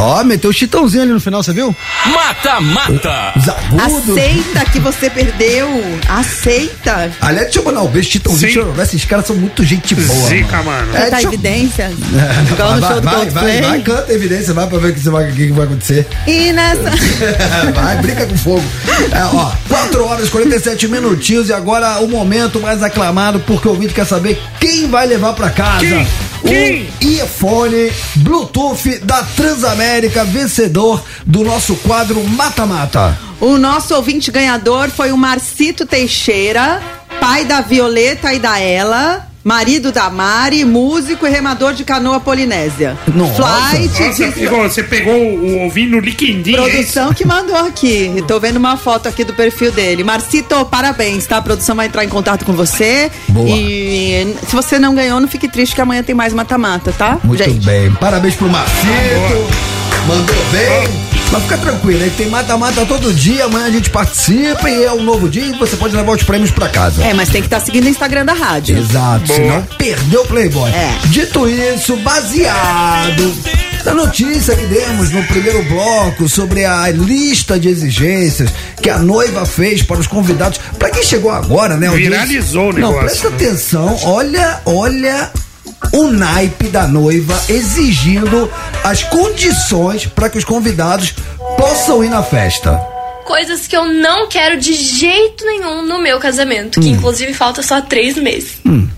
Speaker 2: Ó, meteu o chitãozinho ali no final, você viu?
Speaker 16: Mata, mata!
Speaker 2: Zagudo.
Speaker 3: Aceita que você perdeu. Aceita.
Speaker 2: Aliás, deixa eu mandar um beijo, Chitãozinho, Chororó. Esses caras são muito gente boa.
Speaker 4: Zica, mano.
Speaker 3: Você
Speaker 2: É,
Speaker 3: tá
Speaker 2: deixa eu-
Speaker 3: evidência?
Speaker 2: É,
Speaker 3: Igual
Speaker 2: vai,
Speaker 3: no show do
Speaker 2: vai, vai,
Speaker 3: Coldplay.
Speaker 2: vai, canta evidência, vai pra ver o que, você vai- o que vai acontecer.
Speaker 3: E nessa.
Speaker 2: Vai, brinca com fogo. É, ó, 4 horas e 47 minutinhos e agora o momento mais aclamado, porque o ouvinte quer saber quem vai levar pra casa.
Speaker 4: Quem? Quem?
Speaker 2: O iPhone Bluetooth da Transamérica, vencedor do nosso quadro Mata-Mata.
Speaker 3: O nosso ouvinte ganhador foi o Marcito Teixeira, pai da Violeta e da Ela. Marido da Mari, músico e remador de canoa polinésia. Flight
Speaker 4: Nossa,
Speaker 3: de-
Speaker 4: pegou- você pegou o ouvindo no liquidinho.
Speaker 3: Produção que mandou aqui. Eu Tô vendo uma foto aqui do perfil dele. Marcito, parabéns, tá? A produção vai entrar em contato com você.
Speaker 2: Boa.
Speaker 3: E se você não ganhou, não fique triste que amanhã tem mais mata-mata, tá?
Speaker 2: Muito
Speaker 3: gente?
Speaker 2: bem. Parabéns pro Marcito. Mandou bem. Mas fica tranquilo, aí tem mata-mata todo dia. Amanhã a gente participa e é um novo dia e você pode levar os prêmios pra casa.
Speaker 3: É, mas tem que estar seguindo o Instagram da rádio. É.
Speaker 2: Exato,
Speaker 3: Boa.
Speaker 2: senão perdeu o Playboy. Dito isso, baseado na notícia que demos no primeiro bloco sobre a lista de exigências que a noiva fez para os convidados, para quem chegou agora, né? audiência?
Speaker 4: Viralizou o
Speaker 2: Não,
Speaker 4: negócio. né?
Speaker 2: presta atenção, olha, olha o naipe da noiva exigindo as condições para que os convidados possam ir na festa.
Speaker 5: Coisas que eu não quero de jeito nenhum no meu casamento, que
Speaker 2: Hum.
Speaker 5: inclusive falta só três meses.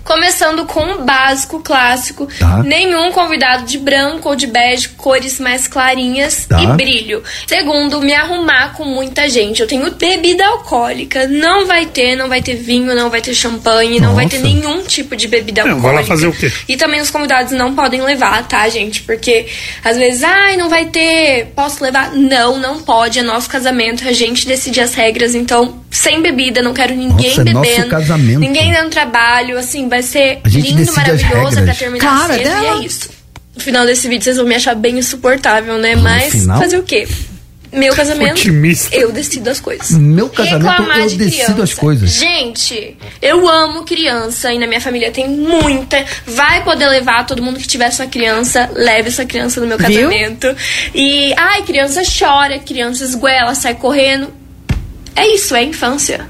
Speaker 5: Começando com o básico, clássico,
Speaker 8: Tá.
Speaker 5: nenhum convidado de branco ou de bege, cores mais clarinhas
Speaker 8: Tá.
Speaker 5: e brilho. Segundo, me arrumar com muita gente. Eu tenho bebida alcoólica, não vai ter, não vai ter vinho, não vai ter champanhe, não vai ter
Speaker 4: Nossa.
Speaker 5: nenhum tipo de bebida
Speaker 4: Não,
Speaker 5: alcoólica.
Speaker 4: vai lá fazer o quê?
Speaker 5: E também os convidados não podem levar, tá, gente? Porque às vezes, ai, não vai ter, posso levar? Não, não pode, é nosso casamento, a gente decide as regras, então sem bebida, não quero ninguém
Speaker 2: Nossa, é nosso
Speaker 5: bebendo.
Speaker 2: casamento.
Speaker 5: Ninguém dando trabalho, assim, vai ser
Speaker 2: A gente
Speaker 5: lindo,
Speaker 2: decide as
Speaker 5: maravilhoso até
Speaker 2: regras.
Speaker 5: terminar
Speaker 3: Cara
Speaker 5: cedo,
Speaker 3: dela.
Speaker 5: e é isso. No final desse vídeo vocês vão me achar bem insuportável, né? Mas
Speaker 2: final?
Speaker 5: fazer o quê? Meu casamento,
Speaker 2: Otimista.
Speaker 5: eu decido as coisas.
Speaker 2: Meu casamento,
Speaker 5: Reclamar
Speaker 2: eu
Speaker 5: de
Speaker 2: decido
Speaker 5: criança.
Speaker 2: as coisas.
Speaker 5: Gente, eu amo criança e na minha família tem muita. Vai poder levar todo mundo que tiver sua criança, leve essa criança no meu
Speaker 8: Viu?
Speaker 5: casamento. E, ai, criança chora, criança esguela, sai correndo. É isso, é infância.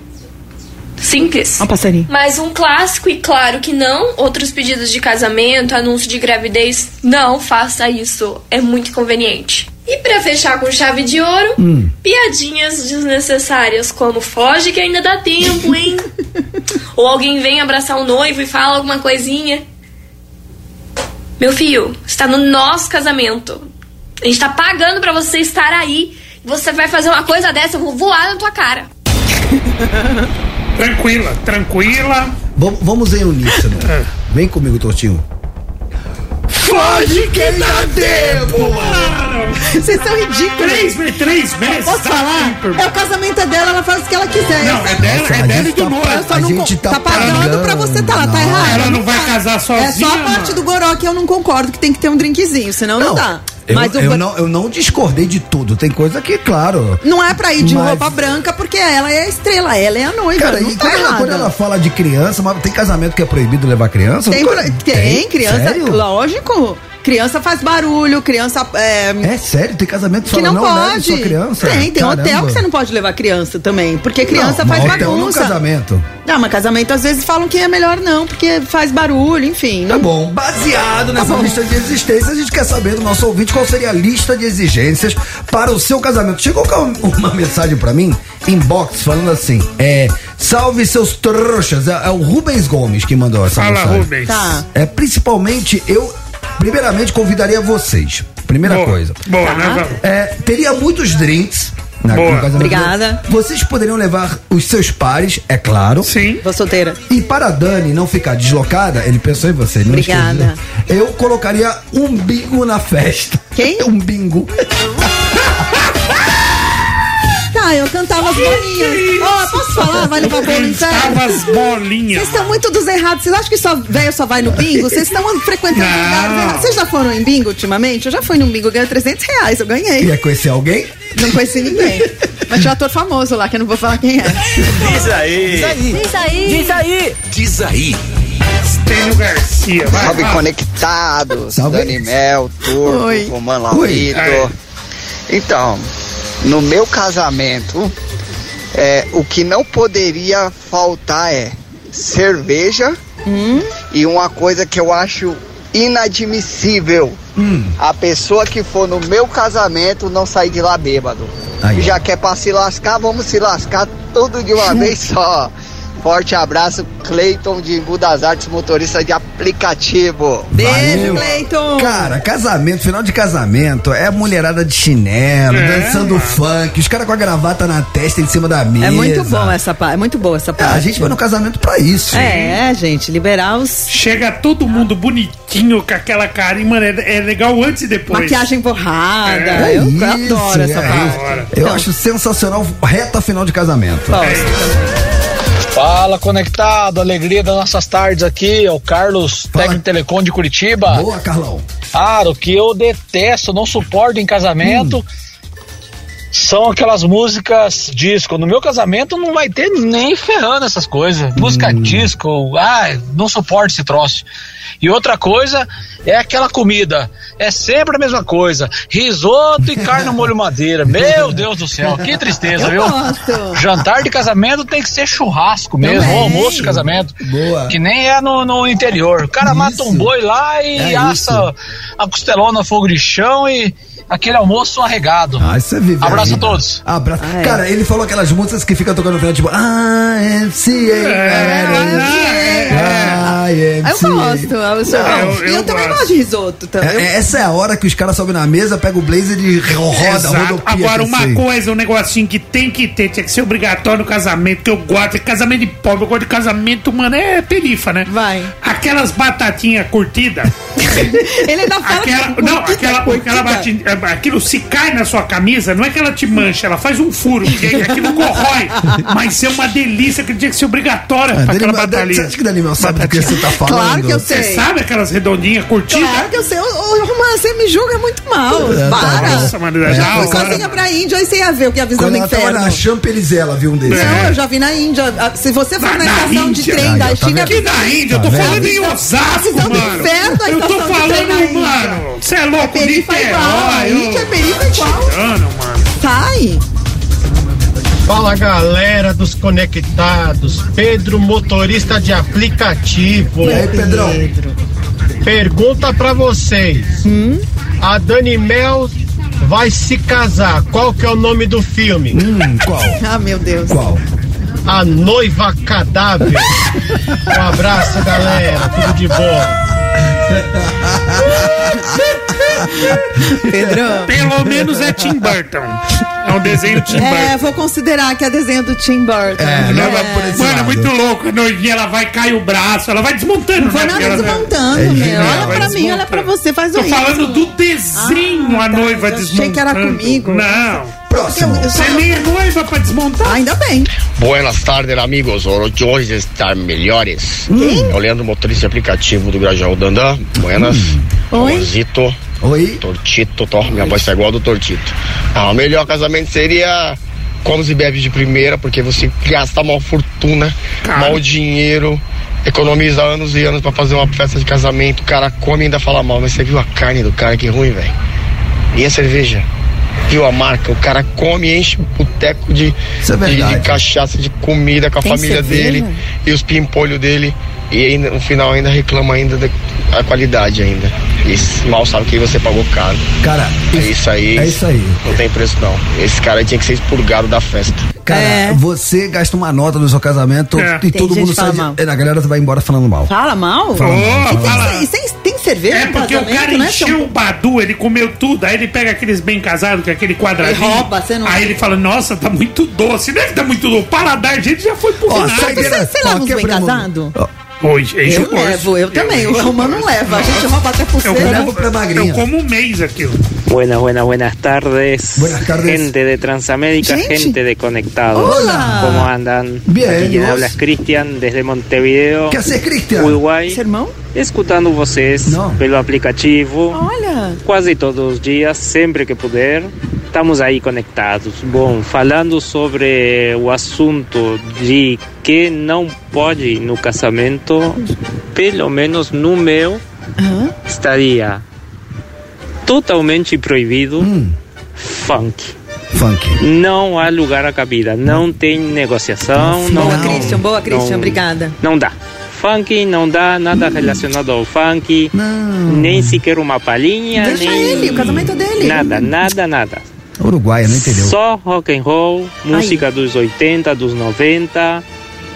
Speaker 5: Simples.
Speaker 3: Uma passarinho.
Speaker 5: Mas um clássico, e claro que não, outros pedidos de casamento, anúncio de gravidez, não faça isso. É muito inconveniente. E pra fechar com chave de ouro,
Speaker 8: Hum.
Speaker 5: piadinhas desnecessárias, como foge que ainda dá tempo, hein? Ou alguém vem abraçar o noivo e fala alguma coisinha. Meu filho, está no nosso casamento. A gente tá pagando pra você estar aí. Você vai fazer uma coisa dessa, eu vou voar na tua cara.
Speaker 4: Tranquila, tranquila. É.
Speaker 2: Vam- Vamos em uníssono. Vem comigo, Tortinho.
Speaker 8: Foge que
Speaker 4: tá
Speaker 8: dá tempo!
Speaker 3: Vocês são ridículos.
Speaker 4: Três, me- três meses. tá
Speaker 3: Posso falar? É o casamento dela, ela faz o que ela quiser.
Speaker 4: Não, é dela,
Speaker 2: Nossa,
Speaker 4: é
Speaker 2: a
Speaker 4: dela
Speaker 2: gente
Speaker 4: e do
Speaker 2: tá-
Speaker 4: noivo.
Speaker 2: a
Speaker 4: Eu só não
Speaker 2: gente tá
Speaker 3: pagando pra você tá lá, tá errado.
Speaker 4: Ela não vai casar sozinha.
Speaker 3: É só a parte do goró que eu não concordo, que tem que ter um drinkzinho, senão não, dá.
Speaker 2: Eu,
Speaker 3: Mas o
Speaker 2: eu
Speaker 3: go-
Speaker 2: não, eu não discordei de tudo. Tem coisa que, claro.
Speaker 3: não é pra ir de
Speaker 2: Mas-
Speaker 3: roupa branca, porque ela é a estrela, ela é a noiva,
Speaker 2: Cara,
Speaker 3: não
Speaker 2: e
Speaker 3: tá
Speaker 2: quando, ela,
Speaker 3: errada.
Speaker 2: quando ela fala de criança, mas tem casamento que é proibido levar criança?
Speaker 3: Tem,
Speaker 2: Nunca-
Speaker 3: tem, criança,
Speaker 2: Sério?
Speaker 3: lógico. Criança faz barulho, criança. É,
Speaker 2: É sério, tem casamento que
Speaker 3: que
Speaker 2: fala,
Speaker 3: não,
Speaker 2: leve
Speaker 3: pode.
Speaker 2: sua criança.
Speaker 3: Tem, tem
Speaker 2: Caramba.
Speaker 3: hotel que você não pode levar criança também, porque criança
Speaker 2: Não,
Speaker 3: faz
Speaker 2: mas hotel
Speaker 3: bagunça.
Speaker 2: Não, casamento.
Speaker 3: Não, mas casamento às vezes falam que é melhor não, porque faz barulho, enfim.
Speaker 2: Tá bom, baseado nessa lista de existência, a gente quer saber do nosso ouvinte qual seria a lista de exigências para o seu casamento. Chegou com uma mensagem pra mim, inbox, falando assim: é. Salve seus trouxas. É, é o Rubens Gomes que mandou essa
Speaker 4: Fala,
Speaker 2: mensagem.
Speaker 4: Rubens. Tá.
Speaker 2: É, principalmente eu. Primeiramente, convidaria vocês. Primeira
Speaker 4: Boa.
Speaker 2: coisa.
Speaker 4: Boa, né, vamos?
Speaker 2: É, teria muitos drinks. na-
Speaker 4: Boa.
Speaker 2: no casamento.
Speaker 3: Obrigada.
Speaker 2: Vocês poderiam levar os seus pares, é claro.
Speaker 4: Sim.
Speaker 3: Vou solteira.
Speaker 2: E para a Dani não ficar deslocada, ele pensou em você. Ele não
Speaker 3: Obrigada.
Speaker 2: esqueceu. Eu colocaria um bingo na festa.
Speaker 3: Quem?
Speaker 2: Um bingo.
Speaker 3: Tá, eu cantava as bolinhas. Ó, posso falar? Vai levar bolo em sério?
Speaker 4: Cantava as bolinhas.
Speaker 3: Vocês estão muito dos errados. Vocês acham que só velho só vai no bingo? Vocês estão frequentando
Speaker 4: Não.
Speaker 3: lugares errados. Vocês já foram em bingo ultimamente? Eu já fui num bingo, eu ganhei 300 reais. Eu ganhei.
Speaker 2: Quer conhecer alguém?
Speaker 3: Não conheci ninguém. Mas tinha um ator famoso lá, que eu não vou falar quem é.
Speaker 16: Diz aí. Diz aí.
Speaker 3: Diz aí. Diz aí.
Speaker 16: Diz aí.
Speaker 4: Estênio Garcia, vai.
Speaker 10: Salve
Speaker 4: vai.
Speaker 10: conectados,
Speaker 4: Salve.
Speaker 10: Dani Mel, Turco, Coman
Speaker 4: Oi.
Speaker 10: Laurito,
Speaker 4: Ai.
Speaker 18: É. Então, no meu casamento, é, o que não poderia faltar é cerveja e uma coisa que eu acho inadmissível.
Speaker 4: Hum.
Speaker 18: A pessoa que for no meu casamento não sair de lá bêbado.
Speaker 2: Aí.
Speaker 18: Já quer pra se lascar, vamos se lascar tudo de uma vez só. Forte abraço, Cleiton de Embu das Artes, motorista de aplicativo.
Speaker 2: Valeu. Cara, casamento, final de casamento, é mulherada de chinelo,
Speaker 18: É,
Speaker 2: dançando
Speaker 18: mano.
Speaker 2: funk, os caras com a gravata na testa em cima da mesa.
Speaker 14: É muito bom essa parte. É muito boa essa parte.
Speaker 2: a gente vai no casamento pra isso.
Speaker 14: É, gente, liberar os.
Speaker 4: Chega todo mundo bonitinho com aquela cara. E, mano, é, é legal antes e depois.
Speaker 14: Maquiagem borrada.
Speaker 4: É.
Speaker 14: Eu
Speaker 4: Isso,
Speaker 14: adoro essa
Speaker 4: é.
Speaker 14: parte. Então.
Speaker 2: Eu acho sensacional reta final de casamento.
Speaker 19: Fala, conectado, alegria das nossas tardes aqui, é o Carlos, técnico Telecom de Curitiba.
Speaker 2: Boa, Carlão.
Speaker 19: Cara, o que eu detesto, não suporto em casamento, são aquelas músicas disco. No meu casamento não vai ter nem ferrando essas coisas. Música disco, ah, não suporto esse troço. E outra coisa é aquela comida. É sempre a mesma coisa. Risoto e carne no molho madeira. Meu Deus do céu, que tristeza,
Speaker 16: Eu
Speaker 19: viu?
Speaker 16: gosto.
Speaker 19: Jantar de casamento tem que ser churrasco mesmo,
Speaker 16: Também.
Speaker 19: ou almoço de casamento.
Speaker 2: Boa.
Speaker 19: Que nem é no, no interior. O cara mata um boi lá e
Speaker 2: É
Speaker 19: assa a costelona no fogo de chão e aquele almoço arregado.
Speaker 2: Ah, você vive
Speaker 19: Abraço
Speaker 2: aí,
Speaker 19: a todos.
Speaker 2: Abraço.
Speaker 14: Ah, é.
Speaker 2: Cara, ele falou aquelas músicas que fica tocando no final, tipo, ah, MCA.
Speaker 14: Eu É. gosto. Eu, sou-
Speaker 2: É Não,
Speaker 14: e eu,
Speaker 2: eu
Speaker 14: também
Speaker 2: gosto.
Speaker 14: gosto de risoto. Também.
Speaker 2: É, é- essa é a hora que os caras sobem na mesa, pega o blazer e roda,
Speaker 4: Exato.
Speaker 2: rodopia.
Speaker 4: Agora,
Speaker 2: que eu
Speaker 4: uma
Speaker 2: sei.
Speaker 4: coisa, um negocinho que tem que ter, tinha que ser obrigatório no casamento, que eu gosto, é casamento de pobre, eu gosto de casamento, mano, é perifa, né? Vai. Aquelas batatinhas curtidas.
Speaker 14: Ele ainda fala
Speaker 4: aquela,
Speaker 14: que
Speaker 4: Não,
Speaker 14: curtida,
Speaker 4: aquela,
Speaker 14: curtida.
Speaker 4: aquela batin- é, aquilo se cai na sua camisa, não é que ela te mancha, ela faz um furo, porque aquilo corrói. Mas é uma delícia, que tinha que ser obrigatória
Speaker 2: Ah,
Speaker 4: pra aquela
Speaker 2: Danilo, você
Speaker 4: batalha.
Speaker 2: acha que Daniel sabe do que você tá falando?
Speaker 14: Claro que eu sei.
Speaker 4: Você sabe aquelas redondinhas curtidas?
Speaker 14: Claro que eu sei. Ô, ô, Romã, você me julga muito mal.
Speaker 2: É, tá
Speaker 14: Para.
Speaker 2: bom.
Speaker 4: Nossa, Maria,
Speaker 2: É,
Speaker 4: já
Speaker 2: foi
Speaker 4: agora-
Speaker 2: sozinha
Speaker 14: Sozinha pra Índia, aí você ia ver o que é a visão
Speaker 2: Quando
Speaker 14: do
Speaker 2: ela tava
Speaker 14: inferno.
Speaker 2: na Champs-Élysées, ela viu um desses.
Speaker 14: Não, eu já vi na Índia. Ah, Se você for na, estação de trem
Speaker 2: tá
Speaker 14: da China.
Speaker 4: Que da Índia? Eu tô
Speaker 14: Tá vendo?
Speaker 4: falando em Osasco,
Speaker 14: Visão do
Speaker 4: mano.
Speaker 14: inferno, a
Speaker 4: Eu tô
Speaker 14: estação de trem na
Speaker 4: falando,
Speaker 14: Índia.
Speaker 4: mano. Você é louco,
Speaker 14: É perifa
Speaker 4: Niterói.
Speaker 14: igual, a Índia é perifa igual.
Speaker 4: Mano, mano.
Speaker 14: Sai!
Speaker 20: Fala galera dos conectados, Pedro motorista de aplicativo.
Speaker 2: E aí, Pedrão?
Speaker 20: Pergunta pra vocês.
Speaker 14: Hum?
Speaker 20: A Dani Mel vai se casar. Qual que é o nome do filme?
Speaker 2: Hum, qual?
Speaker 14: Ah, meu Deus.
Speaker 2: Qual?
Speaker 20: A noiva cadáver. um abraço, galera. Tudo de bom.
Speaker 14: Pedrão.
Speaker 4: Pelo menos é Tim Burton. É um desenho Tim
Speaker 14: É,
Speaker 4: Burton.
Speaker 14: vou considerar que é desenho do Tim Burton.
Speaker 4: É. Mano, é muito louco. A noivinha, ela vai, cai o braço, ela vai desmontando.
Speaker 14: Vai
Speaker 4: né? Porque ela-
Speaker 14: desmontando,
Speaker 4: É
Speaker 14: meu.
Speaker 4: genial,
Speaker 14: Olha
Speaker 4: vai
Speaker 14: pra mim, olha
Speaker 4: desmontando.
Speaker 14: pra você, faz um o
Speaker 4: Tô falando
Speaker 14: risco.
Speaker 4: do desenho, a noiva É, desmontando.
Speaker 14: tá, achei que era comigo.
Speaker 4: Não.
Speaker 2: Próximo.
Speaker 4: Você nem é noiva pra desmontar.
Speaker 14: Ainda bem.
Speaker 21: Buenas tardes, amigos. Hoje hoje está melhores. É o Leandro Motorista de Aplicativo do Grajaú Dandã. Buenas. Rosito.
Speaker 2: Oi.
Speaker 21: Tortito. Tó. Minha voz tá igual a do Tortito. Ah, o melhor casamento seria comes e bebes de primeira, porque você gasta mal fortuna, mal dinheiro, economiza anos e anos pra fazer uma festa de casamento. O cara come e ainda fala mal. Mas você viu a carne do cara? Que ruim, velho. E a cerveja? Viu a marca? O cara come e enche o boteco de,
Speaker 2: Isso é
Speaker 21: de- de,
Speaker 2: verdade.
Speaker 21: cachaça, de comida com a
Speaker 2: Tem
Speaker 21: família
Speaker 2: cerveja?
Speaker 21: dele e os pimpolhos dele. E ainda, no final ainda reclama ainda da a qualidade ainda. E s- mal sabe que você pagou caro.
Speaker 2: Cara,
Speaker 21: é isso aí.
Speaker 2: é isso aí.
Speaker 21: Não tem preço não. Esse cara tinha que ser expurgado da festa.
Speaker 2: Cara,
Speaker 3: É.
Speaker 2: você gasta uma nota no seu casamento
Speaker 21: É.
Speaker 2: e
Speaker 21: Tem
Speaker 2: todo
Speaker 21: gente
Speaker 2: mundo
Speaker 21: que
Speaker 2: sai.
Speaker 21: fala
Speaker 2: De...
Speaker 21: mal.
Speaker 2: É, A galera vai embora falando mal.
Speaker 14: Fala mal?
Speaker 2: Fala mal,
Speaker 14: E
Speaker 2: fala mal.
Speaker 14: tem, e tem, tem cerveja
Speaker 4: É
Speaker 14: no
Speaker 4: porque o
Speaker 14: casamento,
Speaker 4: cara
Speaker 14: né,
Speaker 4: encheu o badu, ele comeu tudo, aí ele pega aqueles bem casados, que é aquele quadradinho.
Speaker 14: Ele rouba, você não-
Speaker 4: Aí ele fala, nossa, tá muito doce. Deve tá muito doce. O paladar, gente, já foi por
Speaker 14: Ó, sai dela- Você leva ó, uns bem quebra a mão. casado?
Speaker 4: Hoje,
Speaker 14: Eu levo, eu também. O Romano leva. A gente é rouba até pulseira. Eu levo pra magrinha.
Speaker 4: Eu como um mês aquilo.
Speaker 22: Buenas, buenas, buenas tardes.
Speaker 2: Buenas tardes.
Speaker 22: Gente de Transamérica,
Speaker 2: Gente.
Speaker 22: gente de Conectados.
Speaker 2: Hola.
Speaker 22: ¿Cómo andan?
Speaker 2: Bien,
Speaker 22: Aquí quien
Speaker 2: ¿vos?
Speaker 22: habla es Cristian desde Montevideo.
Speaker 2: ¿Qué haces, Cristian?
Speaker 22: Uruguai. Escutando vocês pelo aplicativo.
Speaker 14: Olha.
Speaker 22: Quase todos os dias, sempre que puder. Estamos aí conectados. Bom, falando sobre o assunto de que não pode no casamento, pelo menos no meu, Hum. estaria totalmente proibido funk.
Speaker 2: Funk.
Speaker 22: Não há lugar à cabida, não tem negociação. Hum. Não,
Speaker 3: Boa, Christian, boa, Christian,
Speaker 22: não-
Speaker 3: obrigada.
Speaker 22: Não dá. Funk não dá nada relacionado ao funk, nem sequer uma palhinha,
Speaker 3: Deixa
Speaker 22: nem
Speaker 3: ele, o casamento é dele.
Speaker 22: nada, nada, nada.
Speaker 2: Uruguaia, não entendeu?
Speaker 22: Só rock and roll, música dos 80, dos 90,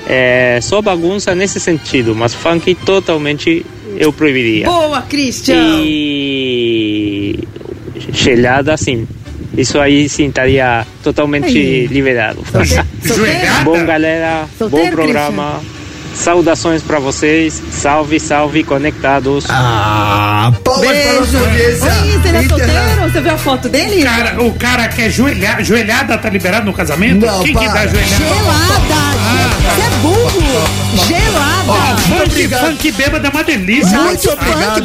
Speaker 22: é, só bagunça nesse sentido, mas funk totalmente eu proibiria.
Speaker 3: Boa, Christian.
Speaker 22: E gelada sim. Isso aí sim estaria totalmente
Speaker 3: Aí.
Speaker 22: liberado. Bom galera, bom
Speaker 3: Solteiro,
Speaker 22: programa. Saudações pra vocês. Salve, salve, conectados.
Speaker 2: Ah,
Speaker 3: Beijo. Oi, ele é solteiro? Você viu a foto dele?
Speaker 4: Cara, o cara quer joelhada. Joelhada tá liberado no casamento?
Speaker 3: Não,
Speaker 4: Quem que
Speaker 3: para.
Speaker 4: dá joelhada?
Speaker 3: Gelada. Você é burro. Gelada.
Speaker 4: Ó, funk, funk bêbado é uma delícia.
Speaker 2: Muito obrigado.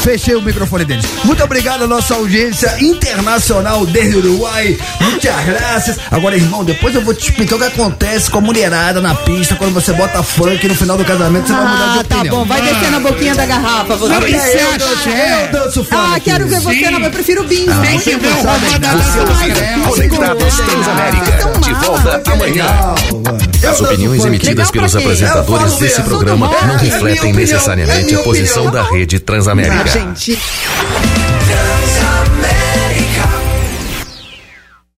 Speaker 2: Fechei o microfone deles. Muito obrigado à nossa audiência internacional desde o Uruguai. Muitas graças. Agora, irmão, depois eu vou te explicar o que acontece com a mulherada na pista quando você bota funk no final do casamento. Você vai mudar de
Speaker 3: Ah,
Speaker 2: opinião.
Speaker 3: tá bom. Vai descer na boquinha da garrafa. Você.
Speaker 2: Não, isso é
Speaker 3: Eu danço-
Speaker 2: axé.
Speaker 3: eu danço funk. Ah, quero ver você.
Speaker 2: Sim.
Speaker 3: Não, eu prefiro o bingo.
Speaker 2: Ah,
Speaker 3: Muito
Speaker 2: sim,
Speaker 3: bom.
Speaker 2: não, roda da
Speaker 16: Conectados Transamérica. De volta amanhã. As opiniões emitidas pelos apresentadores desse
Speaker 4: É Ah,
Speaker 16: programa não refletem necessariamente a posição da Rede Transamérica.
Speaker 3: gente.